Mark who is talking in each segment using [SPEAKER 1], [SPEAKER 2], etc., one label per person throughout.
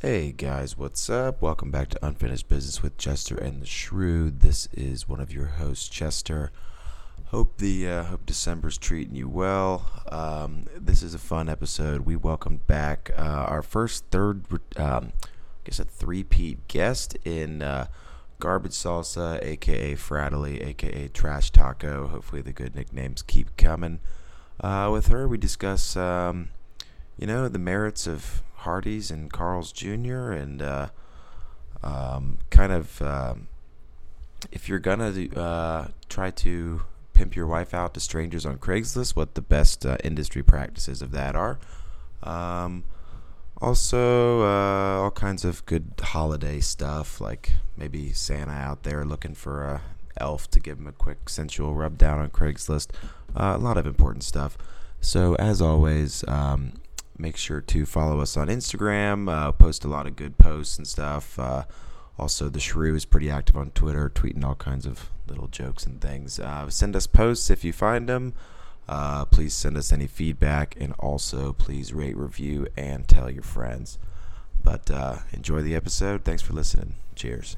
[SPEAKER 1] Hey guys, what's up? Welcome back to Unfinished Business with Chester and the Shrew. This is one of your hosts, Chester. Hope the uh, hope December's treating you well. Um, this is a fun episode. We welcomed back uh, our first third, um, I guess a three-peat guest in uh, Garbage Salsa, aka Fratelli, aka Trash Taco. Hopefully, the good nicknames keep coming. Uh, with her, we discuss. Um, you know the merits of Hardee's and Carl's Jr. and uh, um, kind of um, if you're gonna uh, try to pimp your wife out to strangers on Craigslist, what the best uh, industry practices of that are. Um, also, uh, all kinds of good holiday stuff, like maybe Santa out there looking for a elf to give him a quick sensual rub down on Craigslist. Uh, a lot of important stuff. So, as always, um, make sure to follow us on Instagram. Uh, post a lot of good posts and stuff. Uh, also, the Shrew is pretty active on Twitter, tweeting all kinds of little jokes and things. Uh, send us posts if you find them. Uh, please send us any feedback, and also please rate, review, and tell your friends. But uh, enjoy the episode. Thanks for listening. Cheers.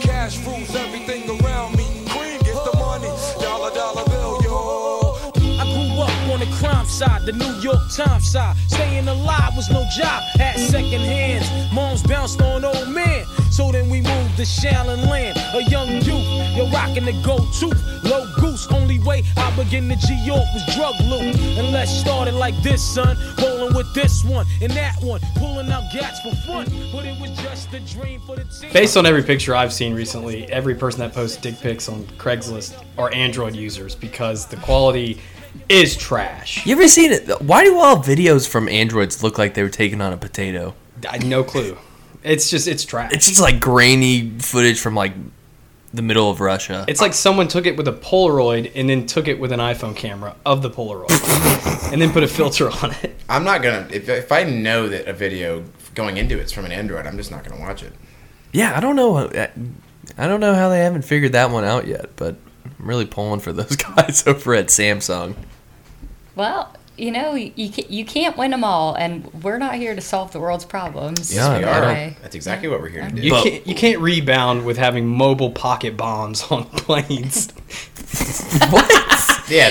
[SPEAKER 2] Cash rules everything around me. Cream gets the money. Dollar, dollar bill, yo.
[SPEAKER 3] I grew up on the crime side, the New York Times side. Staying alive was no job, had second hands. Moms bounced on old men. So then we moved to Shallon Land, a young youth. You're rocking the gold tooth, low goose. Only way I began to G York was drug loot. And let's start it like this, son. Rolling with this one and that one. Pulling out gats for fun, but it was just a dream for the team.
[SPEAKER 4] Based on every picture I've seen recently, every person that posts dick pics on Craigslist are Android users because the quality is trash.
[SPEAKER 5] You ever seen it? Why do all videos from androids look like they were taken on a potato?
[SPEAKER 4] I no clue. It's just it's trash.
[SPEAKER 5] It's just like grainy footage from like the middle of Russia.
[SPEAKER 4] It's like someone took it with a Polaroid and then took it with an iPhone camera of the Polaroid and then put a filter on it.
[SPEAKER 6] I'm not gonna if, if I know that a video going into it's from an Android, I'm just not gonna watch it.
[SPEAKER 5] yeah, I don't know. I I don't know how they haven't figured that one out yet, but I'm really pulling for those guys over at Samsung.
[SPEAKER 7] Well, you know, you ca- you can't win them all, and we're not here to solve the world's problems.
[SPEAKER 5] Yeah,
[SPEAKER 6] We
[SPEAKER 5] I
[SPEAKER 6] are.
[SPEAKER 7] Okay.
[SPEAKER 6] That's exactly what we're here to do.
[SPEAKER 4] You
[SPEAKER 5] But-
[SPEAKER 4] can't you can't rebound with having mobile pocket bombs on planes.
[SPEAKER 5] What?
[SPEAKER 6] yeah,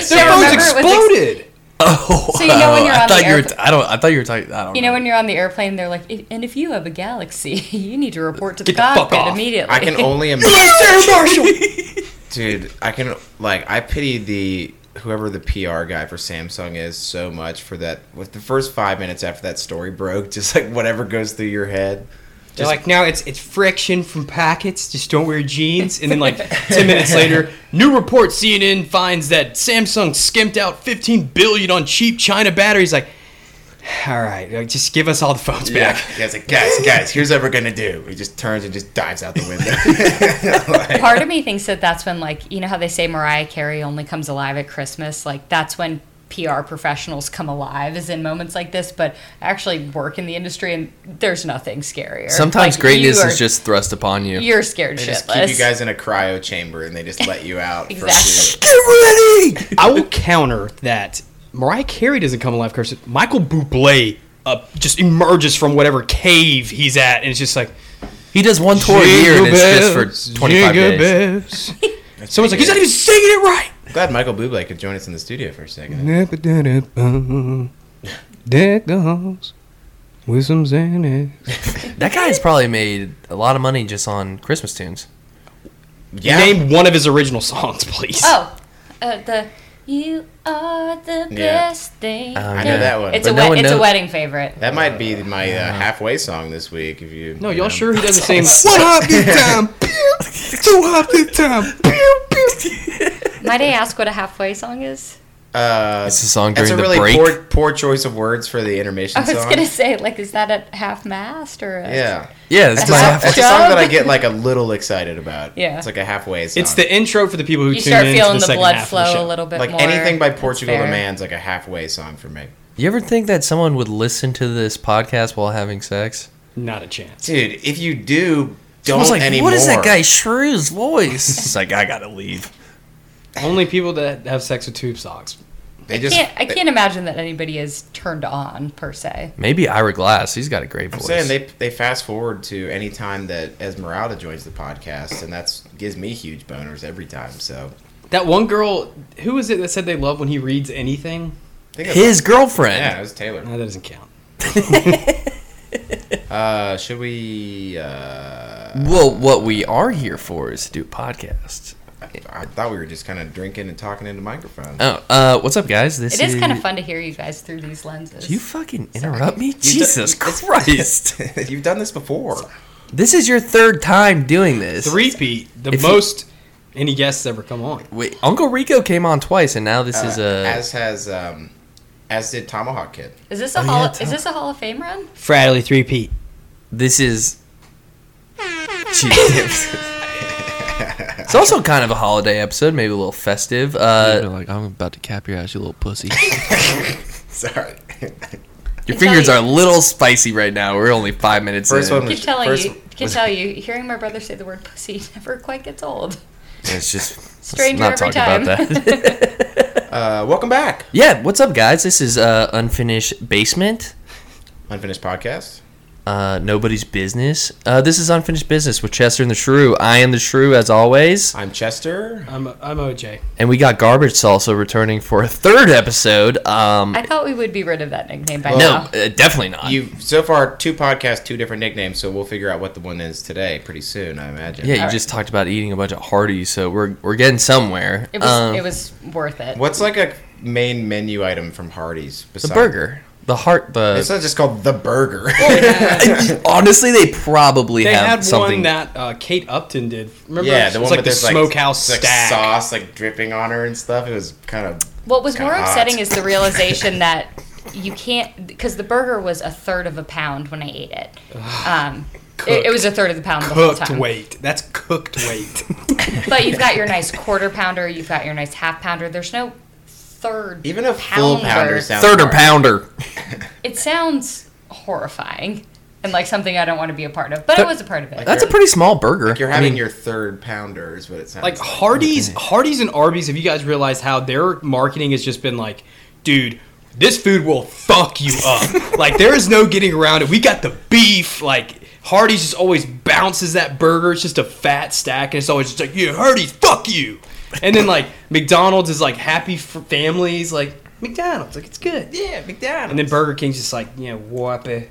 [SPEAKER 4] Their
[SPEAKER 6] Sam,
[SPEAKER 4] phones
[SPEAKER 7] remember it was ex-
[SPEAKER 4] exploded.
[SPEAKER 5] oh,
[SPEAKER 7] So you know when you're
[SPEAKER 5] I
[SPEAKER 7] on the
[SPEAKER 5] thought you were.
[SPEAKER 7] airpl-
[SPEAKER 5] T- I don't. I thought you were talking. I don't.
[SPEAKER 7] You
[SPEAKER 5] know.
[SPEAKER 7] know, when you're on the airplane, they're like, "If- and if you have a galaxy, you need to report to the
[SPEAKER 4] Get the fuck
[SPEAKER 7] cockpit
[SPEAKER 4] off.
[SPEAKER 7] immediately.
[SPEAKER 6] I can only imagine, dude. I can like I pity the whoever the PR guy for Samsung is so much for that. With the first five minutes after that story broke, just like whatever goes through your head.
[SPEAKER 4] They're like, no, it's it's friction from packets. Just don't wear jeans. And then like ten minutes later, new report: CNN finds that Samsung skimped out 15 billion on cheap China batteries. Like, all right, like, just give us all the phones
[SPEAKER 6] Yeah,
[SPEAKER 4] back.
[SPEAKER 6] guys, like guys, guys. Here's what we're gonna do. He just turns and just dives out the window. Like,
[SPEAKER 7] Part of me thinks that that's when, like, you know how they say Mariah Carey only comes alive at Christmas? Like, that's when PR professionals come alive, is in moments like this, but I actually work in the industry, and there's nothing scarier.
[SPEAKER 5] Sometimes
[SPEAKER 7] Like,
[SPEAKER 5] greatness
[SPEAKER 7] you are-
[SPEAKER 5] is just thrust upon you.
[SPEAKER 7] You're scared
[SPEAKER 6] they just keep
[SPEAKER 7] shitless.
[SPEAKER 6] you guys in a cryo chamber and they just let you out. for a few-
[SPEAKER 7] Exactly.
[SPEAKER 5] Get ready.
[SPEAKER 4] I will counter that. Mariah Carey doesn't come alive, curse. Michael Bublé uh, just emerges from whatever cave he's at, and it's just like
[SPEAKER 5] He does one tour a year, and it's just for 25
[SPEAKER 4] Jingle
[SPEAKER 5] days.
[SPEAKER 4] bells. Someone's like, he's not even singing it right.
[SPEAKER 6] Glad Michael Bublé could join us in the studio for a second.
[SPEAKER 4] uh-huh. There goes with some Xanax.
[SPEAKER 5] That guy's probably made a lot of money just on Christmas tunes.
[SPEAKER 6] Yeah.
[SPEAKER 4] Name one of his original songs, please.
[SPEAKER 7] Oh, uh, the you are the
[SPEAKER 6] Yeah.
[SPEAKER 7] best thing.
[SPEAKER 6] I know that one.
[SPEAKER 7] It's
[SPEAKER 5] But
[SPEAKER 7] a
[SPEAKER 5] no
[SPEAKER 7] wed-
[SPEAKER 5] one
[SPEAKER 7] it's a
[SPEAKER 5] knows-
[SPEAKER 7] wedding favorite.
[SPEAKER 6] That might be my uh, halfway song this week. If you
[SPEAKER 4] No,
[SPEAKER 6] you
[SPEAKER 4] y'all
[SPEAKER 6] know.
[SPEAKER 4] sure he doesn't sing?
[SPEAKER 5] What
[SPEAKER 4] hop this time? Two hop this time.
[SPEAKER 7] Might I ask what a halfway song is?
[SPEAKER 6] Uh,
[SPEAKER 5] It's a song
[SPEAKER 6] that's
[SPEAKER 5] during
[SPEAKER 6] a
[SPEAKER 5] the
[SPEAKER 6] really
[SPEAKER 5] break.
[SPEAKER 6] poor poor choice of words for the intermission
[SPEAKER 7] I was
[SPEAKER 6] song.
[SPEAKER 7] gonna say, like, is that at half mast or? A-
[SPEAKER 6] Yeah,
[SPEAKER 5] Yeah, it's
[SPEAKER 7] That's
[SPEAKER 5] like-
[SPEAKER 7] how-
[SPEAKER 6] that's a
[SPEAKER 7] Job.
[SPEAKER 6] song that I get like a little excited about.
[SPEAKER 7] Yeah.
[SPEAKER 6] it's like a halfway song.
[SPEAKER 4] It's the intro for the people who
[SPEAKER 7] You
[SPEAKER 4] tune
[SPEAKER 7] start
[SPEAKER 4] in
[SPEAKER 7] feeling
[SPEAKER 4] to
[SPEAKER 7] the,
[SPEAKER 4] the, second
[SPEAKER 7] blood
[SPEAKER 4] half
[SPEAKER 7] flow
[SPEAKER 4] of the show.
[SPEAKER 7] a little bit
[SPEAKER 6] like
[SPEAKER 7] more.
[SPEAKER 6] anything by
[SPEAKER 7] That's
[SPEAKER 6] Portugal the
[SPEAKER 7] fair.
[SPEAKER 6] Man's like a halfway song for me.
[SPEAKER 5] You ever think that someone would listen to this podcast while having sex?
[SPEAKER 4] Not a chance.
[SPEAKER 6] Dude, if you do, don't
[SPEAKER 5] I was like,
[SPEAKER 6] anymore.
[SPEAKER 5] what is that guy Shrew's voice? It's like, I gotta leave.
[SPEAKER 4] Only people that have sex with tube socks.
[SPEAKER 6] They
[SPEAKER 7] I
[SPEAKER 6] just
[SPEAKER 7] can't, I can't imagine that anybody is turned on per se.
[SPEAKER 5] Maybe Ira Glass. He's got a great
[SPEAKER 6] I'm
[SPEAKER 5] voice.
[SPEAKER 6] saying they they fast forward to any time that Esmeralda joins the podcast, and that's gives me huge boners every time. So
[SPEAKER 4] That one girl, who is it that said they love when he reads anything?
[SPEAKER 6] I think it was-
[SPEAKER 5] His Mm. girlfriend.
[SPEAKER 6] yeah, it was Taylor.
[SPEAKER 4] No, that doesn't count.
[SPEAKER 6] Uh, should we? Uh,
[SPEAKER 5] Well, what we are here for is to do a podcast.
[SPEAKER 6] I thought we were just kind of drinking and talking into microphones.
[SPEAKER 5] Oh, uh, what's up, guys? This
[SPEAKER 7] It is kind of fun to hear you guys through these lenses.
[SPEAKER 5] Do you fucking interrupt me?
[SPEAKER 6] You've done-
[SPEAKER 5] Jesus Christ!
[SPEAKER 6] You've done this before.
[SPEAKER 5] this is your third time doing this.
[SPEAKER 4] The repeat, the
[SPEAKER 5] If you-
[SPEAKER 4] most any guests ever come on.
[SPEAKER 5] Wait, Uncle Rico came on twice, and now this
[SPEAKER 6] Uh,
[SPEAKER 5] is a.
[SPEAKER 6] as has um, as did Tomahawk Kid.
[SPEAKER 7] is this a
[SPEAKER 5] Oh,
[SPEAKER 7] hall?
[SPEAKER 5] yeah, tell-
[SPEAKER 7] is this a Hall of Fame run?
[SPEAKER 4] Fratterly three Pete.
[SPEAKER 5] this is. Jesus. it's also kind of a holiday episode, maybe a little festive. Uh, like I'm about to cap your ass, you little pussy.
[SPEAKER 6] Sorry.
[SPEAKER 5] your
[SPEAKER 7] I tell
[SPEAKER 5] fingers
[SPEAKER 7] you.
[SPEAKER 5] are a little spicy right now. We're only five minutes
[SPEAKER 6] First
[SPEAKER 5] in.
[SPEAKER 6] one
[SPEAKER 7] I
[SPEAKER 6] was
[SPEAKER 7] keep telling
[SPEAKER 6] first,
[SPEAKER 7] you, I can
[SPEAKER 6] was-
[SPEAKER 7] tell you, hearing my brother say the word pussy never quite gets old.
[SPEAKER 5] It's just let's
[SPEAKER 7] Stranger every time.
[SPEAKER 5] that.
[SPEAKER 6] Uh, welcome back,
[SPEAKER 5] yeah, what's up, guys? This is uh, unfinished basement.
[SPEAKER 6] unfinished podcast.
[SPEAKER 5] Uh, nobody's business. Uh, this is unfinished business with Chester and the Shrew. I am the Shrew as always,
[SPEAKER 6] I'm Chester.
[SPEAKER 4] I'm, I'm OJ.
[SPEAKER 5] and we got Garbage Salsa returning for a third episode. Um,
[SPEAKER 7] I thought we would be rid of that nickname by
[SPEAKER 5] no,
[SPEAKER 7] now.
[SPEAKER 5] uh, definitely not.
[SPEAKER 6] You so far two podcasts, two different nicknames. So we'll figure out what the one is today pretty soon, I imagine.
[SPEAKER 5] yeah, you just talked about eating a bunch of Hardee's, so we're we're getting somewhere.
[SPEAKER 7] It was
[SPEAKER 5] Um,
[SPEAKER 7] it was worth it.
[SPEAKER 6] What's like a main menu item from Hardee's?
[SPEAKER 5] the
[SPEAKER 6] besides-
[SPEAKER 5] burger, the heart,
[SPEAKER 6] It's
[SPEAKER 5] the.
[SPEAKER 6] not just called the burger.
[SPEAKER 5] Honestly, they probably
[SPEAKER 4] They
[SPEAKER 5] have
[SPEAKER 4] had
[SPEAKER 5] something.
[SPEAKER 4] one that uh, Kate Upton did. Remember?
[SPEAKER 6] yeah,
[SPEAKER 4] It
[SPEAKER 6] the
[SPEAKER 4] was
[SPEAKER 6] one
[SPEAKER 4] like
[SPEAKER 6] with
[SPEAKER 4] the
[SPEAKER 6] this, like,
[SPEAKER 4] smokehouse
[SPEAKER 6] like,
[SPEAKER 4] stack.
[SPEAKER 6] sauce like dripping on her and stuff. It was kind of
[SPEAKER 7] What was more
[SPEAKER 6] kinda hot.
[SPEAKER 7] upsetting is the realization that you can't because the burger was a third of a pound when I ate it. Um, it, it was a third of the pound the whole
[SPEAKER 4] Cooked
[SPEAKER 7] time.
[SPEAKER 4] weight. That's cooked weight.
[SPEAKER 7] But you've got your nice quarter pounder, you've got your nice half pounder. There's no third.
[SPEAKER 6] even a full pounder sounds
[SPEAKER 5] Third or
[SPEAKER 6] hard.
[SPEAKER 5] pounder.
[SPEAKER 7] It sounds horrifying and like something I don't want to be a part of, but I was a part of it.
[SPEAKER 5] That's a pretty small burger.
[SPEAKER 6] You're
[SPEAKER 5] I
[SPEAKER 6] having
[SPEAKER 5] mean,
[SPEAKER 6] your third pounder is what it sounds
[SPEAKER 4] like
[SPEAKER 6] like.
[SPEAKER 4] Hardee's, Hardee's and Arby's. Have you guys realized how their marketing has just been like, dude, this food will fuck you up. like there is no getting around it. We got the beef. Like Hardee's just always bounces that burger. It's just a fat stack, and it's always just like, yeah, Hardee's, fuck you. And then like McDonald's is like happy for families, like McDonald's, like it's good. Yeah, McDonald's. And then Burger King's just like, yeah, whoopee.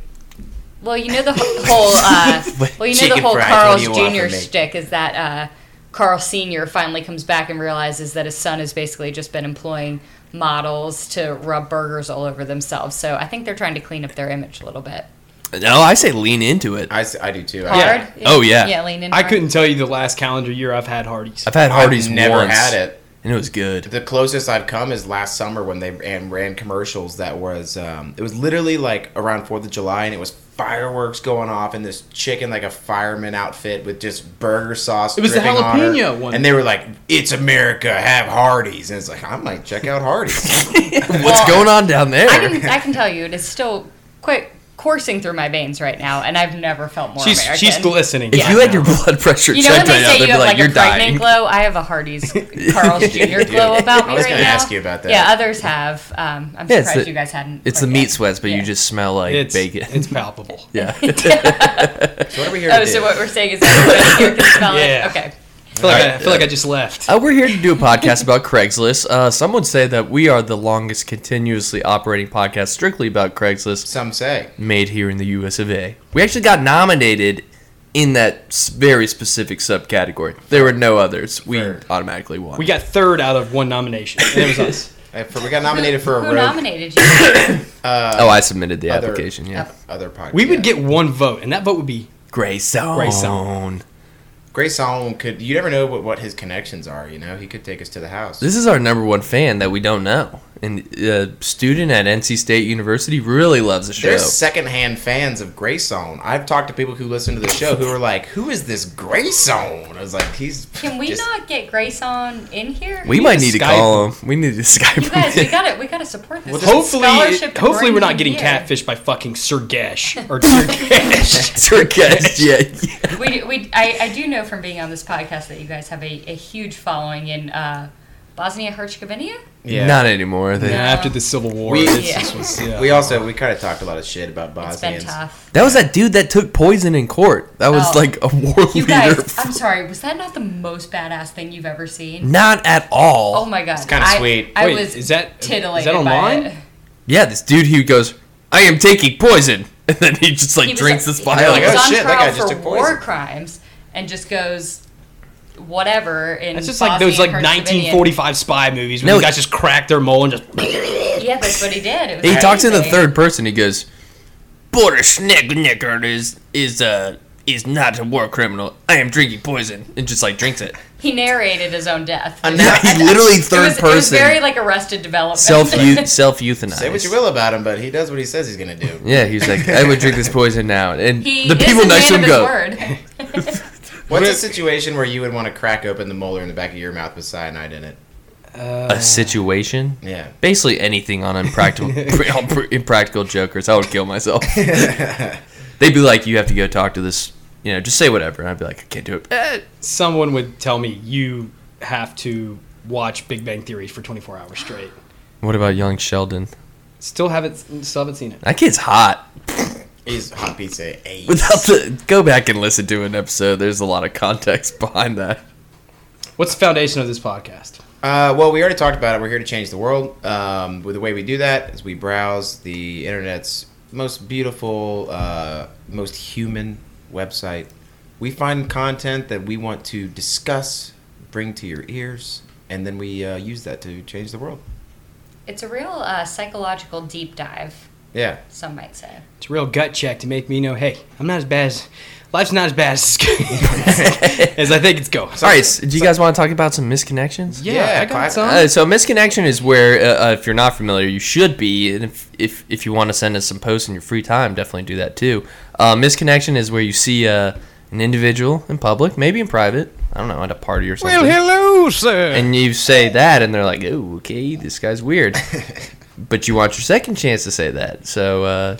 [SPEAKER 7] Well, you know the wh- whole uh, well, you know the
[SPEAKER 6] Chicken
[SPEAKER 7] whole
[SPEAKER 6] fries,
[SPEAKER 7] Carl's
[SPEAKER 6] what do you want
[SPEAKER 7] Jr.
[SPEAKER 6] from me?
[SPEAKER 7] shtick is that uh, Carl Sr. finally comes back and realizes that his son has basically just been employing models to rub burgers all over themselves. So I think they're trying to clean up their image a little bit.
[SPEAKER 5] no, I say lean into it.
[SPEAKER 6] I, s- I do too. I-
[SPEAKER 7] Hard.
[SPEAKER 4] Yeah.
[SPEAKER 5] Oh, yeah.
[SPEAKER 7] Yeah, lean in.
[SPEAKER 4] I
[SPEAKER 7] hard.
[SPEAKER 4] couldn't tell you the last calendar year I've had Hardee's.
[SPEAKER 5] I've had Hardee's
[SPEAKER 6] I've never
[SPEAKER 5] once,
[SPEAKER 6] had it.
[SPEAKER 5] and it was good.
[SPEAKER 6] The closest I've come is last summer when they ran, ran commercials that was um, it was literally like around Fourth of July and it was fireworks going off and this chicken like a fireman outfit with just burger sauce.
[SPEAKER 4] It was the
[SPEAKER 6] dripping on her.
[SPEAKER 4] jalapeno one.
[SPEAKER 6] and they were like, "It's America, have Hardee's," and it's like I'm like, check out Hardee's.
[SPEAKER 5] What's going on down there?
[SPEAKER 7] I can I can tell you it is still quite coursing through my veins right now, and I've never felt more
[SPEAKER 4] She's
[SPEAKER 7] American.
[SPEAKER 4] she's glistening.
[SPEAKER 5] if
[SPEAKER 4] right
[SPEAKER 5] you had
[SPEAKER 4] now.
[SPEAKER 5] your blood pressure
[SPEAKER 7] You know when
[SPEAKER 5] checked
[SPEAKER 7] they
[SPEAKER 5] right now,
[SPEAKER 7] say
[SPEAKER 5] they'd
[SPEAKER 7] you
[SPEAKER 5] be
[SPEAKER 7] have
[SPEAKER 5] like,
[SPEAKER 7] like,
[SPEAKER 5] "You're
[SPEAKER 7] a pregnant
[SPEAKER 5] dying."
[SPEAKER 7] glow? I have a Hardy's Carl's Jr. glow about me
[SPEAKER 6] I was
[SPEAKER 7] right
[SPEAKER 6] gonna
[SPEAKER 7] now.
[SPEAKER 6] ask you about that.
[SPEAKER 7] Yeah, others have. Um, I'm
[SPEAKER 5] Yeah, it's
[SPEAKER 7] surprised
[SPEAKER 5] the-
[SPEAKER 7] you guys hadn't.
[SPEAKER 5] It's the
[SPEAKER 7] heard
[SPEAKER 5] meat
[SPEAKER 7] that.
[SPEAKER 5] sweats, but
[SPEAKER 7] Yeah.
[SPEAKER 5] you just smell like
[SPEAKER 4] it's
[SPEAKER 5] bacon.
[SPEAKER 4] it's palpable.
[SPEAKER 5] yeah.
[SPEAKER 6] so what are we here to
[SPEAKER 7] Oh,
[SPEAKER 6] do?
[SPEAKER 7] so what we're saying is that you can smell
[SPEAKER 4] Yeah.
[SPEAKER 7] it. Okay.
[SPEAKER 4] I feel like, I, I, feel like I just left.
[SPEAKER 5] uh, we're here to do a podcast about Craigslist. Uh, some would say that we are the longest continuously operating podcast strictly about Craigslist
[SPEAKER 6] Some say
[SPEAKER 5] made here in the U.S. of A. We actually got nominated in that s- very specific subcategory. There were no others. We
[SPEAKER 6] Fair.
[SPEAKER 5] automatically won.
[SPEAKER 4] We got third out of one nomination. And it was us.
[SPEAKER 6] Uh, for- we got nominated for a
[SPEAKER 7] Who
[SPEAKER 6] rogue
[SPEAKER 7] nominated you?
[SPEAKER 5] oh, I submitted the
[SPEAKER 6] other-
[SPEAKER 5] application. Yeah.
[SPEAKER 7] Oh.
[SPEAKER 6] other podcast.
[SPEAKER 4] We would get one vote, and that vote would be
[SPEAKER 5] Gray zone.
[SPEAKER 4] Gray zone.
[SPEAKER 6] Gray Solomon could. You never know what, what his connections are. You know, he could take us to the house.
[SPEAKER 5] This is our number one fan that we don't know. and a student at NC State University really loves the show.
[SPEAKER 6] They're secondhand fans of Grayson. I've talked to people who listen to the show who are like, "Who is this Grayson?" I was like, "He's."
[SPEAKER 7] Can we
[SPEAKER 6] just-
[SPEAKER 7] not get Grayson in here?
[SPEAKER 5] we
[SPEAKER 8] need
[SPEAKER 5] might
[SPEAKER 8] to
[SPEAKER 5] need to
[SPEAKER 8] Skype
[SPEAKER 5] call him. We need to Skype
[SPEAKER 7] you guys,
[SPEAKER 5] him.
[SPEAKER 7] we gotta we gotta support this.
[SPEAKER 8] Hopefully,
[SPEAKER 7] Scholarship
[SPEAKER 8] it-
[SPEAKER 7] to
[SPEAKER 8] hopefully
[SPEAKER 7] bring
[SPEAKER 8] we're not
[SPEAKER 7] him
[SPEAKER 8] getting
[SPEAKER 7] here.
[SPEAKER 8] catfished by fucking Sir Gash or Sir Gash.
[SPEAKER 5] It's our guest, yeah.
[SPEAKER 7] We, we I, I do know from being on this podcast that you guys have a, a huge following in uh, Bosnia Herzegovina.
[SPEAKER 6] Yeah.
[SPEAKER 5] Not anymore. They-
[SPEAKER 8] Yeah, after the Civil War,
[SPEAKER 6] We-
[SPEAKER 8] it's
[SPEAKER 7] Yeah.
[SPEAKER 8] just was- yeah.
[SPEAKER 6] We also we kind of talked a lot of shit about
[SPEAKER 7] It's been
[SPEAKER 6] Bosnians.
[SPEAKER 7] tough.
[SPEAKER 5] That was that dude that took poison in court. That was
[SPEAKER 7] Oh.
[SPEAKER 5] like a world
[SPEAKER 7] You
[SPEAKER 5] leader.
[SPEAKER 7] guys, I'm sorry. Was that not the most badass thing you've ever seen?
[SPEAKER 5] Not at all.
[SPEAKER 7] Oh my god, it's
[SPEAKER 6] kinda sweet.
[SPEAKER 7] I,
[SPEAKER 8] Wait,
[SPEAKER 7] was
[SPEAKER 8] is that- is
[SPEAKER 7] titillated
[SPEAKER 8] that online?
[SPEAKER 7] By it.
[SPEAKER 5] Yeah, this dude who goes, I am taking poison. And then he just like
[SPEAKER 7] He was-
[SPEAKER 5] drinks this
[SPEAKER 7] He
[SPEAKER 5] vial.
[SPEAKER 7] was
[SPEAKER 6] like, oh,
[SPEAKER 7] on
[SPEAKER 6] shit, that
[SPEAKER 7] trial
[SPEAKER 6] guy just
[SPEAKER 7] for
[SPEAKER 6] took
[SPEAKER 7] war
[SPEAKER 6] poison.
[SPEAKER 7] crimes and just goes whatever. In
[SPEAKER 8] It's just like those like
[SPEAKER 7] Bosnia and Herzegovina.
[SPEAKER 8] 1945 spy movies where
[SPEAKER 5] No,
[SPEAKER 8] the guys just crack their mole and just.
[SPEAKER 7] Yeah, that's what he did. It was
[SPEAKER 5] he talks in the
[SPEAKER 7] amazing.
[SPEAKER 5] third person. He goes, Boris Schnecknicker is is uh is not a war criminal. I am drinking poison and just like drinks it.
[SPEAKER 7] He narrated his own death.
[SPEAKER 6] And
[SPEAKER 5] Yeah,
[SPEAKER 6] now-
[SPEAKER 5] he literally
[SPEAKER 7] It
[SPEAKER 5] third
[SPEAKER 7] was, it
[SPEAKER 5] person.
[SPEAKER 7] was very like arrested development.
[SPEAKER 5] self self euthanized.
[SPEAKER 6] Say what you will about him, but he does what he says he's gonna do.
[SPEAKER 5] Yeah, he's like, I would drink this poison now, and
[SPEAKER 7] He
[SPEAKER 5] the
[SPEAKER 7] is
[SPEAKER 5] people
[SPEAKER 7] a
[SPEAKER 5] next to
[SPEAKER 7] man
[SPEAKER 5] him
[SPEAKER 7] of
[SPEAKER 5] go.
[SPEAKER 7] his Word.
[SPEAKER 6] What's a situation where you would want to crack open the molar in the back of your mouth with cyanide in it?
[SPEAKER 5] A situation.
[SPEAKER 6] Yeah.
[SPEAKER 5] Basically anything on impractical on pr- impractical jokers, I would kill myself. They'd be like, "You have to go talk to this," you know, just say whatever, and I'd be like, "I can't do it." Eh.
[SPEAKER 8] Someone would tell me you have to watch Big Bang Theory for 24 hours straight.
[SPEAKER 5] What about young Sheldon?
[SPEAKER 8] Still haven't still haven't seen it.
[SPEAKER 5] That kid's hot.
[SPEAKER 6] He's hot pizza. Ace.
[SPEAKER 5] Without the go back and listen to an episode, there's a lot of context behind that.
[SPEAKER 8] What's the foundation of this podcast?
[SPEAKER 6] Uh, well, we already talked about it. We're here to change the world. Um, with the way we do that is we browse the internet's most beautiful, uh, most human website. We find content that we want to discuss, bring to your ears, and then we uh, use that to change the world.
[SPEAKER 7] It's a real uh, psychological deep dive,
[SPEAKER 6] Yeah,
[SPEAKER 7] some might say.
[SPEAKER 8] It's a real gut check to make me know, hey, I'm not as bad as life's not as bad as, as I think it's going.
[SPEAKER 5] All right, so do you guys want to talk about some misconnections?
[SPEAKER 8] Yeah, I got
[SPEAKER 6] class-
[SPEAKER 8] some.
[SPEAKER 5] Uh, so misconnection is where, uh, uh, if you're not familiar, you should be, and if if, if you want to send us some posts in your free time, definitely do that too. Uh, misconnection is where you see uh, an individual in public, maybe in private. I don't know, at a party or something.
[SPEAKER 8] hello, sir.
[SPEAKER 5] and you say that, and they're like, "Oh, okay, this guy's weird," but you want your second chance to say that, so uh,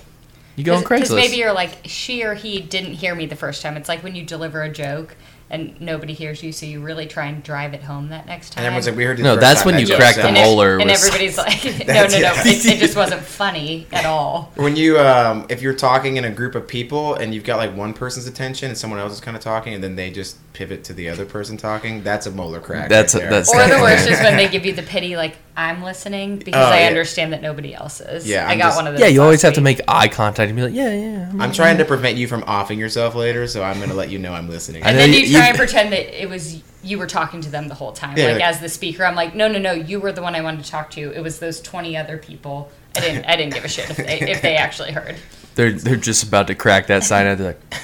[SPEAKER 5] you go on Craigslist.
[SPEAKER 7] maybe you're like, she or he didn't hear me the first time. It's like when you deliver a joke and nobody hears you, so you really try and drive it home that next time.
[SPEAKER 6] and everyone's like, "We heard it
[SPEAKER 5] No,
[SPEAKER 6] the first
[SPEAKER 5] that's
[SPEAKER 6] time,
[SPEAKER 5] when
[SPEAKER 6] that
[SPEAKER 5] you
[SPEAKER 6] joke
[SPEAKER 5] crack
[SPEAKER 6] sucked."
[SPEAKER 5] the
[SPEAKER 7] and,
[SPEAKER 5] mole. molar
[SPEAKER 7] and
[SPEAKER 5] was-
[SPEAKER 7] everybody's like, no, no, no,
[SPEAKER 6] yeah.
[SPEAKER 7] it, it just wasn't funny at all.
[SPEAKER 6] When you, um, if you're talking in a group of people and you've got like one person's attention and someone else is kind of talking, and then they just pivot to the other person talking, that's a molar crack.
[SPEAKER 5] That's
[SPEAKER 6] right
[SPEAKER 5] a-
[SPEAKER 6] there.
[SPEAKER 5] that's-
[SPEAKER 7] Or the worst is when they give you the pity, like, I'm listening because
[SPEAKER 6] Oh,
[SPEAKER 7] I
[SPEAKER 6] yeah.
[SPEAKER 7] understand that nobody else is.
[SPEAKER 6] Yeah,
[SPEAKER 7] I
[SPEAKER 6] I'm
[SPEAKER 7] got
[SPEAKER 6] just-
[SPEAKER 7] one of those.
[SPEAKER 5] yeah, you always
[SPEAKER 7] last
[SPEAKER 5] have to
[SPEAKER 7] week.
[SPEAKER 5] make eye contact and be like, "Yeah, yeah." I'm-
[SPEAKER 6] I'm trying to prevent you from offing yourself later, so I'm gonna let you know I'm listening.
[SPEAKER 5] I
[SPEAKER 7] And
[SPEAKER 5] know
[SPEAKER 7] then
[SPEAKER 5] you-
[SPEAKER 7] you, try
[SPEAKER 5] you-
[SPEAKER 7] and pretend that it was you were talking to them the whole time.
[SPEAKER 6] Yeah,
[SPEAKER 7] like
[SPEAKER 6] like-
[SPEAKER 7] as the speaker, I'm like, no, no, no, you were the one I wanted to talk to. It was those 20 other people. I didn't, I didn't give a shit if they, if they actually heard.
[SPEAKER 5] They're they're just about to crack that sign out. They're like,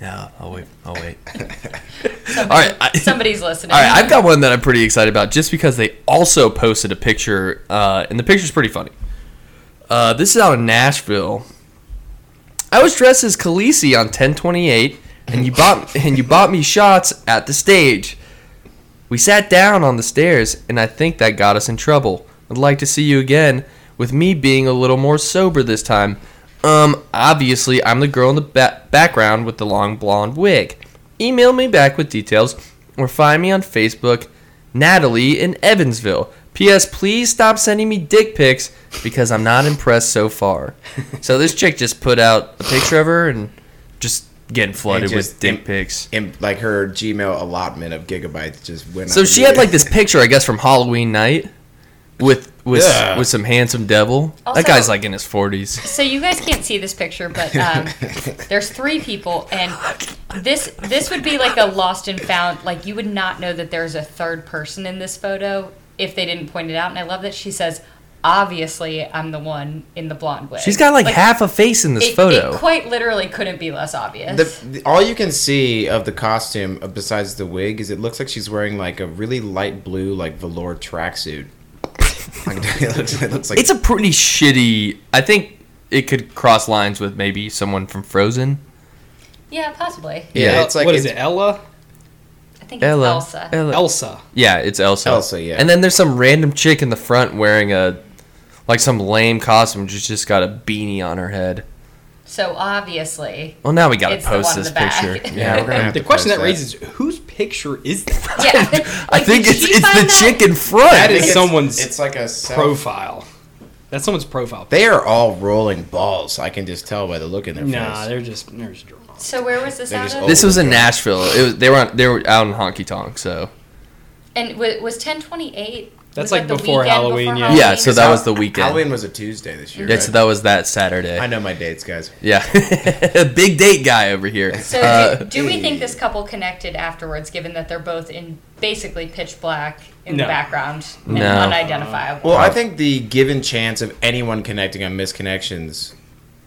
[SPEAKER 5] "Yeah, I'll wait, I'll wait." All right, I-
[SPEAKER 7] Somebody's listening.
[SPEAKER 5] All right, I've got one that I'm pretty excited about just because they also posted a picture, uh, and the picture's pretty funny. Uh, this is out in Nashville. I was dressed as Khaleesi on 1028, and you bought and you bought me shots at the stage. We sat down on the stairs, and I think that got us in trouble. I'd like to see you again, with me being a little more sober this time. Um, obviously, I'm the girl in the ba- background with the long blonde wig. Email me back with details, or find me on Facebook, Natalie in Evansville. P.S. Please stop sending me dick pics because I'm not impressed so far. So this chick just put out a picture of her and just getting flooded
[SPEAKER 6] just
[SPEAKER 5] with dick
[SPEAKER 6] im-
[SPEAKER 5] pics.
[SPEAKER 6] And like her Gmail allotment of gigabytes just went.
[SPEAKER 5] So
[SPEAKER 6] up.
[SPEAKER 5] she had like this picture, I guess, from Halloween night with with
[SPEAKER 6] Yeah.
[SPEAKER 5] with some handsome devil.
[SPEAKER 7] Also-
[SPEAKER 5] that guy's like in his forties.
[SPEAKER 7] So you guys can't see this picture, but um, there's three people, and this this would be like a lost and found. Like you would not know that there's a third person in this photo if they didn't point it out. And I love that she says, "Obviously, I'm the one in the blonde wig."
[SPEAKER 5] She's got like, half a face in this
[SPEAKER 7] it,
[SPEAKER 5] photo.
[SPEAKER 7] It quite literally couldn't be less obvious.
[SPEAKER 6] The, the- all you can see of the costume, uh, besides the wig, is it looks like she's wearing like a really light blue, like velour tracksuit. it, looks, it looks like
[SPEAKER 5] It's a pretty shitty. I think it could cross lines with maybe someone from Frozen.
[SPEAKER 7] Yeah, possibly.
[SPEAKER 6] yeah,
[SPEAKER 4] El-
[SPEAKER 6] it's like
[SPEAKER 4] what is
[SPEAKER 6] it's-
[SPEAKER 4] it? Ella,
[SPEAKER 7] I think it's
[SPEAKER 5] Ella.
[SPEAKER 7] Elsa.
[SPEAKER 5] Ella.
[SPEAKER 4] Elsa.
[SPEAKER 5] Yeah, it's Elsa.
[SPEAKER 6] Elsa, yeah.
[SPEAKER 5] And then there's some random chick in the front wearing a like some lame costume. She's just got a beanie on her head.
[SPEAKER 7] So obviously,
[SPEAKER 5] Well, now we gotta
[SPEAKER 7] It's the one
[SPEAKER 5] post
[SPEAKER 7] in
[SPEAKER 5] this
[SPEAKER 7] the back.
[SPEAKER 5] picture.
[SPEAKER 6] Yeah, we're gonna have
[SPEAKER 4] The
[SPEAKER 6] to
[SPEAKER 4] question
[SPEAKER 6] post
[SPEAKER 4] that, raises is whose picture is that?
[SPEAKER 7] yeah.
[SPEAKER 5] I
[SPEAKER 7] Like,
[SPEAKER 5] think
[SPEAKER 7] did
[SPEAKER 5] it's
[SPEAKER 7] she
[SPEAKER 5] it's
[SPEAKER 7] find
[SPEAKER 5] the
[SPEAKER 7] that?
[SPEAKER 5] chick in front.
[SPEAKER 4] That is
[SPEAKER 6] It's-
[SPEAKER 4] someone's
[SPEAKER 6] It's like a self-
[SPEAKER 4] profile. That's someone's profile.
[SPEAKER 6] They are all rolling balls. I can just tell by the look in their
[SPEAKER 4] nah,
[SPEAKER 6] face.
[SPEAKER 4] they're just they're just drunk.
[SPEAKER 7] So where was this
[SPEAKER 6] They're
[SPEAKER 7] out
[SPEAKER 6] just
[SPEAKER 7] of?
[SPEAKER 6] old.
[SPEAKER 5] this was in Nashville. It was, they were on, they were out in honky tonk. So
[SPEAKER 7] And wa- was 1028?
[SPEAKER 4] That's
[SPEAKER 7] was
[SPEAKER 4] like
[SPEAKER 7] that the
[SPEAKER 4] before
[SPEAKER 7] weekend
[SPEAKER 4] Halloween,
[SPEAKER 7] before
[SPEAKER 4] yeah.
[SPEAKER 7] Halloween?
[SPEAKER 5] yeah, so that was the weekend.
[SPEAKER 6] Halloween was a Tuesday this year.
[SPEAKER 5] yeah,
[SPEAKER 6] right?
[SPEAKER 5] so that was that Saturday.
[SPEAKER 6] I know my dates, guys.
[SPEAKER 5] Yeah, big date guy over here.
[SPEAKER 7] So
[SPEAKER 5] Uh,
[SPEAKER 7] do, do we think this couple connected afterwards, given that they're both in basically pitch black in
[SPEAKER 4] No.
[SPEAKER 7] the background and
[SPEAKER 5] No.
[SPEAKER 7] unidentifiable?
[SPEAKER 6] Well, I think the given chance of anyone connecting on misconnections,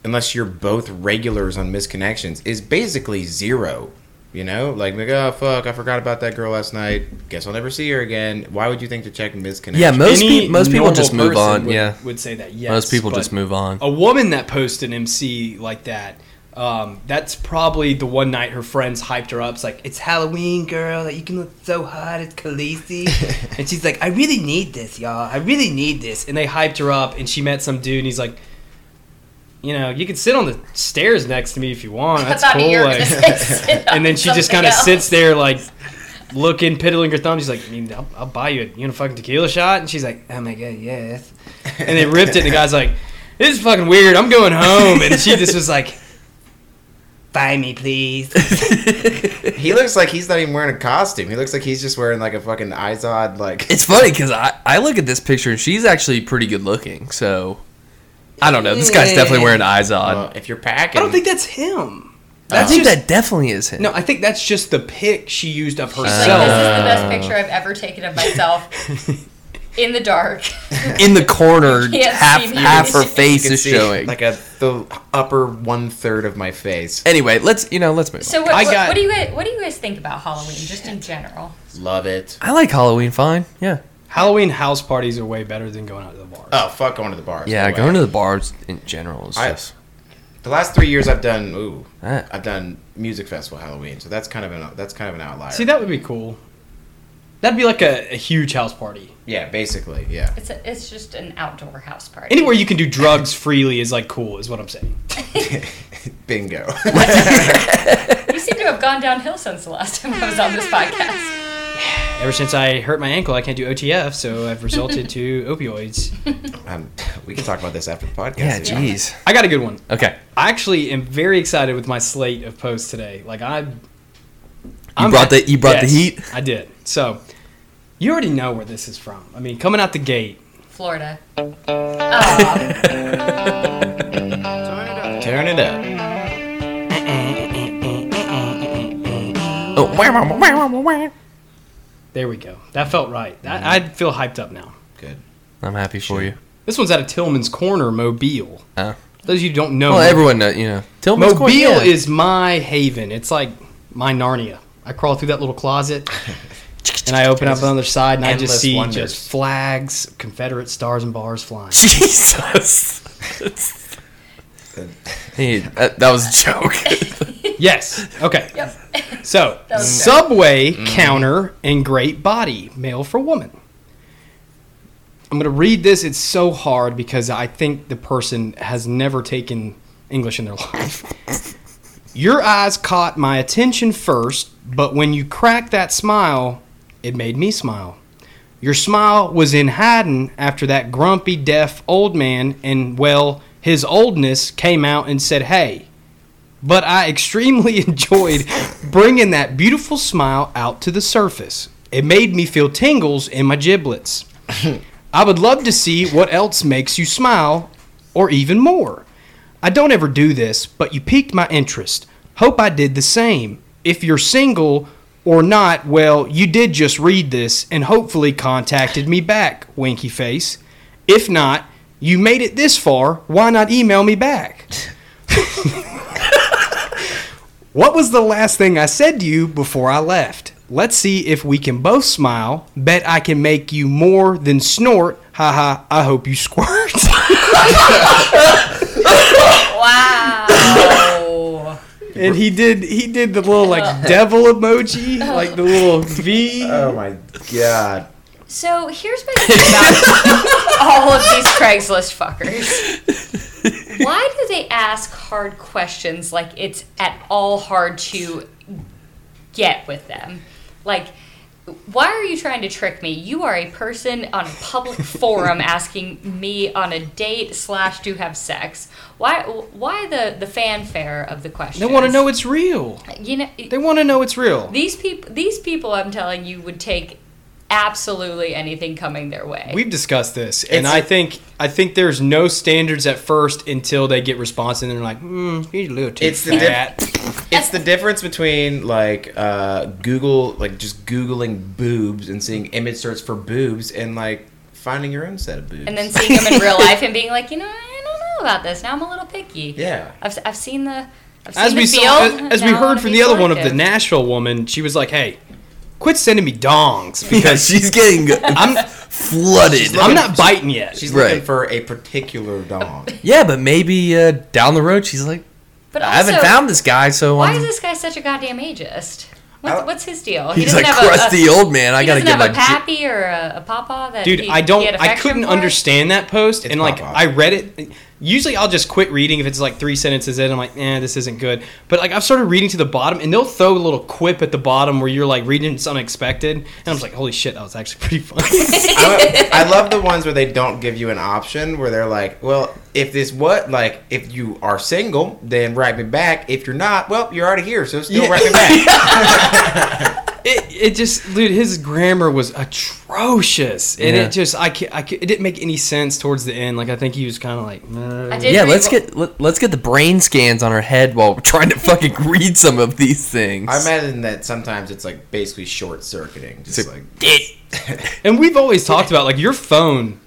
[SPEAKER 6] unless you're both regulars on misconnections, is basically zero. You know, like, like, oh fuck, I forgot about that girl last night. Guess I'll never see her again. Why would you think to check misconnections?
[SPEAKER 5] yeah, most
[SPEAKER 4] Any
[SPEAKER 5] pe- most people
[SPEAKER 4] normal
[SPEAKER 5] just move
[SPEAKER 4] person
[SPEAKER 5] on.
[SPEAKER 4] Would,
[SPEAKER 5] yeah,
[SPEAKER 4] would say that. Yes,
[SPEAKER 5] most people
[SPEAKER 4] but
[SPEAKER 5] just move on.
[SPEAKER 4] A woman that posts an MC like that. Um, that's probably the one night her friends hyped her up. It's like it's Halloween, girl. Like, you can look so hot. It's Khaleesi, and she's like, "I really need this, y'all. I really need this." And they hyped her up, and she met some dude, and he's like, "You know, you can sit on the stairs next to me if you want.
[SPEAKER 7] I
[SPEAKER 4] That's
[SPEAKER 7] thought
[SPEAKER 4] cool."
[SPEAKER 7] you were
[SPEAKER 4] like-
[SPEAKER 7] gonna say sit on
[SPEAKER 4] and then she just
[SPEAKER 7] something
[SPEAKER 4] kind of
[SPEAKER 7] else.
[SPEAKER 4] sits there like looking piddling her thumb she's like I mean, I'll, I'll buy you a you know fucking tequila shot and she's like oh my god yes and they ripped it and the guy's like this is fucking weird i'm going home and she just was like buy me please
[SPEAKER 6] he looks like he's not even wearing a costume. He looks like he's just wearing like a fucking Izod like.
[SPEAKER 5] It's funny because I, I look at this picture and she's actually pretty good looking. So I don't know. This guy's definitely wearing eyes on.
[SPEAKER 6] Well, uh, if you're packing,
[SPEAKER 4] i don't think that's him
[SPEAKER 5] I
[SPEAKER 4] that's
[SPEAKER 5] think
[SPEAKER 4] just
[SPEAKER 5] that definitely is him.
[SPEAKER 4] no i think that's just the pic she used of
[SPEAKER 7] She's like, this
[SPEAKER 4] herself
[SPEAKER 7] is the
[SPEAKER 5] uh,
[SPEAKER 7] best picture I've ever taken of myself in the dark.
[SPEAKER 5] in the corner,
[SPEAKER 7] Can't
[SPEAKER 5] half
[SPEAKER 7] see me.
[SPEAKER 5] half her
[SPEAKER 7] You can
[SPEAKER 5] face
[SPEAKER 6] you can
[SPEAKER 5] is
[SPEAKER 6] see,
[SPEAKER 5] showing.
[SPEAKER 6] like a the upper one third of my face.
[SPEAKER 5] anyway, let's you know let's move.
[SPEAKER 7] So
[SPEAKER 5] on.
[SPEAKER 7] what,
[SPEAKER 4] I
[SPEAKER 7] what-
[SPEAKER 4] got-
[SPEAKER 7] what do you guys, what do you guys think about Halloween, just in general?
[SPEAKER 6] Love it.
[SPEAKER 5] I like Halloween fine. Yeah,
[SPEAKER 4] halloween house parties are way better than going out to the bar
[SPEAKER 6] Oh fuck, going to the bar.
[SPEAKER 5] yeah.
[SPEAKER 6] No way.
[SPEAKER 5] Going to the bars in general is
[SPEAKER 6] I-
[SPEAKER 5] just
[SPEAKER 6] the last three years I've done. Ooh,
[SPEAKER 5] Ah.
[SPEAKER 6] I've done music festival Halloween, so that's kind of an that's kind of an outlier.
[SPEAKER 4] see that would be cool that'd be like a, a huge house party
[SPEAKER 6] Yeah, basically, yeah.
[SPEAKER 7] It's a, it's just an outdoor house party.
[SPEAKER 4] anywhere you can do drugs freely is like cool is what i'm saying
[SPEAKER 6] Bingo.
[SPEAKER 7] you seem to have gone downhill since the last time I was on this podcast.
[SPEAKER 4] Ever since I hurt my ankle, I can't do OTF, so I've resulted to opioids.
[SPEAKER 6] um, we can talk about this after the podcast.
[SPEAKER 5] yeah.
[SPEAKER 6] if you want.
[SPEAKER 5] Jeez.
[SPEAKER 4] I got a good one.
[SPEAKER 5] Okay,
[SPEAKER 4] I actually am very excited with my slate of posts today. Like I, you
[SPEAKER 5] you brought the you brought the heat.
[SPEAKER 4] I did. So you already know where this is from. I mean, coming out the gate.
[SPEAKER 7] Florida. Oh,
[SPEAKER 6] Turn it up.
[SPEAKER 5] Oh, wah, wah, wah, wah, wah, wah.
[SPEAKER 4] There we go. That felt right.
[SPEAKER 5] Mm-hmm.
[SPEAKER 4] I, I feel hyped up now.
[SPEAKER 6] Good.
[SPEAKER 5] I'm happy for you.
[SPEAKER 4] This one's out of Tillman's Corner, Mobile.
[SPEAKER 5] Oh.
[SPEAKER 4] Those of you who don't know,
[SPEAKER 5] Well, everyone, know, you know, Tillman's
[SPEAKER 4] Mobile
[SPEAKER 5] Corner, yeah.
[SPEAKER 4] is my haven. It's like my Narnia. I crawl through that little closet and I open up on the other side and I just
[SPEAKER 6] Endless
[SPEAKER 4] see
[SPEAKER 6] wonders.
[SPEAKER 4] just flags, Confederate stars and bars flying.
[SPEAKER 5] Jesus. hey, that, that was a joke.
[SPEAKER 4] yes. Okay.
[SPEAKER 7] Yep.
[SPEAKER 4] So,
[SPEAKER 7] That was good.
[SPEAKER 4] subway counter and great body, male for woman. I'm going to read this. It's so hard because I think the person has never taken English in their life. Your eyes caught my attention first, but when you cracked that smile, it made me smile. Your smile was in hiding after that grumpy, deaf old man, and well, his oldness came out and said, Hey, but I extremely enjoyed bringing that beautiful smile out to the surface. It made me feel tingles in my giblets. I would love to see what else makes you smile, or even more. I don't ever do this, but you piqued my interest. Hope I did the same. If you're single or not, well, you did just read this and hopefully contacted me back, winky face. If not, you made it this far, why not email me back? What was the last thing I said to you before I left? Let's see if we can both smile. Bet I can make you more than snort. haha, I hope you squirt.
[SPEAKER 7] Wow.
[SPEAKER 4] and he did he did the little like devil emoji, like the little V.
[SPEAKER 6] Oh my god.
[SPEAKER 7] so here's my thing about all of these Craigslist fuckers. Why do they ask hard questions like it's at all hard to get with them? Like, why are you trying to trick me? You are a person on a public forum asking me on a date slash to have sex. Why? Why the the fanfare of the question?
[SPEAKER 4] They want to know it's real.
[SPEAKER 7] You know,
[SPEAKER 4] They want to know it's real.
[SPEAKER 7] These people, these people, I'm telling you, would take absolutely anything coming their way.
[SPEAKER 4] We've discussed this, and I think I think there's no standards at first until they get response, and they're like, mm, "You're a little too
[SPEAKER 6] It's the diff-
[SPEAKER 4] fat."
[SPEAKER 6] It's the difference between like uh, Google, like just googling boobs and seeing image search for boobs, and like finding your own set of boobs.
[SPEAKER 7] and then seeing them in real life and being like, you know, I don't know about this. Now I'm a little picky.
[SPEAKER 6] yeah,
[SPEAKER 7] I've, I've seen the. I've seen
[SPEAKER 4] as
[SPEAKER 7] the
[SPEAKER 4] we
[SPEAKER 7] field.
[SPEAKER 4] saw, as, as we
[SPEAKER 7] Now I wanna
[SPEAKER 4] heard from
[SPEAKER 7] be
[SPEAKER 4] the other one of the
[SPEAKER 7] selective.
[SPEAKER 4] Nashville woman, she was like, "Hey, quit sending me dongs because
[SPEAKER 5] she's getting
[SPEAKER 4] I'm
[SPEAKER 5] flooded.
[SPEAKER 4] I'm not biting yet."
[SPEAKER 6] she's
[SPEAKER 5] Right.
[SPEAKER 6] looking for a particular dong.
[SPEAKER 5] Yeah, but maybe uh, down the road she's like,
[SPEAKER 7] But
[SPEAKER 5] I haven't
[SPEAKER 7] also,
[SPEAKER 5] found this guy, so
[SPEAKER 7] Why
[SPEAKER 5] um,
[SPEAKER 7] is this guy such a goddamn ageist?
[SPEAKER 6] I-
[SPEAKER 4] Uh,
[SPEAKER 7] What's, what's his deal? He
[SPEAKER 5] he's
[SPEAKER 7] doesn't
[SPEAKER 5] like
[SPEAKER 7] have a- a-
[SPEAKER 5] crusty old man. I
[SPEAKER 7] he
[SPEAKER 5] gotta
[SPEAKER 7] doesn't
[SPEAKER 5] get my.
[SPEAKER 7] have a
[SPEAKER 5] J-
[SPEAKER 7] pappy or a, a papa that.
[SPEAKER 4] Dude,
[SPEAKER 7] he-
[SPEAKER 4] I
[SPEAKER 7] he had
[SPEAKER 4] don't. I
[SPEAKER 7] affection
[SPEAKER 4] couldn't
[SPEAKER 7] for?
[SPEAKER 4] understand that post, and like
[SPEAKER 6] pop-up.
[SPEAKER 4] I read it. Usually, I'll just quit reading if it's like three sentences in. I'm like, eh, this isn't good. But like, I've started reading to the bottom, and they'll throw a little quip at the bottom where you're like reading it's unexpected, and I'm just like, holy shit, that was actually pretty funny.
[SPEAKER 6] I I love the ones where they don't give you an option where they're like, well, if this what like if you are single, then write me back. If you're not, well, you're already here, so still write me back.
[SPEAKER 4] it, it just, dude, his grammar was atrocious, and
[SPEAKER 5] Yeah.
[SPEAKER 4] it just, I, ca- I, ca- it didn't make any sense towards the end. Like, I think he was kind of like,
[SPEAKER 7] I
[SPEAKER 4] "Nah."
[SPEAKER 7] did
[SPEAKER 5] yeah,
[SPEAKER 7] read
[SPEAKER 5] let's
[SPEAKER 7] one-
[SPEAKER 5] get let, let's get the brain scans on her head while we're trying to fucking read some of these things.
[SPEAKER 6] I imagine that sometimes it's like basically short circuiting, just like
[SPEAKER 4] and we've always talked about like your phone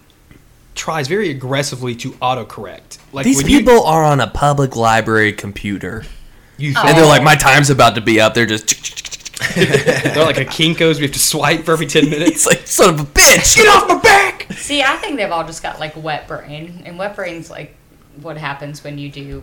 [SPEAKER 4] tries very aggressively to autocorrect. Like
[SPEAKER 5] these
[SPEAKER 4] when you-
[SPEAKER 5] people are on a public library computer,
[SPEAKER 4] you
[SPEAKER 5] and
[SPEAKER 7] Oh.
[SPEAKER 5] they're like, my time's about to be up. They're just.
[SPEAKER 4] They're like a Kinko's. We have to swipe for every ten minutes.
[SPEAKER 5] It's like son of a bitch. Get off my back.
[SPEAKER 7] See, I think they've all just got like wet brain, and wet brain's like what happens when you do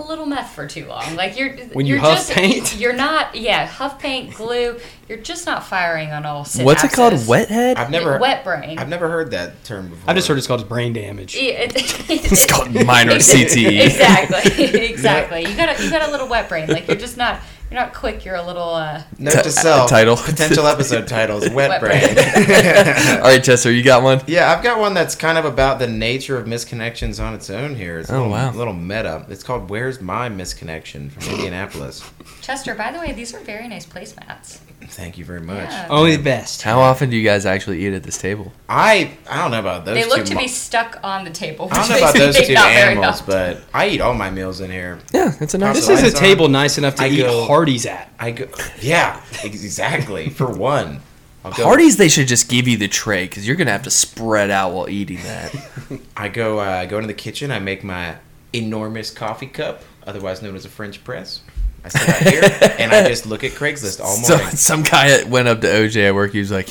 [SPEAKER 7] a little meth for too long. Like you're
[SPEAKER 4] When you
[SPEAKER 7] you're
[SPEAKER 4] huff
[SPEAKER 7] just,
[SPEAKER 4] paint?
[SPEAKER 7] You're not, yeah, huff paint, glue. You're just not firing on all synapses.
[SPEAKER 5] What's it called? Wethead.
[SPEAKER 6] I've never
[SPEAKER 7] wet brain.
[SPEAKER 6] I've never heard that term before.
[SPEAKER 4] I've just heard it's called brain damage.
[SPEAKER 7] Yeah, it-
[SPEAKER 5] It's called minor E. CTE.
[SPEAKER 7] Exactly, exactly. You got a you got a little wet brain. Like you're just not you're not quick. You're a little. Uh,
[SPEAKER 6] Note
[SPEAKER 5] T-
[SPEAKER 6] to self,
[SPEAKER 5] title.
[SPEAKER 6] potential episode titles, wet
[SPEAKER 7] Wet
[SPEAKER 6] brain.
[SPEAKER 5] All right, Chester, you got one.
[SPEAKER 6] yeah, I've got one that's kind of about the nature of misconnections on its own here. It's a
[SPEAKER 5] Oh,
[SPEAKER 6] little,
[SPEAKER 5] wow.
[SPEAKER 6] little meta. It's called "Where's My Misconnection" from Indianapolis.
[SPEAKER 7] Chester, by the way, these are very nice placemats.
[SPEAKER 6] Thank you very much.
[SPEAKER 7] Yeah.
[SPEAKER 4] Only the best.
[SPEAKER 5] How often do you guys actually eat at this table?
[SPEAKER 6] I I don't know about those.
[SPEAKER 7] They
[SPEAKER 6] two
[SPEAKER 7] look to
[SPEAKER 6] mo-
[SPEAKER 7] be stuck on the table.
[SPEAKER 6] I don't know
[SPEAKER 7] which
[SPEAKER 6] about
[SPEAKER 7] makes me
[SPEAKER 6] those
[SPEAKER 7] think
[SPEAKER 6] two
[SPEAKER 7] not very
[SPEAKER 6] animals,
[SPEAKER 7] often.
[SPEAKER 6] but I eat all my meals in here.
[SPEAKER 5] Yeah, it's a nice.
[SPEAKER 4] This
[SPEAKER 6] So
[SPEAKER 4] is a
[SPEAKER 6] eyes on-
[SPEAKER 4] table nice enough to
[SPEAKER 6] I
[SPEAKER 4] eat
[SPEAKER 6] go-
[SPEAKER 4] Hardee's at.
[SPEAKER 6] I go, yeah, exactly. For one, I'll go,
[SPEAKER 5] Parties, they should just give you the tray because you're gonna have to spread out while eating that.
[SPEAKER 6] I go, uh, I go into the kitchen. I make my enormous coffee cup, otherwise known as a French press. I sit out here and I just look at Craigslist
[SPEAKER 4] Oh
[SPEAKER 6] all
[SPEAKER 5] so,
[SPEAKER 6] morning.
[SPEAKER 5] some guy that went up to OJ at work. He was like,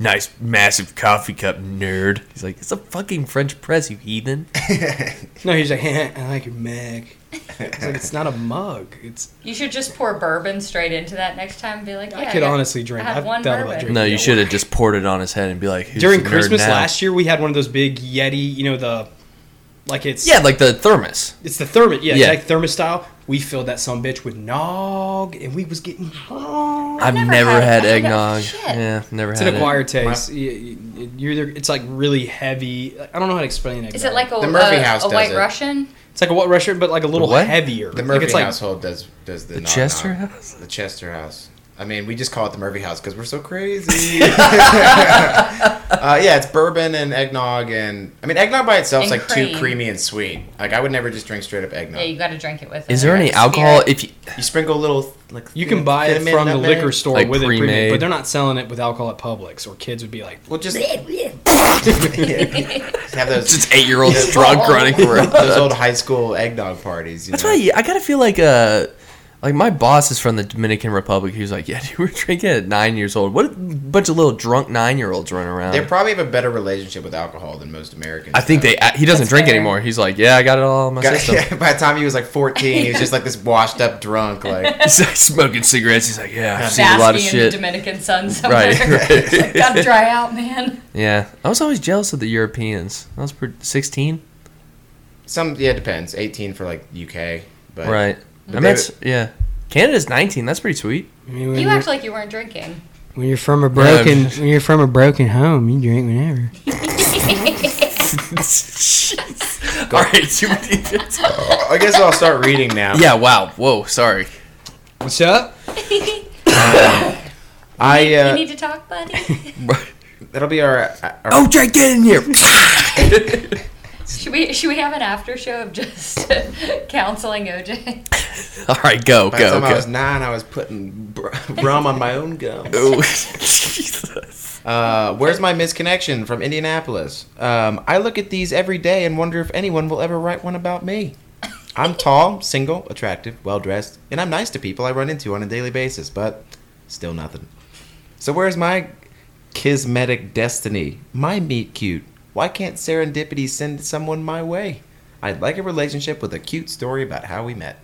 [SPEAKER 5] "Nice massive coffee cup, nerd." He's like, "It's a fucking French press, you heathen."
[SPEAKER 4] No, he's like, "Heh, I like your mug. It's like, it's not a mug. It's
[SPEAKER 7] You should just pour bourbon straight into that next time and be like, yeah,
[SPEAKER 4] I could
[SPEAKER 7] got-
[SPEAKER 4] honestly drink.
[SPEAKER 7] I had
[SPEAKER 4] I've
[SPEAKER 7] one
[SPEAKER 4] thought about
[SPEAKER 7] bourbon.
[SPEAKER 4] drinking.
[SPEAKER 5] No, you should have just poured it on his head and be like, Who's
[SPEAKER 4] During
[SPEAKER 5] the nerd
[SPEAKER 4] Christmas
[SPEAKER 5] now?
[SPEAKER 4] last year, we had one of those big Yeti. You know the, like it's
[SPEAKER 5] Yeah, like the thermos.
[SPEAKER 4] it's the thermos. Yeah,
[SPEAKER 5] Yeah.
[SPEAKER 4] yeah. like thermos style. We filled that some bitch with nog, and we was getting. It's
[SPEAKER 5] I've,
[SPEAKER 7] never
[SPEAKER 5] never, had,
[SPEAKER 7] had- I know,
[SPEAKER 5] eggnog.
[SPEAKER 7] shit.
[SPEAKER 5] Yeah, never had
[SPEAKER 4] an
[SPEAKER 5] it.
[SPEAKER 4] acquired taste. You- you- You're either, it's like really heavy. I don't know how to explain it.
[SPEAKER 7] Is it like a,
[SPEAKER 6] The Murphy
[SPEAKER 7] a,
[SPEAKER 6] House
[SPEAKER 7] a
[SPEAKER 6] does
[SPEAKER 7] White
[SPEAKER 6] it.
[SPEAKER 7] Russian?
[SPEAKER 4] it's like a what restaurant, but like a little
[SPEAKER 5] what?
[SPEAKER 4] heavier.
[SPEAKER 6] The
[SPEAKER 4] like
[SPEAKER 6] Murphy
[SPEAKER 4] it's like
[SPEAKER 6] household does does the,
[SPEAKER 5] The
[SPEAKER 6] knock
[SPEAKER 5] Chester
[SPEAKER 6] knock.
[SPEAKER 5] house?
[SPEAKER 6] The Chester house. I mean, we just call it the Murphy house because we're so crazy. uh, yeah, it's bourbon and eggnog, and I mean eggnog by itself is
[SPEAKER 7] And
[SPEAKER 6] like too
[SPEAKER 7] cream.
[SPEAKER 6] creamy and sweet. Like I would never just drink straight up eggnog.
[SPEAKER 7] Yeah, you got to drink it with.
[SPEAKER 5] Is
[SPEAKER 7] it.
[SPEAKER 5] there any
[SPEAKER 7] It's
[SPEAKER 5] alcohol?
[SPEAKER 7] spirit.
[SPEAKER 5] If you,
[SPEAKER 6] You sprinkle a little like
[SPEAKER 4] You can buy it
[SPEAKER 6] cinnamon,
[SPEAKER 4] from the
[SPEAKER 6] nutmeg.
[SPEAKER 4] liquor store
[SPEAKER 5] Like
[SPEAKER 4] with it pre-made,
[SPEAKER 5] pre-made.
[SPEAKER 4] but they're not selling it with alcohol at Publix, or kids would be like,
[SPEAKER 6] Well, just have those
[SPEAKER 5] just eight year olds drunk running around.
[SPEAKER 6] those old high school eggnog parties. You
[SPEAKER 5] That's
[SPEAKER 6] know?
[SPEAKER 5] why I gotta feel like uh, Like my boss is from the Dominican Republic. He was like, "Yeah, dude, we were drinking at nine years old. What a bunch of little drunk nine year olds running around."
[SPEAKER 6] They probably have a better relationship with alcohol than most Americans.
[SPEAKER 5] I think
[SPEAKER 6] though.
[SPEAKER 5] they. He doesn't
[SPEAKER 7] That's
[SPEAKER 5] drink
[SPEAKER 7] fair.
[SPEAKER 5] anymore. He's like, "Yeah, I got it all in my
[SPEAKER 6] Got-
[SPEAKER 5] system."
[SPEAKER 6] yeah, by the time he was like 14, he was just like this washed up drunk. Like,
[SPEAKER 5] He's like smoking cigarettes. He's like, "Yeah, I've seen a
[SPEAKER 7] Basking
[SPEAKER 5] lot of
[SPEAKER 7] in
[SPEAKER 5] shit."
[SPEAKER 7] the Dominican sun somewhere.
[SPEAKER 5] Right, right.
[SPEAKER 7] Like, Gotta dry out, man.
[SPEAKER 5] yeah, I was always jealous of the Europeans. I was sixteen,
[SPEAKER 6] some, yeah, it depends. 18 for like UK. But
[SPEAKER 5] right? I
[SPEAKER 6] they-
[SPEAKER 5] mean, that's yeah. Canada's nineteen. That's pretty sweet.
[SPEAKER 8] I mean, when,
[SPEAKER 7] You
[SPEAKER 8] you're,
[SPEAKER 7] act like you weren't drinking.
[SPEAKER 8] when you're from a
[SPEAKER 5] I'm
[SPEAKER 8] broken
[SPEAKER 5] just-
[SPEAKER 8] when you're from a broken home, you drink whenever.
[SPEAKER 5] All right, you-
[SPEAKER 6] Oh, I guess I'll start reading now.
[SPEAKER 5] yeah. Wow. Whoa. Sorry.
[SPEAKER 8] What's up?
[SPEAKER 6] I,
[SPEAKER 7] you
[SPEAKER 6] uh,
[SPEAKER 7] need to talk, buddy.
[SPEAKER 6] that'll be our, our
[SPEAKER 5] Oh, Jake, get in here.
[SPEAKER 7] should we should we have an after show of just counseling OJ?
[SPEAKER 5] All right, go,
[SPEAKER 6] By the
[SPEAKER 5] go,
[SPEAKER 6] time I
[SPEAKER 5] go.
[SPEAKER 6] was nine, I was putting br- rum on my own gums. Uh, where's my misconnection from Indianapolis? Um, I look at these every day and wonder if anyone will ever write one about me. I'm tall, single, attractive, well dressed, and I'm nice to people I run into on a daily basis, but still nothing. So where's my kismetic destiny? My meet cute? Why can't serendipity send someone my way? I'd like a relationship with a cute story about how we met.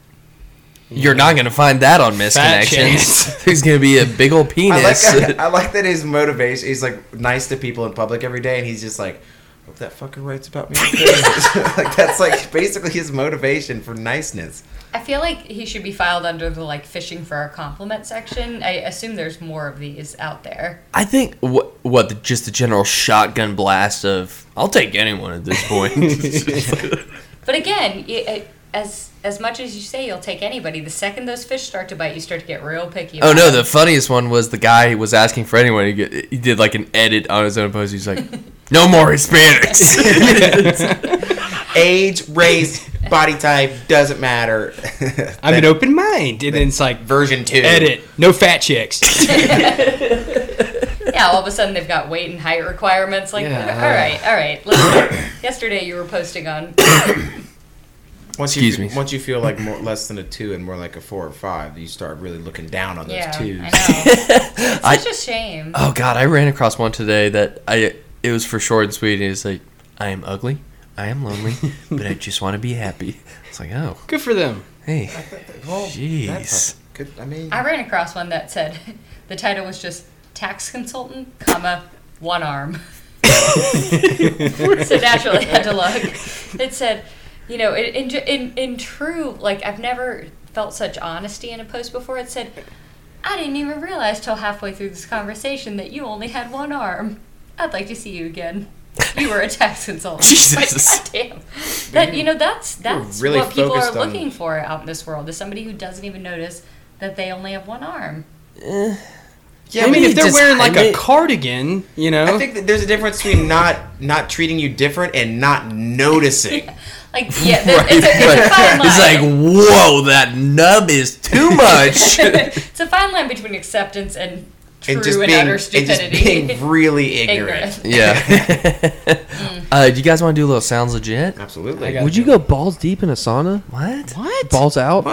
[SPEAKER 5] You're not gonna find that on
[SPEAKER 8] Fat
[SPEAKER 5] misconnections. There's gonna be a big old
[SPEAKER 6] I
[SPEAKER 5] penis.
[SPEAKER 6] like, I like that his motivation. He's like nice to people in public every day, and he's just like, "Hope that fucker writes about me." on Facebook." like that's like basically his motivation for niceness.
[SPEAKER 7] I feel like he should be filed under the like fishing for our compliment section. I assume there's more of these out there.
[SPEAKER 5] I think what what the, just the general shotgun blast of I'll take anyone at this point.
[SPEAKER 7] But again, y- uh, as as much as you say you'll take anybody, the second those fish start to bite, you start to get real picky.
[SPEAKER 5] oh
[SPEAKER 7] about
[SPEAKER 5] no,
[SPEAKER 7] it.
[SPEAKER 5] the funniest one was the guy who was asking for anyone. He, get, he did like an edit on his own post. He's like, "No more Hispanics."
[SPEAKER 6] Age, race, body type doesn't matter.
[SPEAKER 8] I'm an open mind, and then it's like
[SPEAKER 6] Version two.
[SPEAKER 8] edit. No fat chicks.
[SPEAKER 7] yeah, all of a sudden they've got weight and height requirements. Like,
[SPEAKER 8] Yeah.
[SPEAKER 5] uh,
[SPEAKER 7] all right, all right. Let's Yesterday you were posting on.
[SPEAKER 6] Once
[SPEAKER 5] Excuse
[SPEAKER 6] you,
[SPEAKER 5] me.
[SPEAKER 6] Once you feel like more less than a two and more like a four or five, you start really looking down on those
[SPEAKER 7] Yeah, I
[SPEAKER 6] twos.
[SPEAKER 7] know. It's such a shame.
[SPEAKER 5] oh god, I ran across one today that I it was for short and sweet. And it's like, "I am ugly, I am lonely, but I just want to be happy." It's like, oh,
[SPEAKER 8] Good for them.
[SPEAKER 5] hey,
[SPEAKER 6] Well, that's
[SPEAKER 5] Jeez.
[SPEAKER 6] a Good, I mean,
[SPEAKER 7] I ran across one that said the title was just tax consultant, comma one arm. so naturally, I had to look. It said, you know, in in in, in true like I've never felt such honesty in a post before. It said. I didn't even realize till halfway through this conversation that you only had one arm. I'd like to see you again. You were a tax consultant.
[SPEAKER 5] Jesus.
[SPEAKER 7] Like, goddamn. That you know that's
[SPEAKER 6] were
[SPEAKER 7] that's
[SPEAKER 6] really
[SPEAKER 7] what people are
[SPEAKER 6] focused on-
[SPEAKER 7] looking for out in this world is somebody who doesn't even notice that they only have one arm.
[SPEAKER 6] yeah,
[SPEAKER 8] I mean, if they're
[SPEAKER 5] just
[SPEAKER 8] wearing like a
[SPEAKER 5] hide it.
[SPEAKER 8] cardigan, you know,
[SPEAKER 6] I think that there's a difference between not not treating you different and not noticing.
[SPEAKER 7] Like yeah, that- it's, a, it's a fine line.
[SPEAKER 5] It's like, whoa, that nub is too much.
[SPEAKER 7] it's a fine line between acceptance and true
[SPEAKER 6] and
[SPEAKER 7] and,
[SPEAKER 6] just being
[SPEAKER 7] utter
[SPEAKER 6] and
[SPEAKER 7] stupidity.
[SPEAKER 6] just being really ignorant.
[SPEAKER 7] Ignorant.
[SPEAKER 5] yeah. uh, do you guys want to do a little sounds legit?
[SPEAKER 6] Absolutely.
[SPEAKER 8] got- Would
[SPEAKER 9] you go balls deep in a sauna?
[SPEAKER 5] What?
[SPEAKER 8] what?
[SPEAKER 9] Balls out?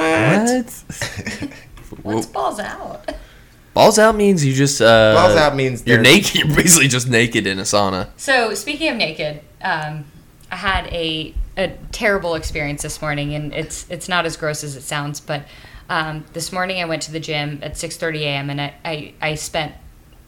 [SPEAKER 7] What's balls out?
[SPEAKER 5] Balls out means you just uh,
[SPEAKER 6] Balls out means
[SPEAKER 5] you're
[SPEAKER 6] they're-
[SPEAKER 5] naked. You're basically just naked in a sauna.
[SPEAKER 7] So speaking of naked, um, I had a a terrible experience this morning, and it's it's not as gross as it sounds. But um, this morning I went to the gym at 6:30 a.m. and I, I I spent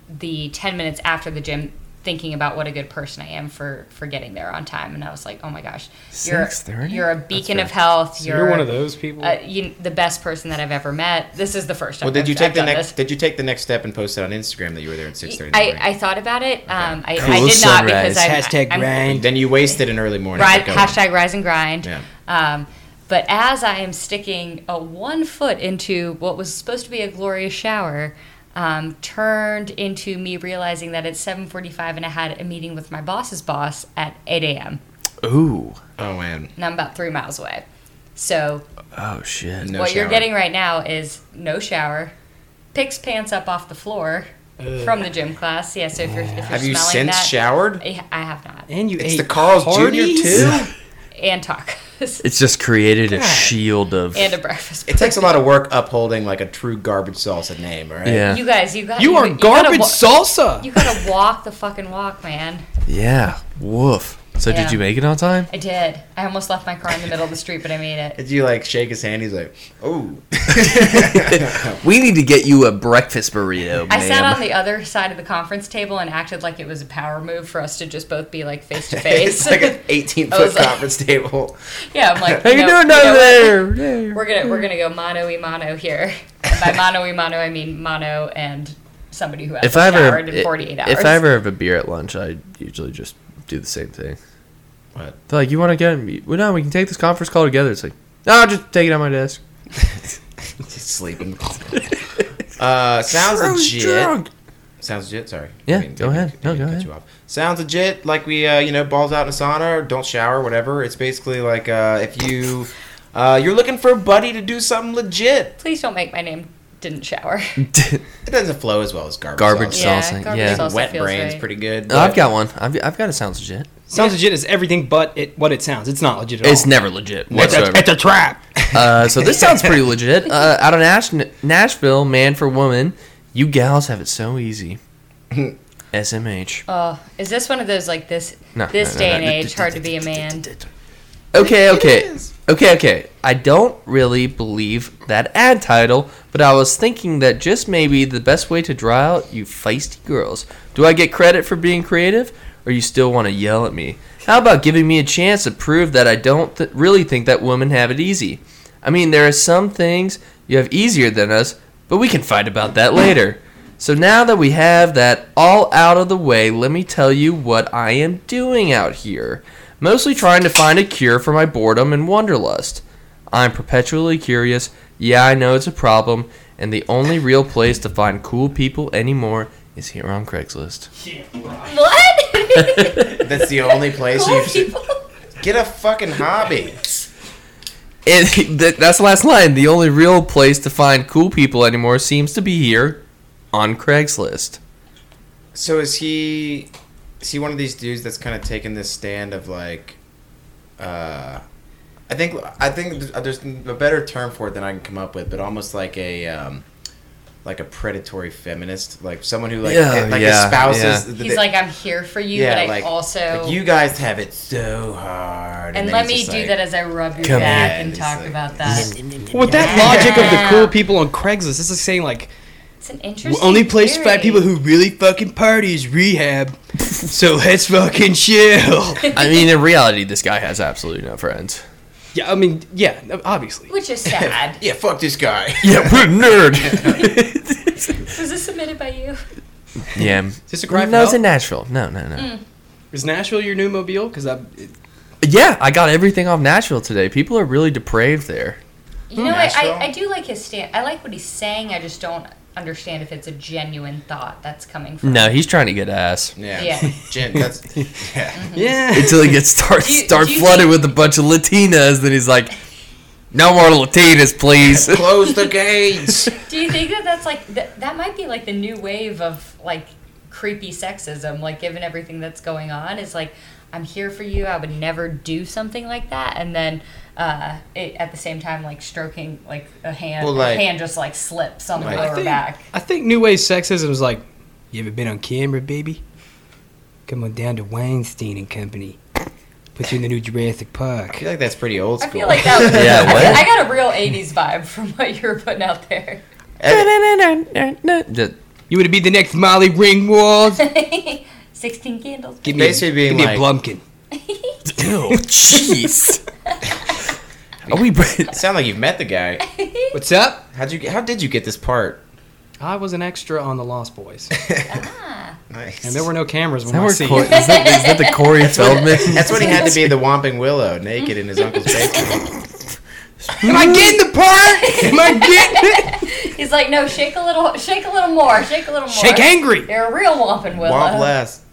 [SPEAKER 7] the 10 minutes after the gym thinking about what a good person I am for for getting there on time, and I was like, oh my gosh, you're
[SPEAKER 5] 6:30?
[SPEAKER 7] you're a beacon of health. You're,
[SPEAKER 8] You're one of those people.
[SPEAKER 7] Uh, you, the best person that I've ever met. This is the first time.
[SPEAKER 6] Well, did you
[SPEAKER 7] I've-
[SPEAKER 6] take
[SPEAKER 7] I've
[SPEAKER 6] the
[SPEAKER 7] done
[SPEAKER 6] next?
[SPEAKER 7] this.
[SPEAKER 6] Did you take the next step and post it on Instagram that you were there at six thirty?
[SPEAKER 7] I, I thought about it. Um, I, I
[SPEAKER 5] Cool
[SPEAKER 7] did not because
[SPEAKER 5] sunrise.
[SPEAKER 7] I
[SPEAKER 8] Hashtag
[SPEAKER 7] I'm,
[SPEAKER 8] grind.
[SPEAKER 6] then you wasted an early morning.
[SPEAKER 7] Ri-
[SPEAKER 6] but go on.
[SPEAKER 7] hashtag rise and grind.
[SPEAKER 6] Yeah.
[SPEAKER 7] Um, but as I am sticking a one foot into what was supposed to be a glorious shower, um, turned into me realizing that it's 7:45 and I had a meeting with my boss's boss at 8 a.m.
[SPEAKER 5] Ooh.
[SPEAKER 6] Oh man,
[SPEAKER 7] and I'm about three miles away. So
[SPEAKER 5] Oh shit.
[SPEAKER 6] no
[SPEAKER 7] what you're
[SPEAKER 6] shower.
[SPEAKER 7] getting right now is no shower, picks pants up off the floor from the gym class. Yeah. So if you're, if you're
[SPEAKER 6] Have you
[SPEAKER 7] smelling
[SPEAKER 6] since
[SPEAKER 7] that,
[SPEAKER 6] showered?
[SPEAKER 7] I I have not
[SPEAKER 8] and you
[SPEAKER 6] It's
[SPEAKER 8] ate
[SPEAKER 6] the Carl's Jr.
[SPEAKER 8] Hardee's?
[SPEAKER 6] too.
[SPEAKER 7] and talk. breakfast
[SPEAKER 5] It's just created a shield of.
[SPEAKER 7] and a breakfast.
[SPEAKER 6] It takes a lot of work upholding like a true garbage salsa name, right?
[SPEAKER 5] yeah.
[SPEAKER 7] You guys, you got
[SPEAKER 8] You are
[SPEAKER 7] gotta
[SPEAKER 8] garbage
[SPEAKER 7] wa-
[SPEAKER 8] salsa.
[SPEAKER 7] You gotta walk the fucking walk, man.
[SPEAKER 5] yeah. Woof. So
[SPEAKER 7] Yeah.
[SPEAKER 5] did you make it on time?
[SPEAKER 7] I did. I almost left my car in the middle of the street, but I made it.
[SPEAKER 6] Did you like shake his hand? He's like, "Oh,
[SPEAKER 5] We need to get you a breakfast burrito,
[SPEAKER 7] I sat on the other side of the conference table and acted like it was a power move for us to just both be like face to
[SPEAKER 6] it's
[SPEAKER 7] face.
[SPEAKER 6] like an 18
[SPEAKER 7] I
[SPEAKER 6] foot
[SPEAKER 7] was like-
[SPEAKER 6] conference table."
[SPEAKER 7] Yeah, I'm like,
[SPEAKER 5] How you
[SPEAKER 7] know-
[SPEAKER 5] doing
[SPEAKER 7] know
[SPEAKER 5] over
[SPEAKER 7] what?
[SPEAKER 5] there? There.
[SPEAKER 7] We're gonna we're gonna go mano y mano here. And by mano y mano, I mean mano and somebody who hasn't
[SPEAKER 5] If I ever,
[SPEAKER 7] showered in 48 hours.
[SPEAKER 5] if I ever have a beer at lunch, I usually just do the same thing.
[SPEAKER 6] What?
[SPEAKER 5] They're like, you want to get? me- Well, no, we can take this conference call together. It's like, no, just take it on my desk.
[SPEAKER 6] Just sleeping. uh, sounds legit.
[SPEAKER 5] drunk.
[SPEAKER 6] Sounds legit. Sorry.
[SPEAKER 5] Yeah, go ahead. No, go
[SPEAKER 6] cut
[SPEAKER 5] ahead.
[SPEAKER 6] you off. Sounds legit. Like we, uh, you know, balls out in a sauna or don't shower, whatever. It's basically like uh, if you. Uh, you're looking for a buddy to do something legit.
[SPEAKER 7] Please don't make my name didn't shower.
[SPEAKER 6] It doesn't flow as well as garbage.
[SPEAKER 5] Garbage
[SPEAKER 6] sauce.
[SPEAKER 7] Yeah,
[SPEAKER 5] salsa,
[SPEAKER 7] garbage
[SPEAKER 5] yeah.
[SPEAKER 7] salsa
[SPEAKER 6] Wet
[SPEAKER 7] feels
[SPEAKER 6] brain's
[SPEAKER 7] right.
[SPEAKER 6] pretty good.
[SPEAKER 5] Oh, I've
[SPEAKER 6] but-
[SPEAKER 5] got one. I've, I've got a sounds legit.
[SPEAKER 8] Sounds legit as everything but it what it sounds. It's not legit at
[SPEAKER 5] It's
[SPEAKER 8] all.
[SPEAKER 5] never legit
[SPEAKER 8] It's a,
[SPEAKER 5] whatsoever.
[SPEAKER 8] it's a trap.
[SPEAKER 5] Uh, so this sounds pretty legit. Uh, out of Nash- Nashville, man for woman, you gals have it so easy. SMH.
[SPEAKER 7] Oh, is this one of those like this
[SPEAKER 5] No,
[SPEAKER 7] this
[SPEAKER 5] no, no,
[SPEAKER 7] day
[SPEAKER 5] no.
[SPEAKER 7] and age hard to be a man?
[SPEAKER 5] Okay, okay. Okay, okay. I don't really believe that ad title, but I was thinking that just maybe the best way to draw out you feisty girls. Do I get credit for being creative, or you still want to yell at me? How about giving me a chance to prove that I don't th- really think that women have it easy? I mean, there are some things you have easier than us, but we can fight about that later. So now that we have that all out of the way, let me tell you what I am doing out here. Mostly trying to find a cure for my boredom and wanderlust. I'm perpetually curious. Yeah, I know it's a problem, and the only real place to find cool people anymore is here on Craigslist.
[SPEAKER 7] What?
[SPEAKER 6] That's the only place
[SPEAKER 7] Cool
[SPEAKER 6] you
[SPEAKER 7] people.
[SPEAKER 6] get a fucking hobby.
[SPEAKER 5] And that- that's the last line. The only real place to find cool people anymore seems to be here on Craigslist.
[SPEAKER 6] So is he? Is he one of these dudes that's kind of taking this stand of like? Uh, I think I think th- uh, there's a better term for it than I can come up with, but almost like a. Um, like a predatory feminist, like someone who like eh,
[SPEAKER 5] Yeah,
[SPEAKER 6] like
[SPEAKER 5] yeah,
[SPEAKER 6] espouses.
[SPEAKER 7] He's like, I'm here for you, but I also
[SPEAKER 6] like, you guys have it so hard.
[SPEAKER 7] and
[SPEAKER 6] then
[SPEAKER 7] let
[SPEAKER 6] he's
[SPEAKER 7] me
[SPEAKER 6] just
[SPEAKER 7] do
[SPEAKER 6] like-
[SPEAKER 7] that as I rub your
[SPEAKER 5] Come
[SPEAKER 7] back
[SPEAKER 6] here.
[SPEAKER 7] and
[SPEAKER 6] He's
[SPEAKER 7] talk
[SPEAKER 6] like-
[SPEAKER 7] about that.
[SPEAKER 8] With that logic of the cool people on Craigslist, it's like saying like
[SPEAKER 7] It's an interesting.
[SPEAKER 8] only place to
[SPEAKER 7] theory.
[SPEAKER 8] find people who really fucking party is rehab. so let's fucking chill.
[SPEAKER 5] I mean, in reality, this guy has absolutely no friends.
[SPEAKER 8] Yeah, I mean, yeah, obviously.
[SPEAKER 7] Which is sad.
[SPEAKER 6] Yeah, fuck this guy.
[SPEAKER 5] Yeah, we're nerd.
[SPEAKER 7] Was this submitted by you?
[SPEAKER 5] yeah.
[SPEAKER 8] Is this a Mm. cry for
[SPEAKER 5] No, it's
[SPEAKER 8] help?
[SPEAKER 5] in Nashville. No, no, no.
[SPEAKER 8] Is Nashville your new mobile? Because I,
[SPEAKER 5] Yeah, I got everything off Nashville today. People are really depraved there.
[SPEAKER 7] You know, I,
[SPEAKER 6] Nashville?
[SPEAKER 7] I, I do like his stand. I like what he's saying. I just don't understand if it's a genuine thought that's coming from.
[SPEAKER 5] No, he's trying to get ass.
[SPEAKER 6] Yeah,
[SPEAKER 7] Yeah.
[SPEAKER 6] Jen, that's yeah.
[SPEAKER 8] yeah.
[SPEAKER 5] Until he gets start
[SPEAKER 7] Do you-
[SPEAKER 5] start
[SPEAKER 7] do you
[SPEAKER 5] flooded
[SPEAKER 7] think-
[SPEAKER 5] with a bunch of Latinas, then he's like, "No more Latinas, please."
[SPEAKER 6] Close the gates.
[SPEAKER 7] Do you think that that's like th- that might be like the new wave of like creepy sexism? Like, given everything that's going on, is like I'm here for you. I would never do something like that, and then. Uh, it, at the same time, like stroking like a hand,
[SPEAKER 6] Well,
[SPEAKER 7] a
[SPEAKER 6] like-
[SPEAKER 7] hand just like slips on the
[SPEAKER 6] Like- I
[SPEAKER 7] lower
[SPEAKER 8] I think,
[SPEAKER 7] back.
[SPEAKER 8] I think New Wave sexism is like, you ever been on camera, baby? Come on down to Weinstein and Company. Put you in the new Jurassic
[SPEAKER 6] I
[SPEAKER 8] Park.
[SPEAKER 6] feel like that's pretty old
[SPEAKER 7] I
[SPEAKER 6] school.
[SPEAKER 7] feel like that. Was,
[SPEAKER 5] Yeah,
[SPEAKER 7] I,
[SPEAKER 5] what?
[SPEAKER 7] feel- I got a real '80s vibe from what you were putting out there.
[SPEAKER 5] Just-
[SPEAKER 8] You would be the next Molly Ringwald.
[SPEAKER 7] Sixteen candles.
[SPEAKER 8] Give
[SPEAKER 6] Basically being
[SPEAKER 8] give
[SPEAKER 6] like-
[SPEAKER 8] me a Blumpkin.
[SPEAKER 5] Ew, Oh, jeez. Are we? br-
[SPEAKER 6] Sound like you've met the guy.
[SPEAKER 8] What's up?
[SPEAKER 6] How'd you? How did you get this part?
[SPEAKER 8] I was an extra on The Lost Boys,
[SPEAKER 6] Nice.
[SPEAKER 8] and there were no cameras when
[SPEAKER 5] That
[SPEAKER 8] I
[SPEAKER 5] were
[SPEAKER 8] seen.
[SPEAKER 5] Cor- is,
[SPEAKER 8] it.
[SPEAKER 5] that, is that the Corey Feldman?
[SPEAKER 6] That's when he had to be the Whomping Willow, naked in his uncle's basement.
[SPEAKER 8] Am I getting the part? Am I getting it?
[SPEAKER 7] He's like, no, shake a little, shake a little more, shake a little more.
[SPEAKER 8] Shake angry.
[SPEAKER 7] You're a real whomping willow.
[SPEAKER 6] Womp less.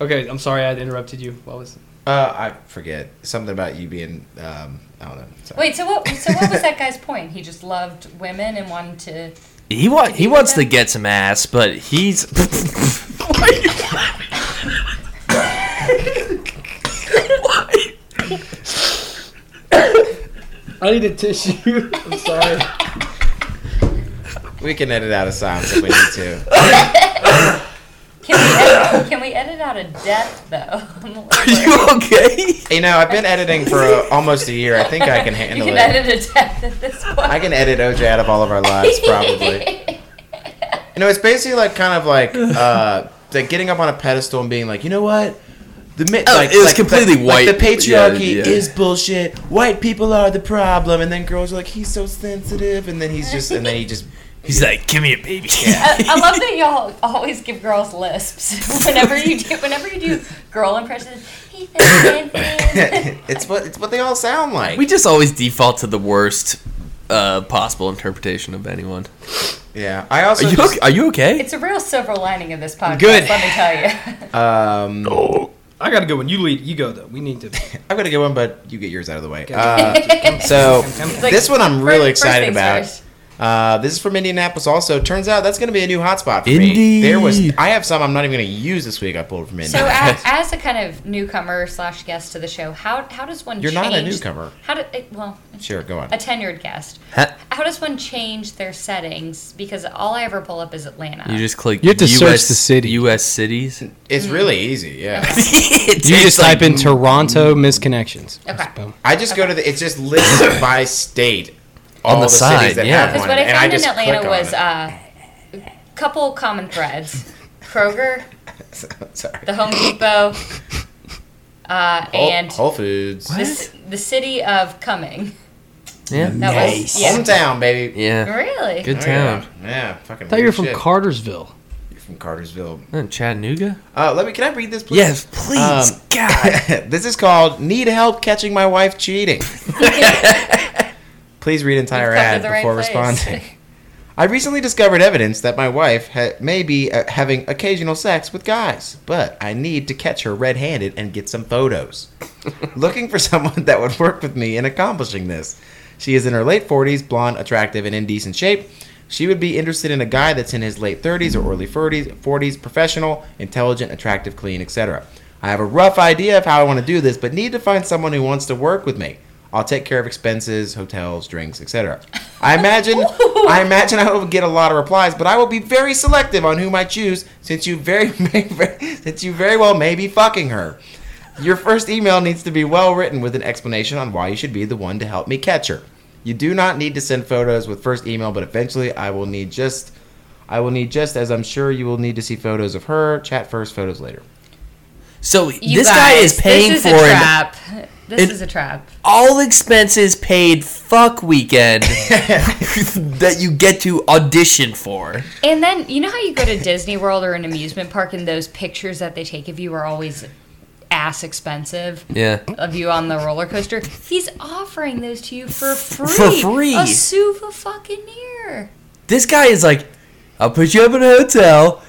[SPEAKER 8] Okay, I'm sorry I interrupted you. What was?
[SPEAKER 6] Uh, I forget something about you being. Um, I don't know. Sorry.
[SPEAKER 7] Wait, so what? So what was that guy's point? He just loved women and wanted to.
[SPEAKER 5] He wa- he wants to get some ass, but he's.
[SPEAKER 4] I need a tissue. I'm sorry.
[SPEAKER 6] We can edit out a silence if we need to.
[SPEAKER 7] Can we, edit, can we edit out a death though?
[SPEAKER 5] Are you okay?
[SPEAKER 6] You know, I've been editing for uh, almost a year. I think I can
[SPEAKER 7] you
[SPEAKER 6] handle
[SPEAKER 7] can
[SPEAKER 6] it.
[SPEAKER 7] edit a death at this point.
[SPEAKER 6] I can edit OJ out of all of our lives, probably. You know, it's basically like kind of like uh, like getting up on a pedestal and being like, you know what? The mi-
[SPEAKER 5] Oh,
[SPEAKER 6] like,
[SPEAKER 5] it was
[SPEAKER 6] like-
[SPEAKER 5] completely
[SPEAKER 6] like-
[SPEAKER 5] white.
[SPEAKER 6] Like the patriarchy
[SPEAKER 5] Yeah, yeah.
[SPEAKER 6] is bullshit. White people are the problem, and then girls are like, he's so sensitive, and then he's just, and then he just.
[SPEAKER 5] He's like, give me a baby.
[SPEAKER 7] I, I love that y'all always give girls lisps whenever you do whenever you do girl impressions. Ethan, Ethan.
[SPEAKER 6] it's what it's what they all sound like.
[SPEAKER 5] we just always default to the worst uh, possible interpretation of anyone.
[SPEAKER 6] yeah, I also
[SPEAKER 5] Are you
[SPEAKER 6] just,
[SPEAKER 5] okay? Are you okay?
[SPEAKER 7] it's a real silver lining of this podcast.
[SPEAKER 8] Good.
[SPEAKER 7] let me tell you.
[SPEAKER 6] um
[SPEAKER 4] I got a good one. You lead. You go though. We need to.
[SPEAKER 6] I've got a good one, but you get yours out of the way. Uh, so
[SPEAKER 4] It's
[SPEAKER 7] like-
[SPEAKER 6] this one I'm really
[SPEAKER 7] First- first
[SPEAKER 6] excited
[SPEAKER 7] things
[SPEAKER 6] about.
[SPEAKER 7] first.
[SPEAKER 6] Uh, this is from Indianapolis. Also, turns out that's going to be a new hotspot for me.
[SPEAKER 5] Indy.
[SPEAKER 6] There was I have some I'm not even going to use this week. I pulled from Indy.
[SPEAKER 7] So, as, as a kind of newcomer slash guest to the show, how how does one?
[SPEAKER 6] You're not a
[SPEAKER 7] change-
[SPEAKER 6] newcomer.
[SPEAKER 7] How do it, well?
[SPEAKER 6] sure, go on.
[SPEAKER 7] A tenured guest.
[SPEAKER 5] Ha-
[SPEAKER 7] How does one change their settings? Because all I ever pull up is Atlanta.
[SPEAKER 5] you just click.
[SPEAKER 4] You have to
[SPEAKER 5] US,
[SPEAKER 4] search the city.
[SPEAKER 5] U.S. cities.
[SPEAKER 6] It's
[SPEAKER 7] Mm-hmm.
[SPEAKER 6] really easy. Yeah,
[SPEAKER 5] you
[SPEAKER 4] You just type in Toronto misconnections.
[SPEAKER 7] Okay.
[SPEAKER 4] Boom.
[SPEAKER 6] I just go to the. It just lists by state. All
[SPEAKER 5] On the
[SPEAKER 6] the cities
[SPEAKER 5] side,
[SPEAKER 6] that
[SPEAKER 5] yeah.
[SPEAKER 6] have
[SPEAKER 7] Because
[SPEAKER 6] one,
[SPEAKER 7] what I
[SPEAKER 6] and
[SPEAKER 7] found in
[SPEAKER 6] just
[SPEAKER 7] Atlanta
[SPEAKER 6] click on
[SPEAKER 7] was
[SPEAKER 6] it.
[SPEAKER 7] a uh, couple common threads: Kroger, uh,
[SPEAKER 6] Sorry.
[SPEAKER 7] the Home Depot, uh,
[SPEAKER 6] Whole,
[SPEAKER 7] and
[SPEAKER 6] Whole Foods,
[SPEAKER 7] the, c- the city of Cumming.
[SPEAKER 5] Yeah.
[SPEAKER 7] That was yeah.
[SPEAKER 6] hometown, baby.
[SPEAKER 5] Yeah.
[SPEAKER 7] Really?
[SPEAKER 5] Good
[SPEAKER 6] Oh,
[SPEAKER 5] town.
[SPEAKER 6] Yeah, yeah fucking.
[SPEAKER 4] I thought you were
[SPEAKER 6] weird
[SPEAKER 4] from
[SPEAKER 6] shit.
[SPEAKER 4] Cartersville.
[SPEAKER 6] You're from Cartersville.
[SPEAKER 5] Uh, Chattanooga.
[SPEAKER 6] Uh, let me. Can I read this, please?
[SPEAKER 5] Yes, please.
[SPEAKER 6] Um,
[SPEAKER 5] God.
[SPEAKER 6] this is called "Need Help Catching My Wife Cheating." Please read entire
[SPEAKER 7] You've come to
[SPEAKER 6] ad
[SPEAKER 7] the right
[SPEAKER 6] before
[SPEAKER 7] place.
[SPEAKER 6] responding. I recently discovered evidence that my wife ha- may be uh, having occasional sex with guys, but I need to catch her red-handed and get some photos. Looking for someone that would work with me in accomplishing this. She is in her late 40s, blonde, attractive, and in decent shape. She would be interested in a guy that's in his late 30s or early 40s, 40s, professional, intelligent, attractive, clean, etc. I have a rough idea of how I want to do this, but need to find someone who wants to work with me. I'll take care of expenses, hotels, drinks, etc. I imagine I imagine I will get a lot of replies, but I will be very selective on whom I choose since you very may, since you very well may be fucking her. Your first email needs to be well written with an explanation on why you should be the one to help me catch her. You do not need to send photos with first email, but eventually I will need just I will need just as I'm sure you will need to see photos of her. Chat first, photos later.
[SPEAKER 5] so
[SPEAKER 7] You
[SPEAKER 5] this guy
[SPEAKER 7] guys,
[SPEAKER 5] is paying
[SPEAKER 7] this is
[SPEAKER 5] for
[SPEAKER 7] a
[SPEAKER 5] an
[SPEAKER 7] trap. This
[SPEAKER 5] it-
[SPEAKER 7] is a trap.
[SPEAKER 5] all expenses paid fuck weekend that you get to audition for.
[SPEAKER 7] And then you know how you go to Disney World or an amusement park, and those pictures that they take of you are always ass expensive.
[SPEAKER 5] Yeah.
[SPEAKER 7] of you on the roller coaster. He's offering those to you for free.
[SPEAKER 5] free.
[SPEAKER 7] A suva fucking year.
[SPEAKER 5] This guy is like, I'll put you up in a hotel,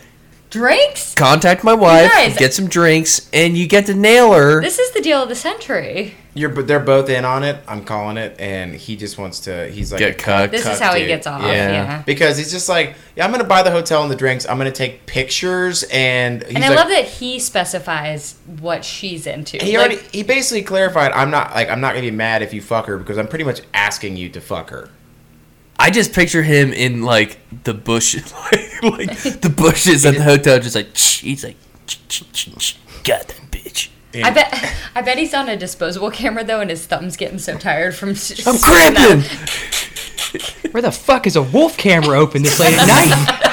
[SPEAKER 7] Drinks?
[SPEAKER 5] contact my wife,
[SPEAKER 7] Guys.
[SPEAKER 5] get some drinks, and you get to nail her.
[SPEAKER 7] This is the deal of the century.
[SPEAKER 6] You're but they're both in on it. I'm calling it, and he just wants to. He's like
[SPEAKER 5] Get cucked.
[SPEAKER 7] This
[SPEAKER 6] Cuck,
[SPEAKER 7] is how he
[SPEAKER 6] dude.
[SPEAKER 7] gets off.
[SPEAKER 5] Yeah.
[SPEAKER 7] Yeah.
[SPEAKER 6] because he's just like, yeah, I'm gonna buy the hotel and the drinks. I'm gonna take pictures, and he's
[SPEAKER 7] And I
[SPEAKER 6] like,
[SPEAKER 7] love that he specifies what she's into.
[SPEAKER 6] He
[SPEAKER 7] Like,
[SPEAKER 6] already he basically clarified. I'm not like I'm not gonna be mad if you fuck her because I'm pretty much asking you to fuck her.
[SPEAKER 5] I just picture him in like the bush, like, like the bushes at the hotel, just like "Shh," he's like, "Shh, shh, shh, shh, got that bitch.
[SPEAKER 7] I bet I bet he's on a disposable camera though and his thumb's getting so tired from
[SPEAKER 5] I'm cramping.
[SPEAKER 4] Where the fuck is a wolf camera open this late at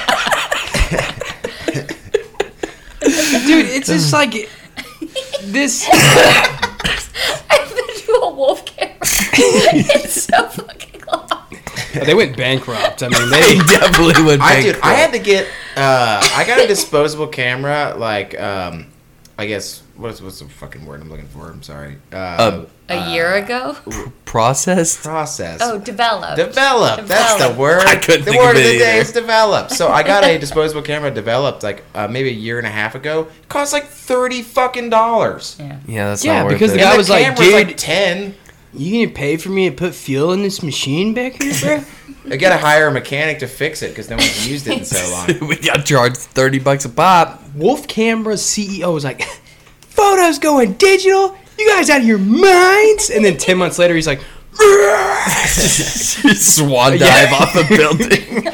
[SPEAKER 4] night? Dude, it's just like this.
[SPEAKER 7] I've been to a wolf camera. it's so fucking long.
[SPEAKER 4] They went bankrupt. I mean, they
[SPEAKER 5] He definitely would.
[SPEAKER 6] I dude, I had to get uh I got a disposable camera like um I guess what's what's the fucking word I'm looking for? I'm sorry. Uh,
[SPEAKER 7] A year ago?
[SPEAKER 5] processed.
[SPEAKER 6] process.
[SPEAKER 7] Oh, developed.
[SPEAKER 6] Develop. That's the
[SPEAKER 7] Develop.
[SPEAKER 6] word.
[SPEAKER 5] I couldn't
[SPEAKER 6] the
[SPEAKER 5] think
[SPEAKER 6] word
[SPEAKER 5] of
[SPEAKER 6] of
[SPEAKER 5] it
[SPEAKER 6] the day
[SPEAKER 5] either.
[SPEAKER 6] is develop. So I got a disposable camera developed like uh, maybe a year and a half ago. It cost like thirty fucking
[SPEAKER 5] Mm.
[SPEAKER 6] dollars.
[SPEAKER 7] yeah.
[SPEAKER 5] Yeah, that's
[SPEAKER 4] Yeah,
[SPEAKER 5] not worth
[SPEAKER 4] because
[SPEAKER 5] it.
[SPEAKER 4] the guy- was like,
[SPEAKER 6] camera's
[SPEAKER 4] "Dude."
[SPEAKER 6] ten.
[SPEAKER 4] You gonna pay for me to put fuel in this machine back here, bro?
[SPEAKER 6] I gotta hire a mechanic to fix it because no one's used it in so long.
[SPEAKER 5] we got charged thirty bucks a pop.
[SPEAKER 4] Wolf Camera's CEO was like, "Photos going digital? You guys out of your minds?" And then ten months later, he's like,
[SPEAKER 5] Swan dive off a building.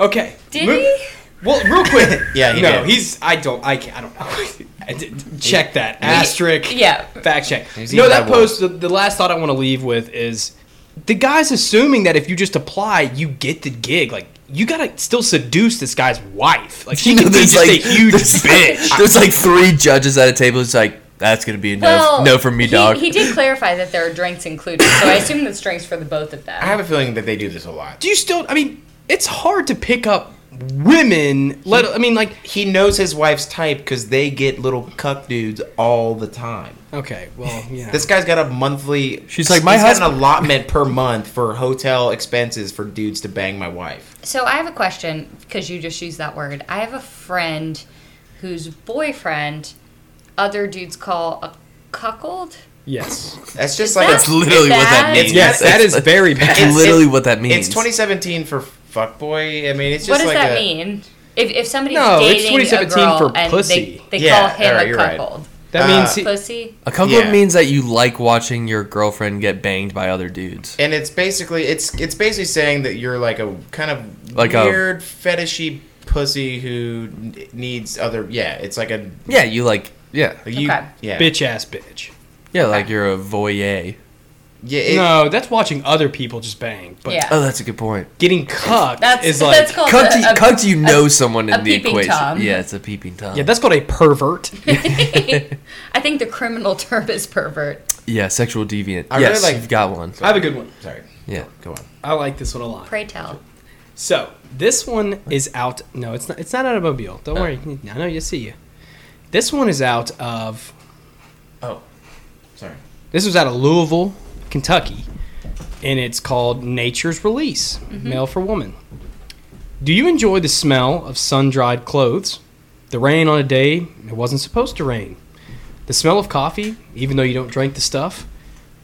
[SPEAKER 4] Okay.
[SPEAKER 7] Did he?
[SPEAKER 4] Well, real quick.
[SPEAKER 6] Yeah, he
[SPEAKER 4] no,
[SPEAKER 6] did.
[SPEAKER 4] he's. I don't. I can't. I don't know. I did- check that asterisk.
[SPEAKER 7] Yeah.
[SPEAKER 4] Fact check.
[SPEAKER 6] He's
[SPEAKER 4] No,
[SPEAKER 6] eaten
[SPEAKER 4] that
[SPEAKER 6] by wolves.
[SPEAKER 4] post. The, the last thought I want to leave with is the guy's assuming that if you just apply, you get the gig. Like you gotta still seduce this guy's wife. Like she
[SPEAKER 5] You know,
[SPEAKER 4] could be
[SPEAKER 5] there's
[SPEAKER 4] just
[SPEAKER 5] like
[SPEAKER 4] a huge
[SPEAKER 5] there's,
[SPEAKER 4] bitch.
[SPEAKER 5] There's like three judges at a table. It's like that's gonna be a no,
[SPEAKER 7] Well,
[SPEAKER 5] no from me,
[SPEAKER 7] he,
[SPEAKER 5] dog.
[SPEAKER 7] He did clarify that there are drinks included, so I assume that's drinks for the both of
[SPEAKER 6] I
[SPEAKER 7] them.
[SPEAKER 6] have a feeling that they do this a lot.
[SPEAKER 4] Do you still? I mean, it's hard to pick up women. Let I mean, like
[SPEAKER 6] He knows his wife's type because they get little cuck dudes all the time.
[SPEAKER 4] okay, well, yeah.
[SPEAKER 6] This guy's got a monthly.
[SPEAKER 5] She's like, "My
[SPEAKER 6] he's got
[SPEAKER 5] husband-"
[SPEAKER 6] an allotment per month for hotel expenses for dudes to bang my wife.
[SPEAKER 7] So I have a question because you just used that word. I have a friend whose boyfriend other dudes call a cuckold.
[SPEAKER 4] yes,
[SPEAKER 6] That's just
[SPEAKER 7] Is
[SPEAKER 6] like
[SPEAKER 7] that-
[SPEAKER 5] That's literally what that
[SPEAKER 7] That-
[SPEAKER 5] means.
[SPEAKER 4] yes, that is very bad.
[SPEAKER 5] That's
[SPEAKER 6] It's-
[SPEAKER 5] literally
[SPEAKER 6] it's-
[SPEAKER 5] what that means.
[SPEAKER 6] it's 2017 for fuckboy. I mean, it's just
[SPEAKER 7] What does
[SPEAKER 6] like
[SPEAKER 7] that
[SPEAKER 6] a-
[SPEAKER 7] mean? If, if somebody's
[SPEAKER 4] No, it's
[SPEAKER 7] dating a
[SPEAKER 4] 2017
[SPEAKER 7] girl
[SPEAKER 4] for
[SPEAKER 7] and
[SPEAKER 4] pussy.
[SPEAKER 7] they, they
[SPEAKER 6] Yeah,
[SPEAKER 7] call him
[SPEAKER 6] alright,
[SPEAKER 7] a
[SPEAKER 6] you're right.
[SPEAKER 7] cuckold,
[SPEAKER 4] That means
[SPEAKER 6] Uh,
[SPEAKER 4] he,
[SPEAKER 7] pussy.
[SPEAKER 5] A couple
[SPEAKER 6] Yeah.
[SPEAKER 5] means that you like watching your girlfriend get banged by other dudes.
[SPEAKER 6] And it's basically it's it's basically saying that you're like a kind of
[SPEAKER 5] Like a-
[SPEAKER 6] weird fetishy pussy who n- needs other. Yeah, it's like a
[SPEAKER 5] Yeah, you like yeah.
[SPEAKER 6] you
[SPEAKER 7] Okay.
[SPEAKER 6] yeah
[SPEAKER 4] bitch ass bitch.
[SPEAKER 5] Yeah, like you're a voyeur.
[SPEAKER 6] yeah. It,
[SPEAKER 4] no, that's watching other people just bang. But
[SPEAKER 7] Yeah.
[SPEAKER 5] Oh, that's a good point.
[SPEAKER 4] getting cucked
[SPEAKER 7] That's
[SPEAKER 4] is like
[SPEAKER 7] that's called
[SPEAKER 5] Cunt
[SPEAKER 7] a-
[SPEAKER 5] do you,
[SPEAKER 7] a-
[SPEAKER 5] cunt do you know someone in
[SPEAKER 7] a
[SPEAKER 5] the
[SPEAKER 7] peeping
[SPEAKER 5] equation?
[SPEAKER 7] Tom.
[SPEAKER 5] Yeah, it's a peeping Tom.
[SPEAKER 4] yeah, that's called a pervert.
[SPEAKER 7] I think the criminal term is pervert.
[SPEAKER 5] yeah, sexual deviant.
[SPEAKER 6] I
[SPEAKER 5] yes,
[SPEAKER 6] really like-
[SPEAKER 5] you've got one.
[SPEAKER 4] I have a good one.
[SPEAKER 6] Sorry,
[SPEAKER 5] Yeah.
[SPEAKER 6] go on.
[SPEAKER 4] I like this one a lot.
[SPEAKER 7] Pray tell.
[SPEAKER 4] So this one is out. No, it's not. It's not out of Mobile. Don't
[SPEAKER 6] Oh.
[SPEAKER 4] worry. I know you see you. This one is out of
[SPEAKER 6] Oh, sorry.
[SPEAKER 4] This was out of Louisville, Kentucky, and it's called Nature's Release, Mail for Woman. Do you enjoy the smell of sun dried clothes? The rain on a day it wasn't supposed to rain? The smell of coffee, even though you don't drink the stuff?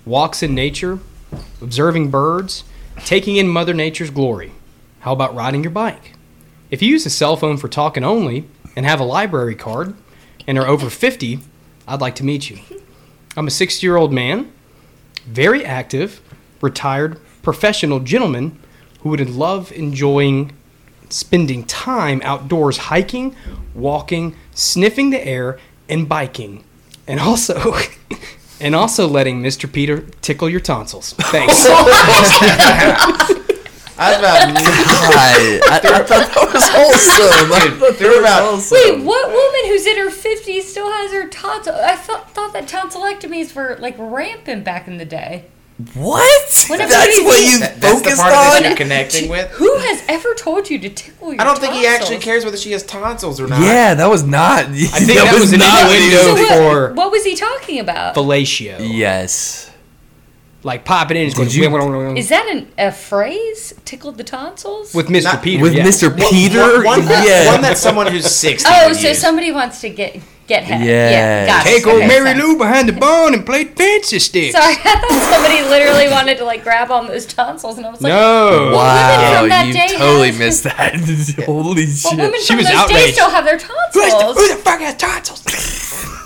[SPEAKER 4] Walks in nature, observing birds, taking in Mother Nature's glory. How about riding your bike? If you use a cell phone for talking only and have a library card and are over 50, I'd like to meet you. I'm a 60 year old man, very active, retired, professional gentleman who would love enjoying spending time outdoors hiking, walking, sniffing the air, and biking. And also. And also letting Mr. Peter tickle your tonsils. Thanks.
[SPEAKER 6] I was about
[SPEAKER 5] I, I, I thought that was wholesome. I thought that was
[SPEAKER 6] about-
[SPEAKER 7] Wait, what woman who's in her 50s still has her tonsil? I thought, thought that tonsillectomies were like rampant back in the day.
[SPEAKER 5] What?
[SPEAKER 7] What if
[SPEAKER 5] That's
[SPEAKER 7] you-
[SPEAKER 5] what you
[SPEAKER 6] that, that's the
[SPEAKER 5] focused
[SPEAKER 6] part of this
[SPEAKER 5] on?
[SPEAKER 6] you're connecting with.
[SPEAKER 7] Who has ever told you to tickle your
[SPEAKER 6] I don't think he actually
[SPEAKER 7] tonsils?
[SPEAKER 6] cares whether she has tonsils or not.
[SPEAKER 5] Yeah, that was not. I think
[SPEAKER 4] that was an innuendo.
[SPEAKER 7] So
[SPEAKER 4] for-
[SPEAKER 7] what, what was he talking about?
[SPEAKER 4] Fellatio.
[SPEAKER 5] Yes.
[SPEAKER 4] Like popping in and just
[SPEAKER 5] Did
[SPEAKER 4] going
[SPEAKER 7] Is that an, a phrase? Tickled the tonsils?
[SPEAKER 4] with Mr.
[SPEAKER 6] Not-
[SPEAKER 4] Peter.
[SPEAKER 5] With
[SPEAKER 4] yeah.
[SPEAKER 5] Mr.
[SPEAKER 6] One-
[SPEAKER 5] Peter?
[SPEAKER 6] One, one, that-
[SPEAKER 5] yeah.
[SPEAKER 6] one that's someone who's sixty.
[SPEAKER 7] oh,
[SPEAKER 6] would
[SPEAKER 7] so
[SPEAKER 6] use.
[SPEAKER 7] somebody wants to get get head.
[SPEAKER 5] Yes.
[SPEAKER 7] Yeah, got it.
[SPEAKER 4] Take old
[SPEAKER 7] Okay,
[SPEAKER 4] Mary
[SPEAKER 7] so-
[SPEAKER 4] Lou behind the barn and play fancy sticks.
[SPEAKER 7] Sorry, I thought somebody literally wanted to like grab on those tonsils, and I was like,
[SPEAKER 4] No.
[SPEAKER 7] Well,
[SPEAKER 5] Wow,
[SPEAKER 7] women from that
[SPEAKER 5] you
[SPEAKER 7] day
[SPEAKER 5] totally
[SPEAKER 7] had-
[SPEAKER 5] missed that. Holy
[SPEAKER 7] But
[SPEAKER 5] shit.
[SPEAKER 7] women
[SPEAKER 4] She
[SPEAKER 7] from
[SPEAKER 4] was
[SPEAKER 7] those
[SPEAKER 4] outraged.
[SPEAKER 7] days still have their tonsils.
[SPEAKER 4] fuck has tonsils?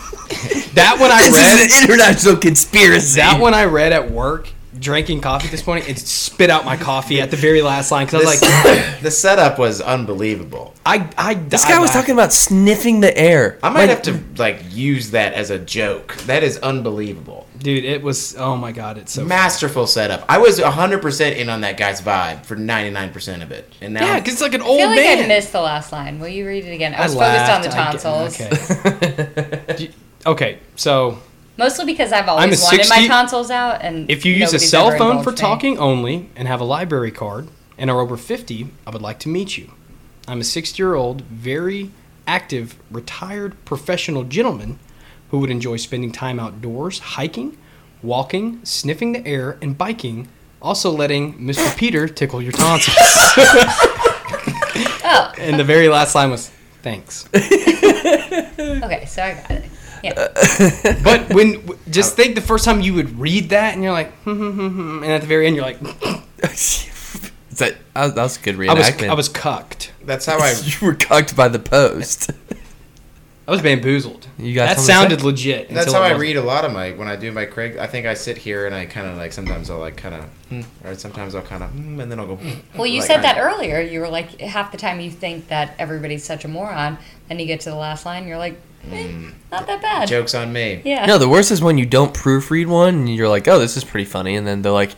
[SPEAKER 4] that one I
[SPEAKER 5] This
[SPEAKER 4] read.
[SPEAKER 5] is an international conspiracy.
[SPEAKER 4] That one I read at work, drinking coffee this morning, and spit out my coffee at the very last line because I was like,
[SPEAKER 6] the setup was unbelievable.
[SPEAKER 4] I, I.
[SPEAKER 5] This guy was talking about sniffing the air.
[SPEAKER 6] I might
[SPEAKER 5] Like,
[SPEAKER 6] have to like use that as a joke. That is unbelievable.
[SPEAKER 4] dude. It was, oh my god, it's so.
[SPEAKER 6] Masterful setup. I was 100% in on that guy's vibe for 99% of it. And now
[SPEAKER 4] yeah, because it's like an old
[SPEAKER 7] I feel like I
[SPEAKER 4] man.
[SPEAKER 7] missed the last line. Will you read it again? I was
[SPEAKER 4] laughed,
[SPEAKER 7] focused
[SPEAKER 4] I
[SPEAKER 7] on
[SPEAKER 4] get-
[SPEAKER 7] the tonsils,
[SPEAKER 4] okay. Do you- okay, so
[SPEAKER 7] mostly because I've
[SPEAKER 4] I'm a
[SPEAKER 7] always wanted
[SPEAKER 4] 60
[SPEAKER 7] my tonsils out, and
[SPEAKER 4] if you use a
[SPEAKER 7] nobody's
[SPEAKER 4] cell
[SPEAKER 7] ever
[SPEAKER 4] phone
[SPEAKER 7] indulged
[SPEAKER 4] for
[SPEAKER 7] me.
[SPEAKER 4] talking only and have a library card and are over 50, I would like to meet you. I'm a 60 year old, very active, retired professional gentleman who would enjoy spending time outdoors, hiking, walking, sniffing the air, and biking, also letting Mr. Peter tickle your tonsils. And the very last line was, thanks.
[SPEAKER 7] Okay, so I got it.
[SPEAKER 4] Uh, But when, w- just think the first time you would read that and you're like, hmm, hmm, hmm, hmm, and at the very end you're like,
[SPEAKER 5] It's like, that, that was a good
[SPEAKER 4] I was,
[SPEAKER 5] reenactment.
[SPEAKER 4] I was cucked.
[SPEAKER 6] that's how I
[SPEAKER 5] you were cucked by the post.
[SPEAKER 4] was bamboozled.
[SPEAKER 5] You got
[SPEAKER 4] that
[SPEAKER 5] something to
[SPEAKER 4] sounded
[SPEAKER 5] say?
[SPEAKER 4] legit.
[SPEAKER 6] That's
[SPEAKER 4] until
[SPEAKER 6] how
[SPEAKER 4] it
[SPEAKER 6] I
[SPEAKER 4] wasn't.
[SPEAKER 6] read a lot of my when I do my Craig. I think I sit here and I kind of like sometimes I'll like kind of, hmm, or sometimes I'll kind of, hmm, and then I'll go. hmm.
[SPEAKER 7] Well, you
[SPEAKER 6] Like,
[SPEAKER 7] said
[SPEAKER 6] I-
[SPEAKER 7] that earlier. You were like, half the time you think that everybody's such a moron, then you get to the last line, you're like, eh,
[SPEAKER 4] Hmm.
[SPEAKER 7] not that bad.
[SPEAKER 6] Jokes on me.
[SPEAKER 7] Yeah.
[SPEAKER 5] No, the worst is when you don't proofread one and you're like, oh, this is pretty funny. And then they're like,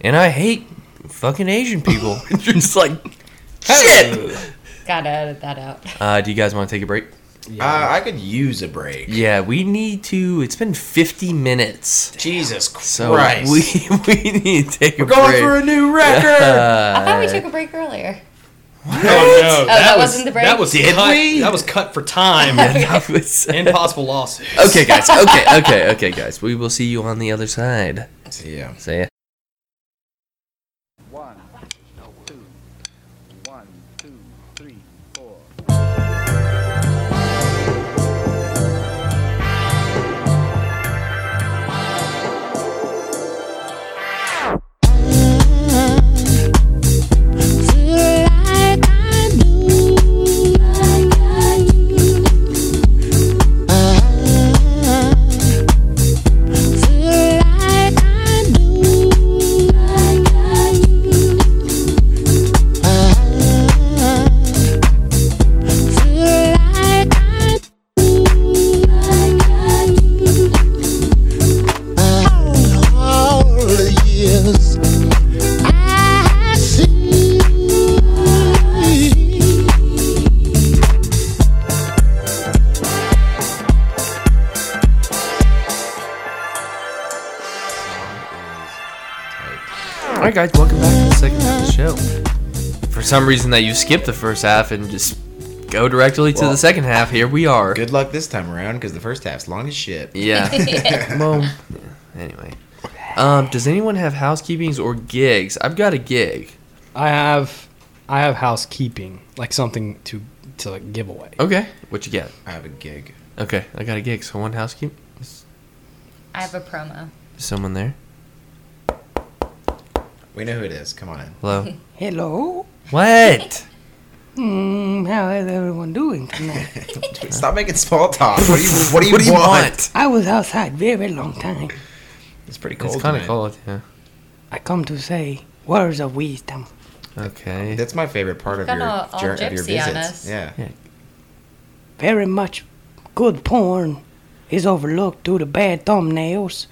[SPEAKER 5] and I hate fucking Asian people. you're just like, shit.
[SPEAKER 7] Gotta edit that out.
[SPEAKER 5] Uh, do you guys want to take a break?
[SPEAKER 6] Uh, I could use a break.
[SPEAKER 5] Yeah, we need to. It's been 50 minutes.
[SPEAKER 6] Jesus
[SPEAKER 5] So
[SPEAKER 6] Christ.
[SPEAKER 5] we we need to take
[SPEAKER 6] We're
[SPEAKER 5] a
[SPEAKER 6] going
[SPEAKER 5] break. Uh,
[SPEAKER 6] for a new record.
[SPEAKER 7] I thought we
[SPEAKER 6] Uh,
[SPEAKER 7] took a break earlier.
[SPEAKER 4] Oh, no,
[SPEAKER 7] that wasn't the break?
[SPEAKER 4] That was
[SPEAKER 6] Did
[SPEAKER 4] cut,
[SPEAKER 6] we?
[SPEAKER 4] That was cut for time.
[SPEAKER 5] That was-
[SPEAKER 4] and possible lawsuit.
[SPEAKER 5] okay, guys. Okay, okay, okay, guys. We will see you on the other side.
[SPEAKER 6] yeah.
[SPEAKER 5] See ya. All right, guys. Welcome back to the second half of the show. For some reason, that you skipped the first half and just go directly to the second half. Here we are.
[SPEAKER 6] Good luck this time around because the first half's long as shit.
[SPEAKER 5] Yeah. well, anyway. Um, does anyone have housekeepings or gigs? I've got a gig.
[SPEAKER 4] I have, I have housekeeping, like something to to give away.
[SPEAKER 5] Okay. What you got?
[SPEAKER 6] I have a gig.
[SPEAKER 5] Okay, I got a gig. So one housekeep.
[SPEAKER 7] I have a promo.
[SPEAKER 5] Is someone there?
[SPEAKER 6] We know who it is. Come on in.
[SPEAKER 5] Hello.
[SPEAKER 4] Hello,
[SPEAKER 5] What?
[SPEAKER 4] how is everyone doing tonight?
[SPEAKER 6] Stop making small talk. What do you, what do you, want?
[SPEAKER 4] I was outside very long time.
[SPEAKER 6] It's pretty cold.
[SPEAKER 5] It's kind of
[SPEAKER 6] tonight.
[SPEAKER 5] cold. Yeah.
[SPEAKER 4] I come to say words of wisdom.
[SPEAKER 5] Okay.
[SPEAKER 6] That's my favorite part of
[SPEAKER 7] Got
[SPEAKER 6] your,
[SPEAKER 7] all- all
[SPEAKER 6] jour- of your
[SPEAKER 7] gypsy on
[SPEAKER 6] visits.
[SPEAKER 7] us.
[SPEAKER 6] Yeah.
[SPEAKER 4] Very much good porn is overlooked due to bad thumbnails.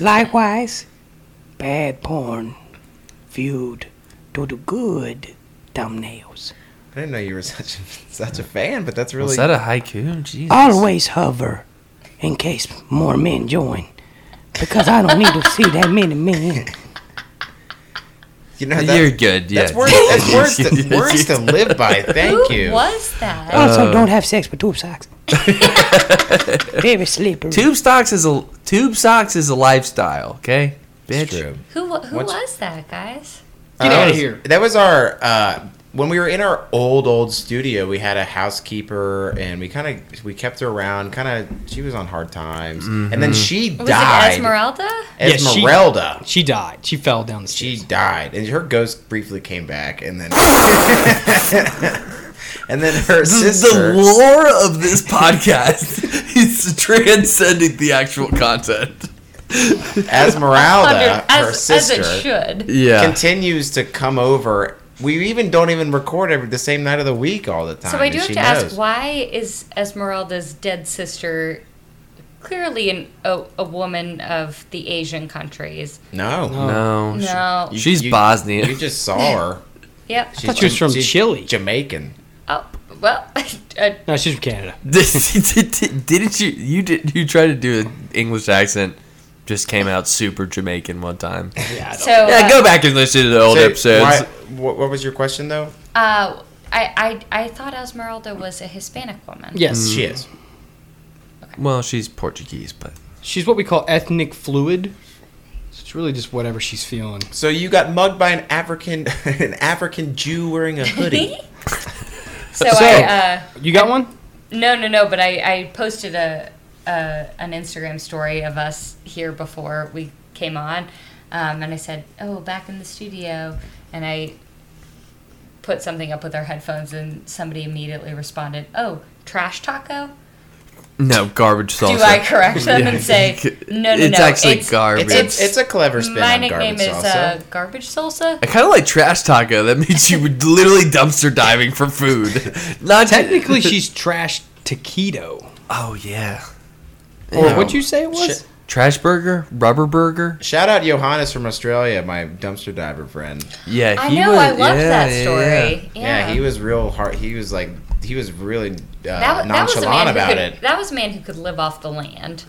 [SPEAKER 4] Likewise, bad porn viewed due to good thumbnails.
[SPEAKER 6] I didn't know you were such a, such a fan, but that's really
[SPEAKER 5] Was that a haiku? Jesus.
[SPEAKER 4] Always hover in case more men join. Because I don't need to see that many men.
[SPEAKER 6] you know that,
[SPEAKER 5] Uh, You're good. Yeah.
[SPEAKER 6] That's words, that's words, to, words to live by. Thank
[SPEAKER 7] Who
[SPEAKER 6] you.
[SPEAKER 7] was that?
[SPEAKER 4] Also,
[SPEAKER 5] Uh,
[SPEAKER 4] don't have sex with tube socks. Very slippery.
[SPEAKER 5] Tube socks is a tube socks is a lifestyle. Okay, bitch.
[SPEAKER 6] It's true.
[SPEAKER 7] who wa- who
[SPEAKER 6] What's-
[SPEAKER 7] was that, guys?
[SPEAKER 4] Get
[SPEAKER 6] Uh,
[SPEAKER 4] outta
[SPEAKER 6] that was-
[SPEAKER 4] here.
[SPEAKER 6] That was our uh, when we were in our old old studio. We had a housekeeper, and we kind of we kept her around. Kind of, she was on hard times, and then she
[SPEAKER 7] Was
[SPEAKER 6] died.
[SPEAKER 7] it Esmeralda?
[SPEAKER 4] Yes, she-
[SPEAKER 6] Esmeralda.
[SPEAKER 4] She died. She fell down the
[SPEAKER 6] she,
[SPEAKER 4] stairs.
[SPEAKER 6] died, and her ghost briefly came back, and then and then her
[SPEAKER 5] This is
[SPEAKER 6] sister.
[SPEAKER 5] the lore of this podcast. it's transcending the actual content.
[SPEAKER 6] Esmeralda,
[SPEAKER 7] Under-
[SPEAKER 6] her
[SPEAKER 7] as, as
[SPEAKER 6] sister,
[SPEAKER 7] it should.
[SPEAKER 5] Yeah.
[SPEAKER 6] continues to come over. We even don't even record every the same night of the week all the time.
[SPEAKER 7] So I
[SPEAKER 6] and
[SPEAKER 7] do have
[SPEAKER 6] she
[SPEAKER 7] to
[SPEAKER 6] knows.
[SPEAKER 7] ask, why is Esmeralda's dead sister clearly an, a, a woman of the Asian countries?
[SPEAKER 6] No,
[SPEAKER 5] no. she-
[SPEAKER 7] No.
[SPEAKER 6] You-
[SPEAKER 5] She's
[SPEAKER 6] you-
[SPEAKER 5] Bosnian.
[SPEAKER 6] You just saw her.
[SPEAKER 7] yep.
[SPEAKER 6] She's
[SPEAKER 4] thought she was from Chile.
[SPEAKER 6] Jamaican.
[SPEAKER 7] Oh, well, I,
[SPEAKER 4] No, she's from Canada.
[SPEAKER 5] Didn't you? You did. You tried to do an English accent. Just came out super Jamaican one time.
[SPEAKER 7] so
[SPEAKER 5] Yeah,
[SPEAKER 7] uh,
[SPEAKER 5] go back and listen to the old
[SPEAKER 6] So,
[SPEAKER 5] episodes.
[SPEAKER 6] why- what, what was your question though?
[SPEAKER 7] Uh, I, I I thought Esmeralda was a Hispanic woman.
[SPEAKER 4] Yes.
[SPEAKER 6] She is.
[SPEAKER 5] Well, she's Portuguese, but
[SPEAKER 4] She's what we call ethnic fluid. So it's really just whatever she's feeling.
[SPEAKER 6] So you got mugged by an African, an African Jew wearing a hoodie.
[SPEAKER 7] So, I uh,
[SPEAKER 4] Oh, You got one?
[SPEAKER 7] no no no, but I, I posted a, a an Instagram story of us here before we came on, um, and I said, oh, back in the studio, and I put something up with our headphones, and somebody immediately responded, "Oh, trash taco."
[SPEAKER 5] No, garbage salsa.
[SPEAKER 7] Do I correct them and say, "No, no,
[SPEAKER 5] it's
[SPEAKER 7] no"?
[SPEAKER 5] actually garbage.
[SPEAKER 6] It's, it's, it's a clever spin
[SPEAKER 7] my
[SPEAKER 6] on
[SPEAKER 7] nickname
[SPEAKER 6] garbage
[SPEAKER 7] is
[SPEAKER 6] salsa.
[SPEAKER 7] uh, garbage salsa.
[SPEAKER 5] I kind of like trash taco. That means you would literally dumpster diving for food. Not
[SPEAKER 4] Technically, she's trash taquito.
[SPEAKER 5] Oh yeah.
[SPEAKER 4] Or what'd you say it was?
[SPEAKER 5] Trash burger, rubber burger.
[SPEAKER 6] Shout out Johannes from Australia, my dumpster diver friend.
[SPEAKER 5] Yeah,
[SPEAKER 7] I
[SPEAKER 5] he
[SPEAKER 7] know.
[SPEAKER 5] was-
[SPEAKER 7] I love
[SPEAKER 5] yeah,
[SPEAKER 7] that
[SPEAKER 5] yeah,
[SPEAKER 7] story.
[SPEAKER 5] yeah.
[SPEAKER 7] Yeah,
[SPEAKER 6] Yeah. he was real hard. He was like, he was really uh,
[SPEAKER 7] That, wa- that was a man
[SPEAKER 6] nonchalant
[SPEAKER 7] who
[SPEAKER 6] about
[SPEAKER 7] could,
[SPEAKER 6] it.
[SPEAKER 7] That was a man who could live off the land,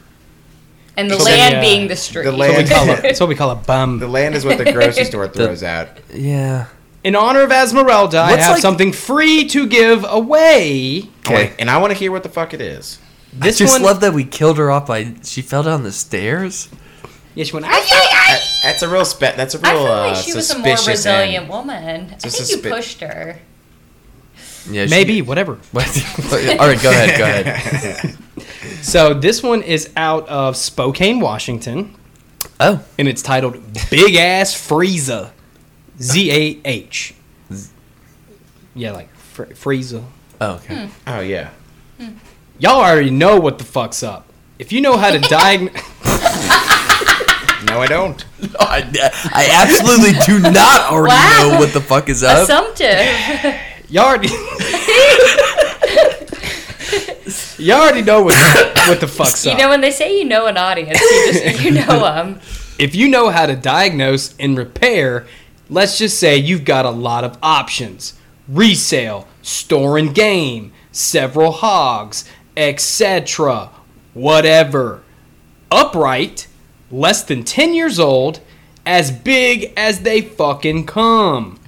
[SPEAKER 7] and the
[SPEAKER 4] So-
[SPEAKER 7] land
[SPEAKER 4] Yeah.
[SPEAKER 7] being the street.
[SPEAKER 6] The
[SPEAKER 4] That's what we call it. That's
[SPEAKER 6] land,
[SPEAKER 4] what we call a
[SPEAKER 6] the
[SPEAKER 4] bum.
[SPEAKER 6] land is what the grocery store throws out.
[SPEAKER 5] Yeah.
[SPEAKER 4] In honor of Esmeralda, I
[SPEAKER 5] What's
[SPEAKER 4] have
[SPEAKER 5] like-
[SPEAKER 4] something free to give away.
[SPEAKER 5] Okay.
[SPEAKER 6] And I want to hear what the fuck it is.
[SPEAKER 4] This
[SPEAKER 5] I just
[SPEAKER 4] one,
[SPEAKER 5] love that we killed her off by she fell down the stairs.
[SPEAKER 4] yeah, she went.
[SPEAKER 7] Ay, ay, ay!
[SPEAKER 6] That- that's a real spe- That's a
[SPEAKER 7] I
[SPEAKER 6] real
[SPEAKER 7] feel
[SPEAKER 6] uh,
[SPEAKER 7] like she was a more
[SPEAKER 6] suspicious
[SPEAKER 7] resilient
[SPEAKER 6] end.
[SPEAKER 7] woman. I
[SPEAKER 6] a
[SPEAKER 7] think
[SPEAKER 6] suspi-
[SPEAKER 7] you pushed her.
[SPEAKER 5] Yeah, she-
[SPEAKER 4] Maybe whatever.
[SPEAKER 5] What? All right, go ahead, go ahead.
[SPEAKER 4] So this one is out of Spokane, Washington,
[SPEAKER 5] Oh,
[SPEAKER 4] and it's titled "Big Ass Frieza," Z A H. Yeah, like fr- Frieza.
[SPEAKER 5] oh okay.
[SPEAKER 7] Hmm.
[SPEAKER 6] Oh yeah.
[SPEAKER 4] Y'all already know what the fuck's up. If you know how to diagnose,
[SPEAKER 6] No, I don't.
[SPEAKER 5] I, I absolutely do not already
[SPEAKER 7] Wow.
[SPEAKER 5] know what the fuck is up.
[SPEAKER 7] Assumptive.
[SPEAKER 4] y'all already. Y'all already know what the, what the fuck's
[SPEAKER 7] You
[SPEAKER 4] up.
[SPEAKER 7] know, when they say you know an audience, you just you know them.
[SPEAKER 4] if you know how to diagnose and repair, let's just say you've got a lot of options resale, store and game, several hogs, etc. Whatever. Upright, less than 10 years old, as big as they fucking come.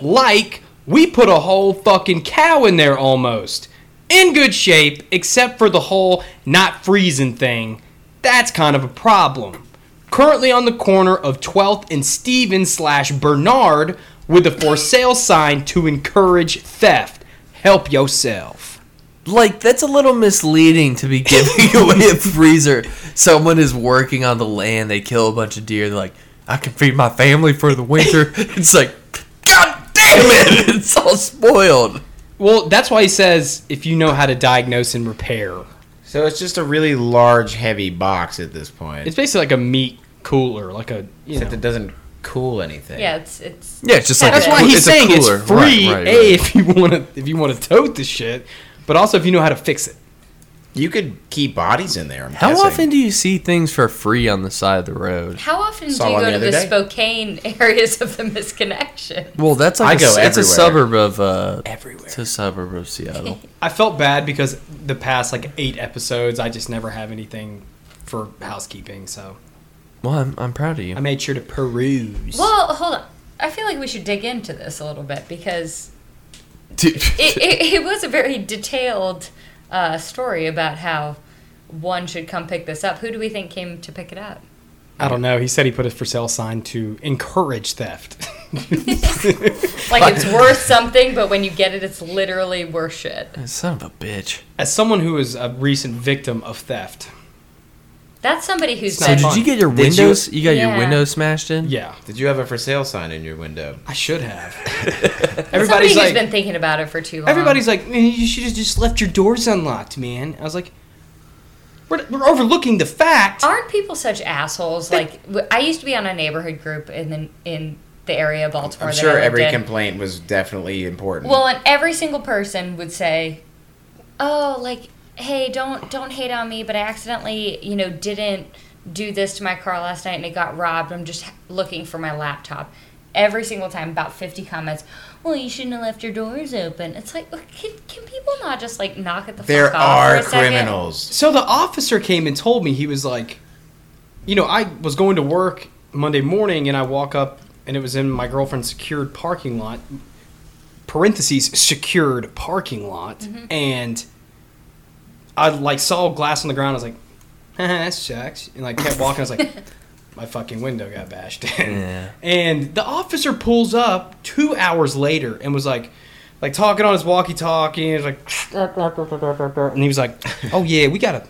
[SPEAKER 4] like, we put a whole fucking cow in there almost. In good shape, except for the whole not freezing thing. That's kind of a problem currently on the corner of 12th and Stephen slash Bernard with a for sale sign to encourage theft. Help yourself.
[SPEAKER 5] Like that's a little misleading to be giving away a freezer. Someone is working on the land. They kill a bunch of deer. They're like, I can feed my family for the winter. It's like, God damn it! It's all spoiled.
[SPEAKER 4] Well, that's why he says if you know how to diagnose and repair.
[SPEAKER 6] So it's just a really large, heavy box at this point.
[SPEAKER 4] It's basically like a meat cooler, like a you know.
[SPEAKER 6] Except it doesn't cool anything.
[SPEAKER 7] Yeah, it's it's.
[SPEAKER 5] Yeah, it's just like
[SPEAKER 7] That's
[SPEAKER 4] That's why
[SPEAKER 5] coo-
[SPEAKER 4] he's
[SPEAKER 5] a
[SPEAKER 4] saying it's
[SPEAKER 5] cooler. Right,
[SPEAKER 4] free.
[SPEAKER 5] right, right.
[SPEAKER 4] A if you want to if you want to tote the shit, but also if you know how to fix it.
[SPEAKER 6] You could keep bodies in there. I'm
[SPEAKER 5] How
[SPEAKER 6] guessing.
[SPEAKER 5] often do you see things for free on the side of the road?
[SPEAKER 7] How often do
[SPEAKER 6] Saw
[SPEAKER 7] you
[SPEAKER 6] one
[SPEAKER 7] go
[SPEAKER 6] the
[SPEAKER 7] to
[SPEAKER 6] other
[SPEAKER 7] the
[SPEAKER 6] day.
[SPEAKER 7] Spokane areas of the misconnection?
[SPEAKER 5] Well, that's like
[SPEAKER 6] I
[SPEAKER 5] a
[SPEAKER 6] go
[SPEAKER 5] s- it's a
[SPEAKER 6] everywhere.
[SPEAKER 5] suburb of uh, everywhere. It's a suburb of Seattle.
[SPEAKER 4] I felt bad because the past like eight episodes, I just never have anything for housekeeping, so
[SPEAKER 5] well, I'm, I'm proud of you.
[SPEAKER 4] I made sure to peruse.
[SPEAKER 7] Well, hold on. I feel like we should dig into this a little bit because
[SPEAKER 5] Dude.
[SPEAKER 7] it, it, it was a very detailed uh, story about how one should come pick this up. Who do we think came to pick it up?
[SPEAKER 4] I don't know. He said he put a for sale sign to encourage theft.
[SPEAKER 7] Like it's worth something, but when you get it, it's literally worth shit.
[SPEAKER 5] Son of a bitch.
[SPEAKER 4] As someone who is a recent victim of theft,
[SPEAKER 7] That's somebody who's
[SPEAKER 5] So
[SPEAKER 7] been.
[SPEAKER 5] did you get your
[SPEAKER 6] Did you-
[SPEAKER 5] windows? You, got
[SPEAKER 7] Yeah.
[SPEAKER 5] your windows smashed in?
[SPEAKER 4] yeah,
[SPEAKER 6] Did you have a for sale sign in your window?
[SPEAKER 4] I should have.
[SPEAKER 7] somebody
[SPEAKER 4] everybody's
[SPEAKER 7] who's
[SPEAKER 4] like,
[SPEAKER 7] been thinking about it for too long.
[SPEAKER 4] everybody's like, "Man, you should have just left your doors unlocked, man. I was like, we're, we're overlooking the fact.
[SPEAKER 7] aren't people such assholes? Like w- I used to be on a neighborhood group in the in the area of Baltimore.
[SPEAKER 6] I'm
[SPEAKER 7] that I
[SPEAKER 6] sure
[SPEAKER 7] lived
[SPEAKER 6] every
[SPEAKER 7] in.
[SPEAKER 6] complaint was definitely important.
[SPEAKER 7] Well, and every single person would say, "Oh, like, hey, don't don't hate on me, but I accidentally, you know, didn't do this to my car last night and it got robbed. I'm just looking for my laptop." Every single time, about 50 comments. Well, you shouldn't have left your doors open. It's like, can, can people not just like knock at the
[SPEAKER 6] there
[SPEAKER 7] fuck off for
[SPEAKER 6] are
[SPEAKER 7] a second?
[SPEAKER 6] criminals.
[SPEAKER 4] So the officer came and told me he was like, you know, I was going to work Monday morning and I walk up and it was in my girlfriend's secured parking lot, parentheses secured parking lot, and I like saw glass on the ground. I was like, "Haha, that sucks, and like kept walking. I was like, my fucking window got bashed in.
[SPEAKER 5] Yeah.
[SPEAKER 4] And the officer pulls up two hours later and was like, like talking on his walkie-talkie. And, like, and he was like, "Oh yeah, we got a,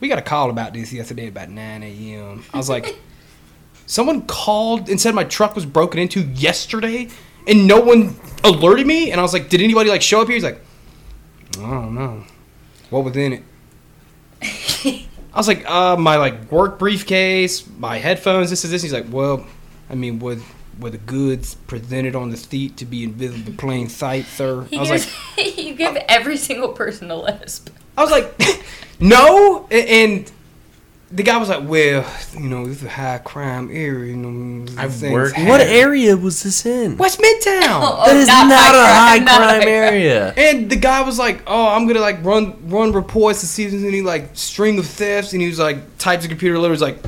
[SPEAKER 4] we got a call about this yesterday about 9 a.m." I was like, "Someone called and said my truck was broken into yesterday." and no one alerted me. And I was like, did anybody like show up here? He's like, I don't know. What was in it? I was like, uh, my like work briefcase, my headphones, this is this. He's like, well, I mean, with were the goods presented on the seat to be invisible plain sight, sir?
[SPEAKER 7] He
[SPEAKER 4] I was like,
[SPEAKER 7] gives, you give every single person a lisp.
[SPEAKER 4] I was like, no. A- And the guy was like, well, you know, this is a high crime area. You know, these
[SPEAKER 6] I've
[SPEAKER 4] things
[SPEAKER 6] worked-
[SPEAKER 4] happen."
[SPEAKER 5] What area was this in?
[SPEAKER 4] West Midtown.
[SPEAKER 7] Oh.
[SPEAKER 5] That is Oh, not, a high
[SPEAKER 7] not
[SPEAKER 5] crime area.
[SPEAKER 4] And the guy was like, "Oh, I'm gonna like run run reports to see if there's any like string of thefts." And he was like, types of computer letters like,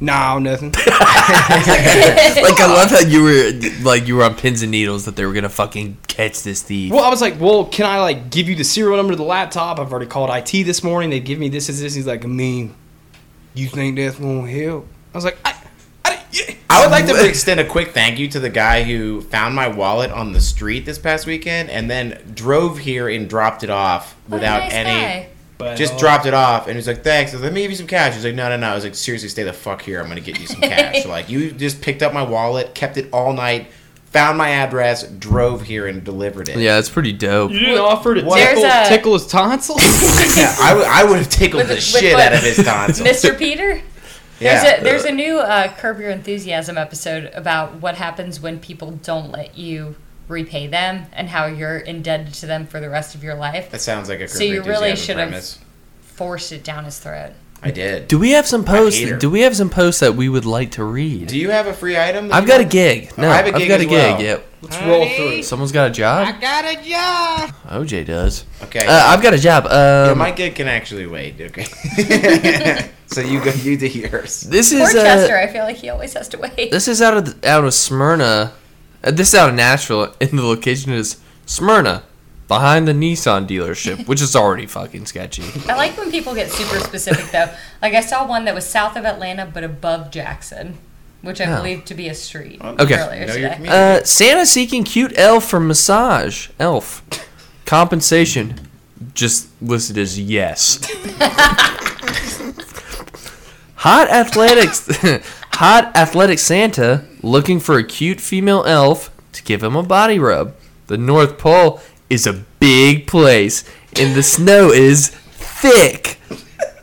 [SPEAKER 4] "Nah, nothing."
[SPEAKER 5] Like I love how you were like you were on pins and needles that they were gonna fucking catch this thief.
[SPEAKER 4] well, I was like, "Well, can I like give you the serial number to the laptop? I've already called IT this morning. They give me this is this." He's like, "I mean, you think that's gonna help?" I was like, "I, I, yeah."
[SPEAKER 6] I would like
[SPEAKER 5] Um,
[SPEAKER 6] to extend a quick thank you to the guy who found my wallet on the street this past weekend and then drove here and dropped it off
[SPEAKER 7] What a
[SPEAKER 6] without
[SPEAKER 7] nice
[SPEAKER 6] any.
[SPEAKER 7] guy.
[SPEAKER 4] But,
[SPEAKER 6] Just
[SPEAKER 5] oh.
[SPEAKER 4] uh,
[SPEAKER 6] dropped it off and he's like, "Thanks." I was like, "Let me give you some cash." He's like, "No, no, no." I was like, "Seriously, stay the fuck here. I'm gonna get you some cash." like, you just picked up my wallet, kept it all night, found my address, drove here, and delivered it.
[SPEAKER 5] Yeah, that's pretty dope.
[SPEAKER 4] You didn't offer to
[SPEAKER 7] There's
[SPEAKER 4] tickle,
[SPEAKER 7] a-
[SPEAKER 4] tickle his tonsils.
[SPEAKER 6] yeah I would have tickled
[SPEAKER 7] With-
[SPEAKER 6] the
[SPEAKER 7] with
[SPEAKER 6] shit
[SPEAKER 7] what?
[SPEAKER 6] out of his tonsils.
[SPEAKER 7] Mr. Peter?
[SPEAKER 6] yeah.
[SPEAKER 7] There's a there's a new uh, Curb Your Enthusiasm episode about what happens when people don't let you repay them and how you're indebted to them for the rest of your life.
[SPEAKER 6] that sounds like a
[SPEAKER 7] So you really
[SPEAKER 6] Enthusiasm
[SPEAKER 7] should have-
[SPEAKER 6] premise.
[SPEAKER 7] Forced it down his throat.
[SPEAKER 6] I did.
[SPEAKER 5] Do we have some posts?
[SPEAKER 6] hate her.
[SPEAKER 5] Do we have some posts that we would like to read?
[SPEAKER 6] Do you have a free item? that
[SPEAKER 5] I've
[SPEAKER 6] you
[SPEAKER 5] got a
[SPEAKER 6] want?
[SPEAKER 5] gig. No,
[SPEAKER 6] I have a
[SPEAKER 5] I've
[SPEAKER 6] gig
[SPEAKER 5] got a
[SPEAKER 6] as
[SPEAKER 5] gig.
[SPEAKER 6] well.
[SPEAKER 5] Yep.
[SPEAKER 4] Let's roll through.
[SPEAKER 5] Someone's got a job.
[SPEAKER 4] got a job.
[SPEAKER 5] OJ does.
[SPEAKER 6] Okay.
[SPEAKER 5] Uh, I've got a job.
[SPEAKER 6] Yeah,
[SPEAKER 5] Um,
[SPEAKER 6] my gig can actually wait. Okay. so you go. You do yours.
[SPEAKER 5] this
[SPEAKER 7] Poor
[SPEAKER 5] is uh,
[SPEAKER 7] Chester, I feel like he always has to wait.
[SPEAKER 5] this is out of out of Smyrna. Uh, this is out of Nashville, and the location is Smyrna, behind the Nissan dealership, which is already fucking sketchy.
[SPEAKER 7] I like when people get super specific though. Like I saw one that was south of Atlanta but above Jackson, which I
[SPEAKER 5] Oh.
[SPEAKER 7] believe to be a street.
[SPEAKER 5] Okay.
[SPEAKER 7] Earlier
[SPEAKER 6] Know your
[SPEAKER 7] today.
[SPEAKER 6] community.
[SPEAKER 5] Uh, Santa seeking cute elf for massage. Elf compensation just listed as yes. Hot athletics, hot athletic Santa looking for a cute female elf to give him a body rub. The North Pole is a big place, and the snow is thick.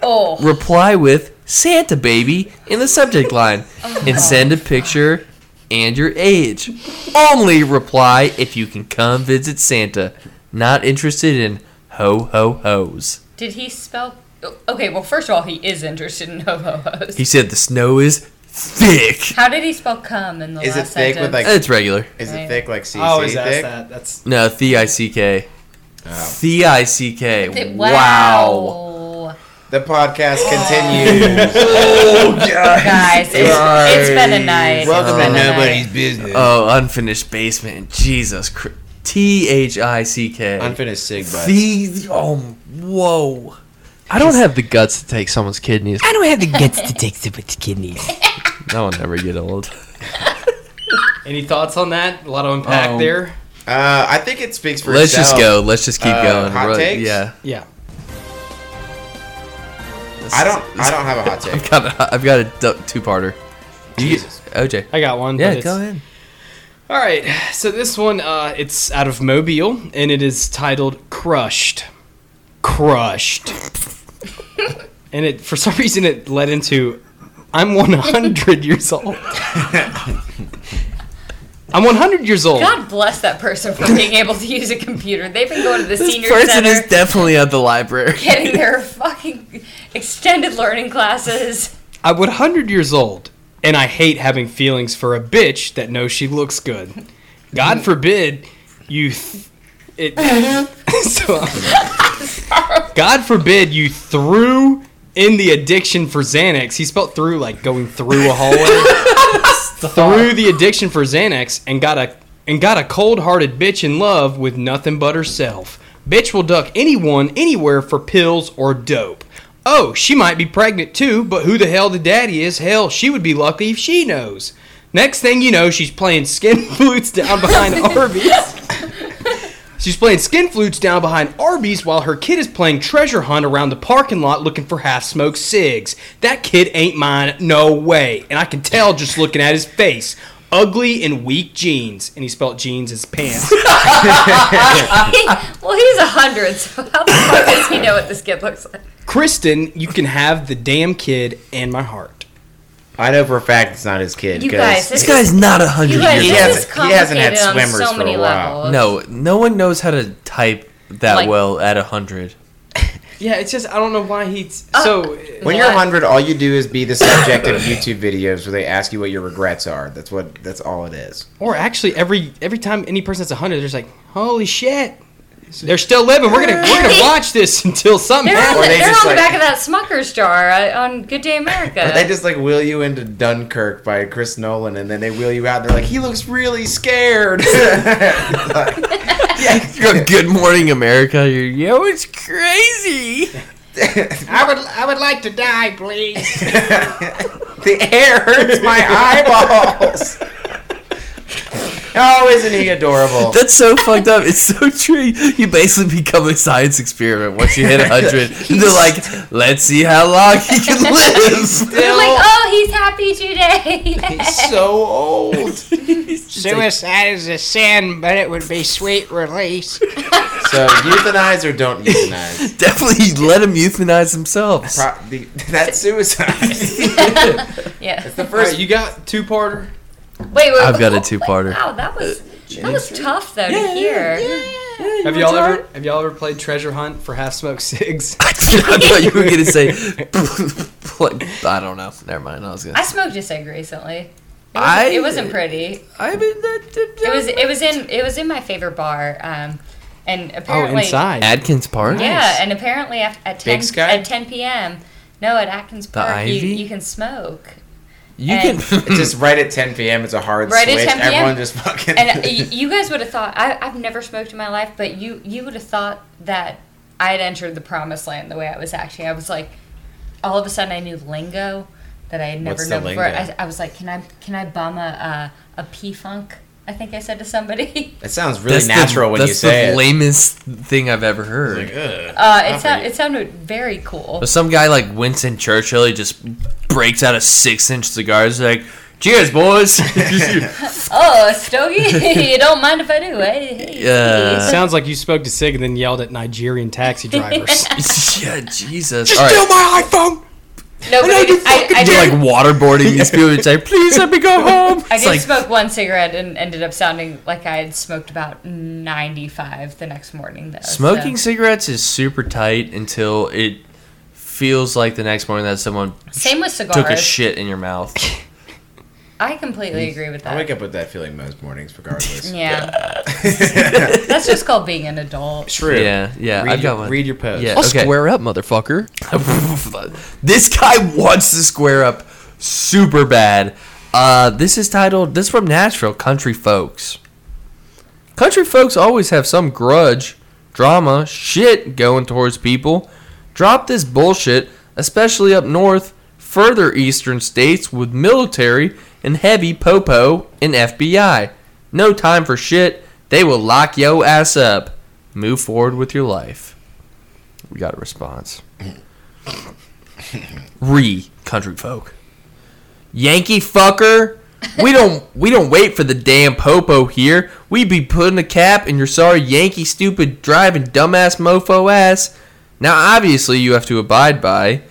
[SPEAKER 7] Oh,
[SPEAKER 5] Reply with Santa baby in the subject line, and send a picture and your age. Only reply if you can come visit Santa. Not interested in ho ho hos.
[SPEAKER 7] did he spell? oh, Okay, well first of all, he is interested in ho ho ho's.
[SPEAKER 5] He said the snow is thick.
[SPEAKER 7] How did he spell "come" in the
[SPEAKER 6] Is it
[SPEAKER 7] last
[SPEAKER 6] thick
[SPEAKER 7] sentence?
[SPEAKER 6] with, like-
[SPEAKER 5] It's regular.
[SPEAKER 6] Is
[SPEAKER 7] Right.
[SPEAKER 6] it thick like CC
[SPEAKER 4] I always ask
[SPEAKER 6] thick?
[SPEAKER 4] that. That's
[SPEAKER 5] No, the I C K. The I C
[SPEAKER 7] Th-
[SPEAKER 5] K. Wow.
[SPEAKER 7] Wow,
[SPEAKER 6] The podcast continues.
[SPEAKER 7] guys, it's, it's been a night.
[SPEAKER 6] Welcome to
[SPEAKER 7] It's been a night.
[SPEAKER 6] nobody's business.
[SPEAKER 5] Oh, unfinished basement. Jesus Christ. T H I C K.
[SPEAKER 6] Unfinished sig butts.
[SPEAKER 5] The oh whoa. I don't have the guts to take someone's kidneys. I don't have the guts to take someone's kidneys. That will never get old.
[SPEAKER 4] Any thoughts on that? A lot of unpack
[SPEAKER 5] Um,
[SPEAKER 4] there.
[SPEAKER 6] Uh, I think it speaks for
[SPEAKER 5] Let's just go.
[SPEAKER 6] itself.
[SPEAKER 5] Let's just keep
[SPEAKER 6] Uh,
[SPEAKER 5] going.
[SPEAKER 6] hot
[SPEAKER 5] Really-
[SPEAKER 6] takes?
[SPEAKER 5] Yeah.
[SPEAKER 4] Yeah.
[SPEAKER 6] I don't. I don't have a hot
[SPEAKER 5] I've
[SPEAKER 6] take.
[SPEAKER 5] got a, I've got a two parter.
[SPEAKER 6] Jesus.
[SPEAKER 5] OJ.
[SPEAKER 4] I got one. but
[SPEAKER 5] Yeah,
[SPEAKER 4] it's-
[SPEAKER 5] go ahead.
[SPEAKER 4] All right. So this one, uh, it's out of Mobile, and it is titled "Crushed." Crushed. and it, for some reason, it led into, "I'm 100 years old." I'm 100 years old.
[SPEAKER 7] God bless that person for being able to use a computer. They've been going to the
[SPEAKER 5] This
[SPEAKER 7] senior
[SPEAKER 5] person
[SPEAKER 7] center,
[SPEAKER 5] is definitely at the library.
[SPEAKER 7] getting their fucking extended learning classes.
[SPEAKER 4] I'm 100 years old, and I hate having feelings for a bitch that knows she looks good. God forbid you. Th- it. so, uh, God forbid you threw in the addiction for Xanax. He spelled through like going through a hallway. through the addiction for Xanax and got a and got a cold-hearted bitch in love with nothing but herself. Bitch will duck anyone anywhere for pills or dope. Oh, she might be pregnant too, but who the hell the daddy is? Hell, she would be lucky if she knows. Next thing you know, she's playing skin flutes down behind Arby's. She's playing skin flutes down behind Arby's while her kid is playing treasure hunt around the parking lot looking for half smoked cigs. That kid ain't mine, no way. And I can tell just looking at his face. ugly and weak jeans, and he spelt jeans as pants.
[SPEAKER 7] well, he's a hundred, so how the fuck does he know what this kid looks like?
[SPEAKER 4] Kristen, you can have the damn kid and my heart.
[SPEAKER 6] I know for a fact it's not his kid.
[SPEAKER 7] You
[SPEAKER 6] 'cause
[SPEAKER 7] guys, this,
[SPEAKER 5] This guy's not a
[SPEAKER 7] you
[SPEAKER 5] hundred
[SPEAKER 7] guys,
[SPEAKER 5] years.
[SPEAKER 7] this
[SPEAKER 6] hasn't-
[SPEAKER 7] is
[SPEAKER 6] he hasn't had
[SPEAKER 7] complicated on
[SPEAKER 6] swimmers
[SPEAKER 7] so
[SPEAKER 6] for
[SPEAKER 7] many
[SPEAKER 6] a while.
[SPEAKER 7] levels.
[SPEAKER 5] No, no one knows how to type that
[SPEAKER 7] Like-
[SPEAKER 5] well at a hundred.
[SPEAKER 4] Yeah, it's just I don't know why he's so.
[SPEAKER 6] When you're
[SPEAKER 7] What?
[SPEAKER 6] 100, all you do is be the subject of YouTube videos where they ask you what your regrets are. That's what. That's all it is.
[SPEAKER 4] Or actually, every every time any person that's hundred, they're just like, "Holy shit, they're still living. We're gonna we're gonna watch this until something."
[SPEAKER 7] They're on,
[SPEAKER 4] happens.
[SPEAKER 7] the,
[SPEAKER 6] they
[SPEAKER 7] they're
[SPEAKER 6] just
[SPEAKER 7] on the
[SPEAKER 6] like-
[SPEAKER 7] back of that Smucker's jar uh, on Good Day America.
[SPEAKER 6] But they just like wheel you into Dunkirk by Chris Nolan, and then they wheel you out. and They're like, he looks really scared.
[SPEAKER 5] Go, Good morning, America. You're, yo, it's crazy.
[SPEAKER 4] I would I would like to die, please.
[SPEAKER 6] the air hurts my eyeballs. oh, isn't he adorable?
[SPEAKER 5] That's so fucked up. It's so true. You basically become a science experiment once you hit a hundred. They're like, let's see how long he can live.
[SPEAKER 7] They're like, oh, he's happy today.
[SPEAKER 6] so old.
[SPEAKER 4] Suicide is a sin, but it would be sweet release.
[SPEAKER 6] So euthanize or don't
[SPEAKER 7] "Oh."
[SPEAKER 6] euthanize.
[SPEAKER 5] Definitely let him euthanize themselves.
[SPEAKER 6] Pro- the, that's suicide.
[SPEAKER 7] yeah.
[SPEAKER 6] the first
[SPEAKER 4] you got two parter.
[SPEAKER 7] Wait, wait.
[SPEAKER 5] I've got a
[SPEAKER 7] wait,
[SPEAKER 5] two-parter.
[SPEAKER 7] Wow, that was that was tough though to hear.
[SPEAKER 4] Have y'all ever have y'all ever played Treasure Hunt for half smoked cigs?
[SPEAKER 5] I thought you were gonna say. I don't know. Never mind. I was gonna.
[SPEAKER 7] I smoked a cig recently. It wasn't,
[SPEAKER 5] I-
[SPEAKER 7] it wasn't pretty.
[SPEAKER 5] I mean, that, that,
[SPEAKER 7] It was it was in it was in my favorite bar, um, and
[SPEAKER 6] Oh,
[SPEAKER 7] apparently
[SPEAKER 5] Adkins Park.
[SPEAKER 7] Yeah, and apparently at, at ten
[SPEAKER 6] Big Sky?
[SPEAKER 7] at ten p.m. No, at Atkins Park, you,
[SPEAKER 5] Ivy?
[SPEAKER 7] you can smoke.
[SPEAKER 5] You
[SPEAKER 7] and-
[SPEAKER 5] can.
[SPEAKER 6] It's just right at 10 p.m. It's a hard
[SPEAKER 7] Right at
[SPEAKER 6] switch.
[SPEAKER 7] 10 p.m..
[SPEAKER 6] Everyone just fucking.
[SPEAKER 7] And uh, y- you guys would have thought I, I've never smoked in my life, but you you would have thought that I had entered the promised land the way I was acting. I was like, all of a sudden I knew lingo that I had never
[SPEAKER 6] What's the
[SPEAKER 7] known before.
[SPEAKER 6] lingo?
[SPEAKER 7] I, I was like, can I can I bum a a, a p funk? I think I said to somebody.
[SPEAKER 6] That sounds really natural
[SPEAKER 5] the,
[SPEAKER 6] when
[SPEAKER 5] that's
[SPEAKER 6] you say
[SPEAKER 5] the
[SPEAKER 6] it.
[SPEAKER 5] lamest thing I've ever heard.
[SPEAKER 7] Uh, it, sound, it sounded very cool.
[SPEAKER 5] But some guy like Winston Churchill, he just breaks out a six-inch cigar. He's like, "Cheers, boys."
[SPEAKER 7] Oh, a Stogie, you don't mind if I do, eh? Hey.
[SPEAKER 5] Yeah.
[SPEAKER 4] Sounds like you smoked a cig and then yelled at Nigerian taxi drivers.
[SPEAKER 5] yeah, Jesus. All
[SPEAKER 6] Oh,
[SPEAKER 5] right.
[SPEAKER 4] my iPhone.
[SPEAKER 7] No, but I, did- I, I,
[SPEAKER 5] They're
[SPEAKER 7] did,
[SPEAKER 5] like waterboarding these people. It's like, please let me go home.
[SPEAKER 7] I
[SPEAKER 5] It's
[SPEAKER 7] did
[SPEAKER 5] like,
[SPEAKER 7] smoke one cigarette and ended up sounding like I had smoked about 95 the next morning, though. so-
[SPEAKER 5] Uh, smoking cigarettes is super tight until it feels like the next morning that someone
[SPEAKER 7] Same with
[SPEAKER 5] took a
[SPEAKER 7] cigars.
[SPEAKER 5] shit in your mouth.
[SPEAKER 7] I completely agree with
[SPEAKER 6] I
[SPEAKER 7] that.
[SPEAKER 6] wake up with that feeling most mornings, regardless.
[SPEAKER 7] Yeah. That's just called being an adult.
[SPEAKER 6] True.
[SPEAKER 5] Yeah, yeah.
[SPEAKER 6] Read
[SPEAKER 5] I've
[SPEAKER 6] your-
[SPEAKER 5] got one.
[SPEAKER 6] read your post.
[SPEAKER 5] Yeah,
[SPEAKER 9] I'll
[SPEAKER 5] okay.
[SPEAKER 9] square up, motherfucker.
[SPEAKER 5] this guy wants to square up super bad. Uh, this is titled. This is from Nashville, Country Folks. Country folks always have some grudge, drama, shit going towards people. Drop this bullshit, especially up north, further eastern states with military and heavy popo and FBI. No time for shit. They will lock yo ass up. Move forward with your life. We got a response. Re country folk. Yankee fucker. We don't we don't wait for the damn popo here. We be putting a cap in your sorry Yankee stupid driving dumbass mofo ass. Now obviously you have to abide by.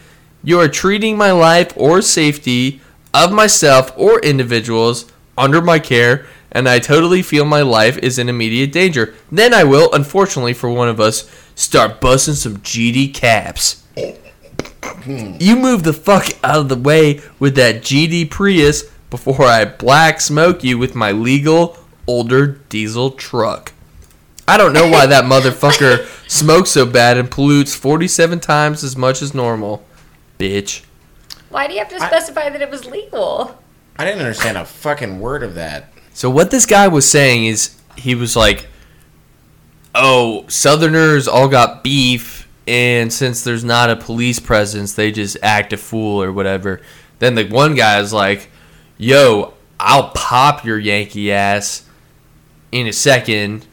[SPEAKER 5] You are treating my life or safety of myself or individuals under my care, and I totally feel my life is in immediate danger. Then I will, unfortunately for one of us, start busting some GD caps. You move the fuck out of the way with that GD Prius before I black smoke you with my legal older diesel truck. I don't know why that motherfucker smokes so bad and pollutes 47 times as much as normal. Bitch.
[SPEAKER 7] Why do you have to specify that it was legal?
[SPEAKER 6] I didn't understand a fucking word of that.
[SPEAKER 5] So what this guy was saying is he was like, "Oh, Southerners all got beef, and since there's not a police presence, they just act a fool or whatever." Then the one guy is like, "Yo, I'll pop your Yankee ass in a second,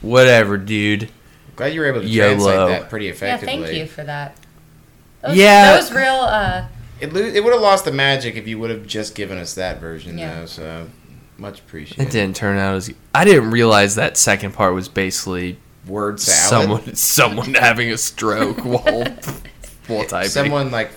[SPEAKER 5] whatever, dude."
[SPEAKER 6] Glad you were able to
[SPEAKER 5] YOLO.
[SPEAKER 6] translate that pretty
[SPEAKER 7] Yeah,
[SPEAKER 6] effectively.
[SPEAKER 7] thank you for that. That was,
[SPEAKER 5] Yeah.
[SPEAKER 7] That was real, uh,
[SPEAKER 6] It, lo- it would have lost the magic if you would have just given us that version,
[SPEAKER 7] Yeah.
[SPEAKER 6] though. So Much appreciated.
[SPEAKER 5] It didn't turn out as. I didn't realize that second part was basically
[SPEAKER 6] Word salad.
[SPEAKER 5] someone someone having a stroke while while typing.
[SPEAKER 6] Someone like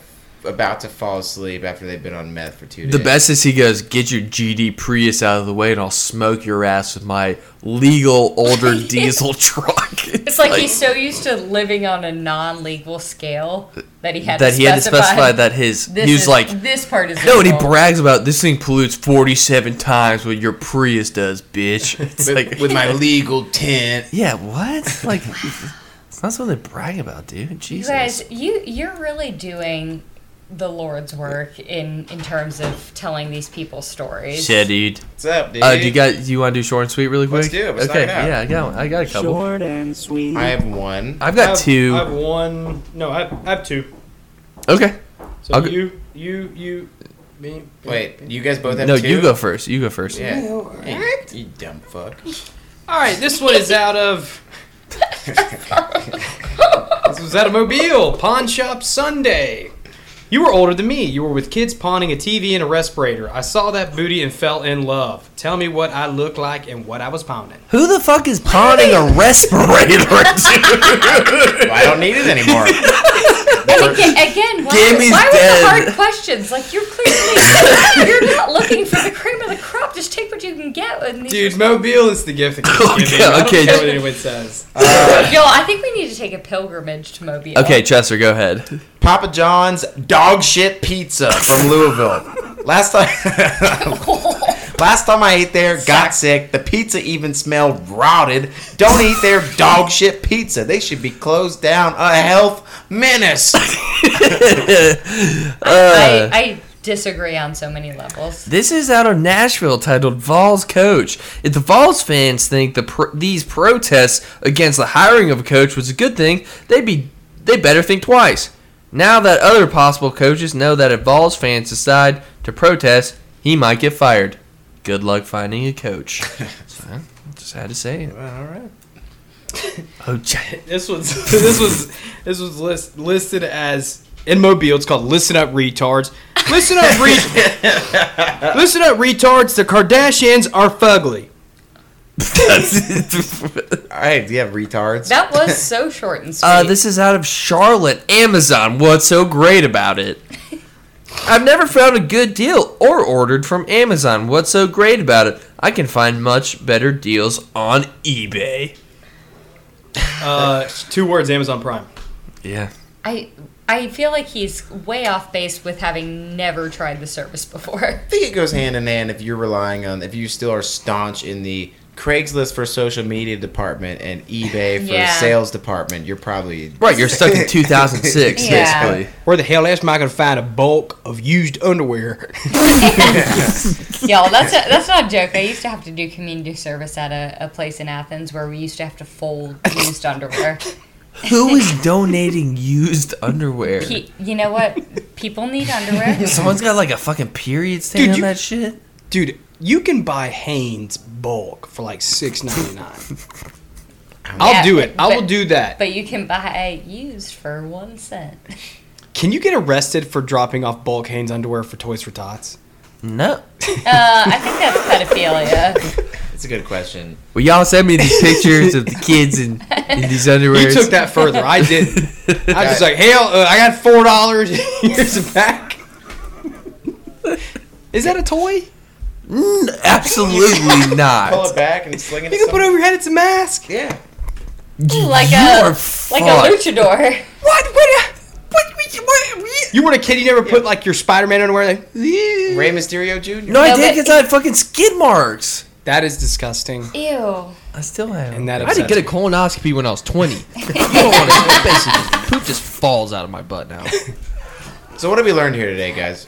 [SPEAKER 6] about to fall asleep after they've been on meth for two days.
[SPEAKER 5] The best is he goes, "Get your GD Prius out of the way, and I'll smoke your ass with my legal older diesel truck."
[SPEAKER 7] It's like, he's so used to living on a non-legal scale that he had
[SPEAKER 5] that
[SPEAKER 7] to
[SPEAKER 5] he had to specify that his
[SPEAKER 7] this
[SPEAKER 5] he was
[SPEAKER 7] is-
[SPEAKER 5] like
[SPEAKER 7] this part is
[SPEAKER 5] no, and he
[SPEAKER 7] legal.
[SPEAKER 5] brags about this thing pollutes forty seven times what your Prius does, bitch. It's
[SPEAKER 6] with,
[SPEAKER 5] like
[SPEAKER 6] with my legal tint.
[SPEAKER 5] yeah, what? Like it's not something to brag about, dude.
[SPEAKER 7] You
[SPEAKER 5] Jesus,
[SPEAKER 7] guys, you you're really doing the Lord's work in in terms of telling these people stories.
[SPEAKER 5] shit, dude.
[SPEAKER 6] What's up, dude?
[SPEAKER 5] Uh, do you guys do you want to do short and sweet really quick?
[SPEAKER 6] Let's do it. Let's knock
[SPEAKER 5] okay,
[SPEAKER 6] it out.
[SPEAKER 5] yeah, I got I got a couple.
[SPEAKER 6] I have one.
[SPEAKER 5] I've got two.
[SPEAKER 4] I have one. No, I have, I have two.
[SPEAKER 5] okay,
[SPEAKER 4] So
[SPEAKER 5] I'll go-
[SPEAKER 4] you, you, you. Me, me,
[SPEAKER 6] Wait,
[SPEAKER 4] me.
[SPEAKER 6] you guys both have
[SPEAKER 5] no,
[SPEAKER 6] two.
[SPEAKER 5] you go first. You go first.
[SPEAKER 6] Yeah. Hey, You dumb fuck. This
[SPEAKER 4] All right, this one is out of. this was out of Mobile Pawn Shop Sunday. You were older than me. You were with kids pawning a TV and a respirator. I saw that booty and fell in love. Tell me what I looked like and what I was pounding.
[SPEAKER 5] Who the fuck is pawning a respirator? dude?
[SPEAKER 6] I don't need it anymore.
[SPEAKER 7] And again, again why,
[SPEAKER 5] Gammy's
[SPEAKER 7] why were
[SPEAKER 5] dead.
[SPEAKER 7] the hard questions? Like you're clearly you're not looking for the cream of the crop. Just take what you can get. And these
[SPEAKER 4] Dude, Mobile is the gift that keeps
[SPEAKER 5] Okay,
[SPEAKER 4] giving. I don't
[SPEAKER 5] okay.
[SPEAKER 4] care what anyone says.
[SPEAKER 7] yo, I think we need to take a pilgrimage to Mobile.
[SPEAKER 5] okay, Chester, go ahead.
[SPEAKER 6] Papa John's dog shit pizza from Louisville. Last time, last time I ate there, got sick. The pizza even smelled rotted. Don't eat their dog shit pizza. They should be closed down. A health menace.
[SPEAKER 7] I, I disagree on so many levels.
[SPEAKER 5] This is out of Nashville, titled "Vols Coach." If the Vols fans think the pr- these protests against the hiring of a coach was a good thing, they'd be they better think twice. Now that other possible coaches know that if Vols fans decide to protest, he might get fired. Good luck finding a coach. so, I just had to say it.
[SPEAKER 6] All right.
[SPEAKER 5] Oh, j-
[SPEAKER 4] This was this was this was list, listed as in Mobile. It's called "Listen Up, Retards." Listen up, re- listen up, retards. The Kardashians are fugly.
[SPEAKER 6] All right. Yeah, retards.
[SPEAKER 7] That was so short and sweet.
[SPEAKER 5] Uh, this is out of Charlotte, Amazon. What's so great about it? I've never found a good deal or ordered from Amazon. What's so great about it? I can find much better deals on eBay.
[SPEAKER 4] Uh, two words, Amazon Prime.
[SPEAKER 5] Yeah.
[SPEAKER 7] I I feel like he's way off base with having never tried the service before.
[SPEAKER 6] I think it goes hand in hand if you're relying on if you still are staunch in the Craigslist for social media department and eBay for
[SPEAKER 7] Yeah.
[SPEAKER 6] sales department. You're probably
[SPEAKER 5] Right, you're stuck in 2006,
[SPEAKER 7] Yeah.
[SPEAKER 5] basically.
[SPEAKER 4] Where the hell else am I gonna find a bulk of used underwear?
[SPEAKER 7] Y'all, that's a, that's not a joke. I used to have to do community service at a, a place in Athens where we used to have to fold used underwear.
[SPEAKER 5] Who is donating used underwear?
[SPEAKER 7] Pe- you know what? People need underwear.
[SPEAKER 5] Someone's got like a fucking period stain
[SPEAKER 4] Dude,
[SPEAKER 5] on
[SPEAKER 4] you-
[SPEAKER 5] that shit?
[SPEAKER 4] Dude, you can buy Hanes bulk for like six ninety nine. I'll
[SPEAKER 7] Yeah,
[SPEAKER 4] do it. I will
[SPEAKER 7] but-
[SPEAKER 4] do that.
[SPEAKER 7] But you can buy used for one cent.
[SPEAKER 4] Can you get arrested for dropping off bulk Hanes underwear for Toys for Tots?
[SPEAKER 5] No.
[SPEAKER 7] Uh, I think that's pedophilia.
[SPEAKER 6] That's a good question.
[SPEAKER 5] Well, y'all send me these pictures of the kids in, in these
[SPEAKER 4] You
[SPEAKER 5] underwear.
[SPEAKER 4] took that further. I didn't. I was just like, hell, uh, I got four dollars. Here's a pack. Is that a toy?
[SPEAKER 5] Absolutely not.
[SPEAKER 6] Pull it back and sling it.
[SPEAKER 4] You can put it over your head. It's a mask.
[SPEAKER 6] Yeah.
[SPEAKER 7] like
[SPEAKER 5] You
[SPEAKER 7] a
[SPEAKER 5] are
[SPEAKER 7] like
[SPEAKER 5] fucked.
[SPEAKER 7] a luchador.
[SPEAKER 4] What? What? What? what, you were a kid. You never put like your Spider Man underwear. Like, "Yeah."
[SPEAKER 6] Rey Mysterio Jr.
[SPEAKER 5] No, I
[SPEAKER 7] No,
[SPEAKER 5] did
[SPEAKER 7] but
[SPEAKER 5] because I had fucking skid marks.
[SPEAKER 4] that is disgusting.
[SPEAKER 7] Ew.
[SPEAKER 5] I still have.
[SPEAKER 4] And that
[SPEAKER 5] I didn't
[SPEAKER 4] upsets
[SPEAKER 5] get a
[SPEAKER 4] me.
[SPEAKER 5] colonoscopy when I was 20. you don't want to. Basically, poop just falls out of my butt now.
[SPEAKER 6] So what have we learned here today, guys?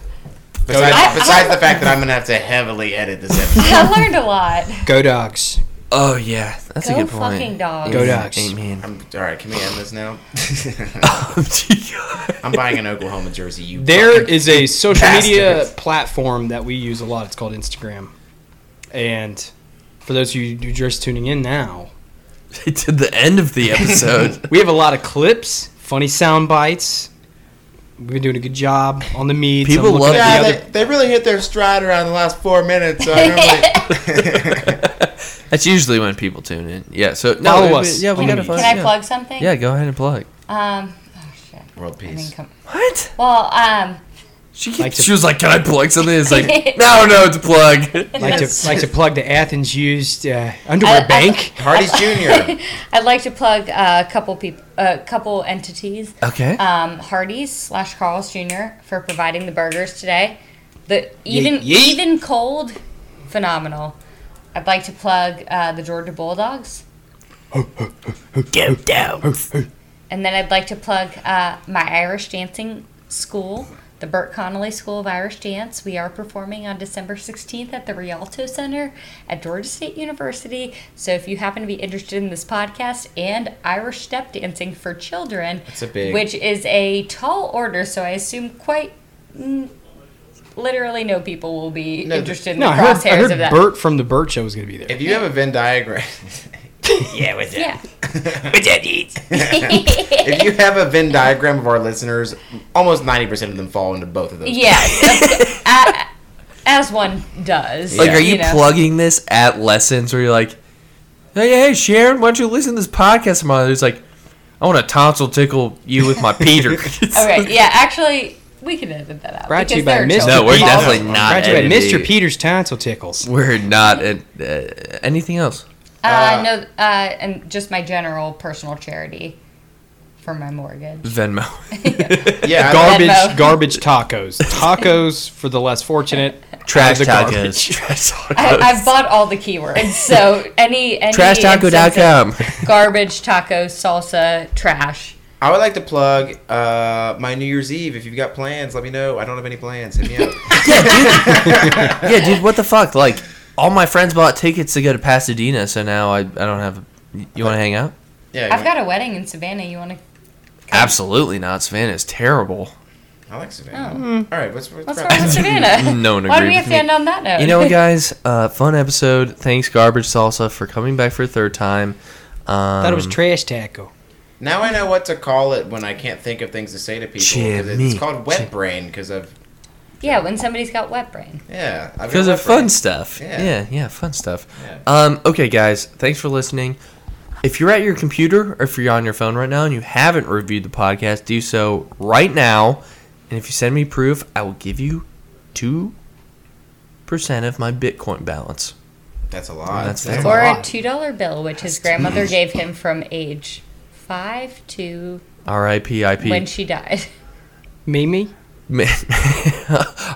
[SPEAKER 6] Besides,
[SPEAKER 7] I-
[SPEAKER 6] besides the fact that I'm gonna have to heavily edit this episode.
[SPEAKER 7] I learned a lot.
[SPEAKER 4] Go dogs.
[SPEAKER 5] Oh yeah, that's
[SPEAKER 7] Go
[SPEAKER 5] a good point.
[SPEAKER 7] fucking dogs.
[SPEAKER 4] Go dogs.
[SPEAKER 5] Amen.
[SPEAKER 6] I'm, all right, can we end this now?
[SPEAKER 5] Oh, Amen.
[SPEAKER 6] I'm buying an Oklahoma jersey. You
[SPEAKER 4] There
[SPEAKER 6] fucking-
[SPEAKER 4] is a social media
[SPEAKER 6] bastards.
[SPEAKER 4] platform that we use a lot. It's called Instagram. And for those of you who are just tuning in now,
[SPEAKER 5] to the end of the episode.
[SPEAKER 4] we have a lot of clips, funny sound bites, We've been doing a good job on the meets. I'm
[SPEAKER 5] People
[SPEAKER 4] looking
[SPEAKER 5] love
[SPEAKER 4] at
[SPEAKER 6] Yeah,
[SPEAKER 4] the
[SPEAKER 6] they,
[SPEAKER 4] other-
[SPEAKER 6] they really hit their stride around the last four minutes. So I normally,
[SPEAKER 5] That's usually when people tune in. Yeah. So no,
[SPEAKER 4] Follow
[SPEAKER 5] we-
[SPEAKER 4] us
[SPEAKER 5] Yeah, we
[SPEAKER 4] on
[SPEAKER 5] gotta
[SPEAKER 4] the-
[SPEAKER 5] find-
[SPEAKER 7] Can I
[SPEAKER 5] yeah.
[SPEAKER 7] plug something?
[SPEAKER 5] Yeah, go ahead and plug.
[SPEAKER 7] Um, oh, shit.
[SPEAKER 6] world
[SPEAKER 7] I
[SPEAKER 6] peace.
[SPEAKER 7] didn't come-
[SPEAKER 5] What?
[SPEAKER 7] Well, um,
[SPEAKER 5] She
[SPEAKER 4] Like to-
[SPEAKER 5] she was like, "Can I plug something?" It's like, no, no, it's a plug.
[SPEAKER 4] like
[SPEAKER 7] Yes.
[SPEAKER 4] to like to plug the Athens used uh, underwear
[SPEAKER 7] I- I-
[SPEAKER 4] bank.
[SPEAKER 6] Hardy's Jr.
[SPEAKER 7] I'd like to plug a couple people, a couple entities.
[SPEAKER 5] Okay.
[SPEAKER 7] Um, Hardee's slash Carl's Jr. for providing the burgers today. The even
[SPEAKER 6] yeet.
[SPEAKER 7] even cold, phenomenal. I'd like to plug uh, the Georgia Bulldogs.
[SPEAKER 5] Go dogs.
[SPEAKER 7] And then I'd like to plug uh, my Irish dancing school, the Burt Connolly School of Irish Dance. We are performing on December 16th at the Rialto Center at Georgia State University. So if you happen to be interested in this podcast and Irish step dancing for children,
[SPEAKER 6] That's a big-
[SPEAKER 7] which is a tall order, so I assume quite. Mm, Literally, no people will be
[SPEAKER 6] No,
[SPEAKER 7] interested in
[SPEAKER 4] No,
[SPEAKER 7] the
[SPEAKER 4] I heard,
[SPEAKER 7] crosshairs
[SPEAKER 4] I
[SPEAKER 7] of that.
[SPEAKER 4] heard Bert from the Burt Show was going to be there.
[SPEAKER 6] If you have a Venn diagram,
[SPEAKER 7] yeah,
[SPEAKER 6] if you have a Venn diagram of our listeners, almost ninety percent of them fall into both of those.
[SPEAKER 7] yeah, that's- a- as one does.
[SPEAKER 5] Like, are you,
[SPEAKER 7] know.
[SPEAKER 5] plugging this at lessons where you're like, hey, hey, Sharon, why don't you listen to this podcast tomorrow? It's like, I want to tonsil tickle you with my Peter.
[SPEAKER 7] Okay, yeah, actually, we can edit that out.
[SPEAKER 4] Brought to
[SPEAKER 7] because
[SPEAKER 4] you by
[SPEAKER 7] there are
[SPEAKER 4] Mr.
[SPEAKER 7] children
[SPEAKER 5] No, we're
[SPEAKER 7] involved.
[SPEAKER 5] definitely not.
[SPEAKER 4] Graduated
[SPEAKER 5] editing
[SPEAKER 4] Mr.
[SPEAKER 5] it.
[SPEAKER 4] Peter's tonsil tickles.
[SPEAKER 5] We're not at, uh, anything else.
[SPEAKER 7] Uh, no, uh, and just my general personal charity for my mortgage.
[SPEAKER 5] Venmo.
[SPEAKER 6] yeah. I-
[SPEAKER 4] Garbage,
[SPEAKER 7] Venmo.
[SPEAKER 4] garbage tacos. Tacos for the less fortunate.
[SPEAKER 5] Trash
[SPEAKER 4] The
[SPEAKER 5] tacos. Trash
[SPEAKER 7] I,
[SPEAKER 5] tacos.
[SPEAKER 7] I've bought all the keywords, so any any instance
[SPEAKER 5] TrashTaco.com.
[SPEAKER 7] of garbage, taco, salsa, trash.
[SPEAKER 6] I would like to plug uh, my New Year's Eve. If you've got plans, let me know. I don't have any plans. Hit me up.
[SPEAKER 5] yeah, dude, what the fuck? Like, all my friends bought tickets to go to Pasadena, so now I, I don't have. You want to hang out?
[SPEAKER 6] Yeah, you want-
[SPEAKER 7] I've got a wedding in Savannah. You want to?
[SPEAKER 5] Absolutely not. Savannah is terrible.
[SPEAKER 6] I like Savannah.
[SPEAKER 5] Hmm.
[SPEAKER 6] All right, what's what's,
[SPEAKER 7] What's wrong with Savannah?
[SPEAKER 5] No one
[SPEAKER 7] Why do
[SPEAKER 5] agreed
[SPEAKER 7] we
[SPEAKER 5] with
[SPEAKER 7] have to
[SPEAKER 5] me.
[SPEAKER 7] end on that note?
[SPEAKER 5] You know what, guys? Uh, fun episode. Thanks, Garbage Salsa, for coming back for a third time. Um,
[SPEAKER 4] Thought it was trash taco.
[SPEAKER 6] Now I know what to call it when I can't think of things to say to people. 'cause
[SPEAKER 5] Jimmy.
[SPEAKER 6] It's called wet brain because of
[SPEAKER 7] yeah, when somebody's got wet brain.
[SPEAKER 6] yeah. I've got
[SPEAKER 5] because
[SPEAKER 6] wet
[SPEAKER 5] of fun
[SPEAKER 6] brain.
[SPEAKER 5] stuff. Yeah.
[SPEAKER 6] Yeah.
[SPEAKER 5] yeah, fun stuff.
[SPEAKER 6] Yeah.
[SPEAKER 5] Um, okay, guys, thanks for listening. If you're at your computer or if you're on your phone right now and you haven't reviewed the podcast, do so right now. And if you send me proof, I will give you two percent of my Bitcoin balance.
[SPEAKER 6] That's a lot.
[SPEAKER 5] That's
[SPEAKER 6] That's
[SPEAKER 5] fair.
[SPEAKER 7] Or a
[SPEAKER 4] lot.
[SPEAKER 7] two dollar bill, which his grandmother gave him from age five to
[SPEAKER 5] R.I.P.
[SPEAKER 7] when
[SPEAKER 5] I.P.
[SPEAKER 7] she died.
[SPEAKER 4] Mimi?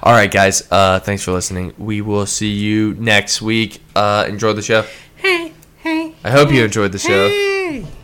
[SPEAKER 5] All right, guys. Uh, thanks for listening. We will see you next week. Uh, enjoy the show.
[SPEAKER 7] Hey, hey.
[SPEAKER 5] I hope you enjoyed the show.
[SPEAKER 4] Hey!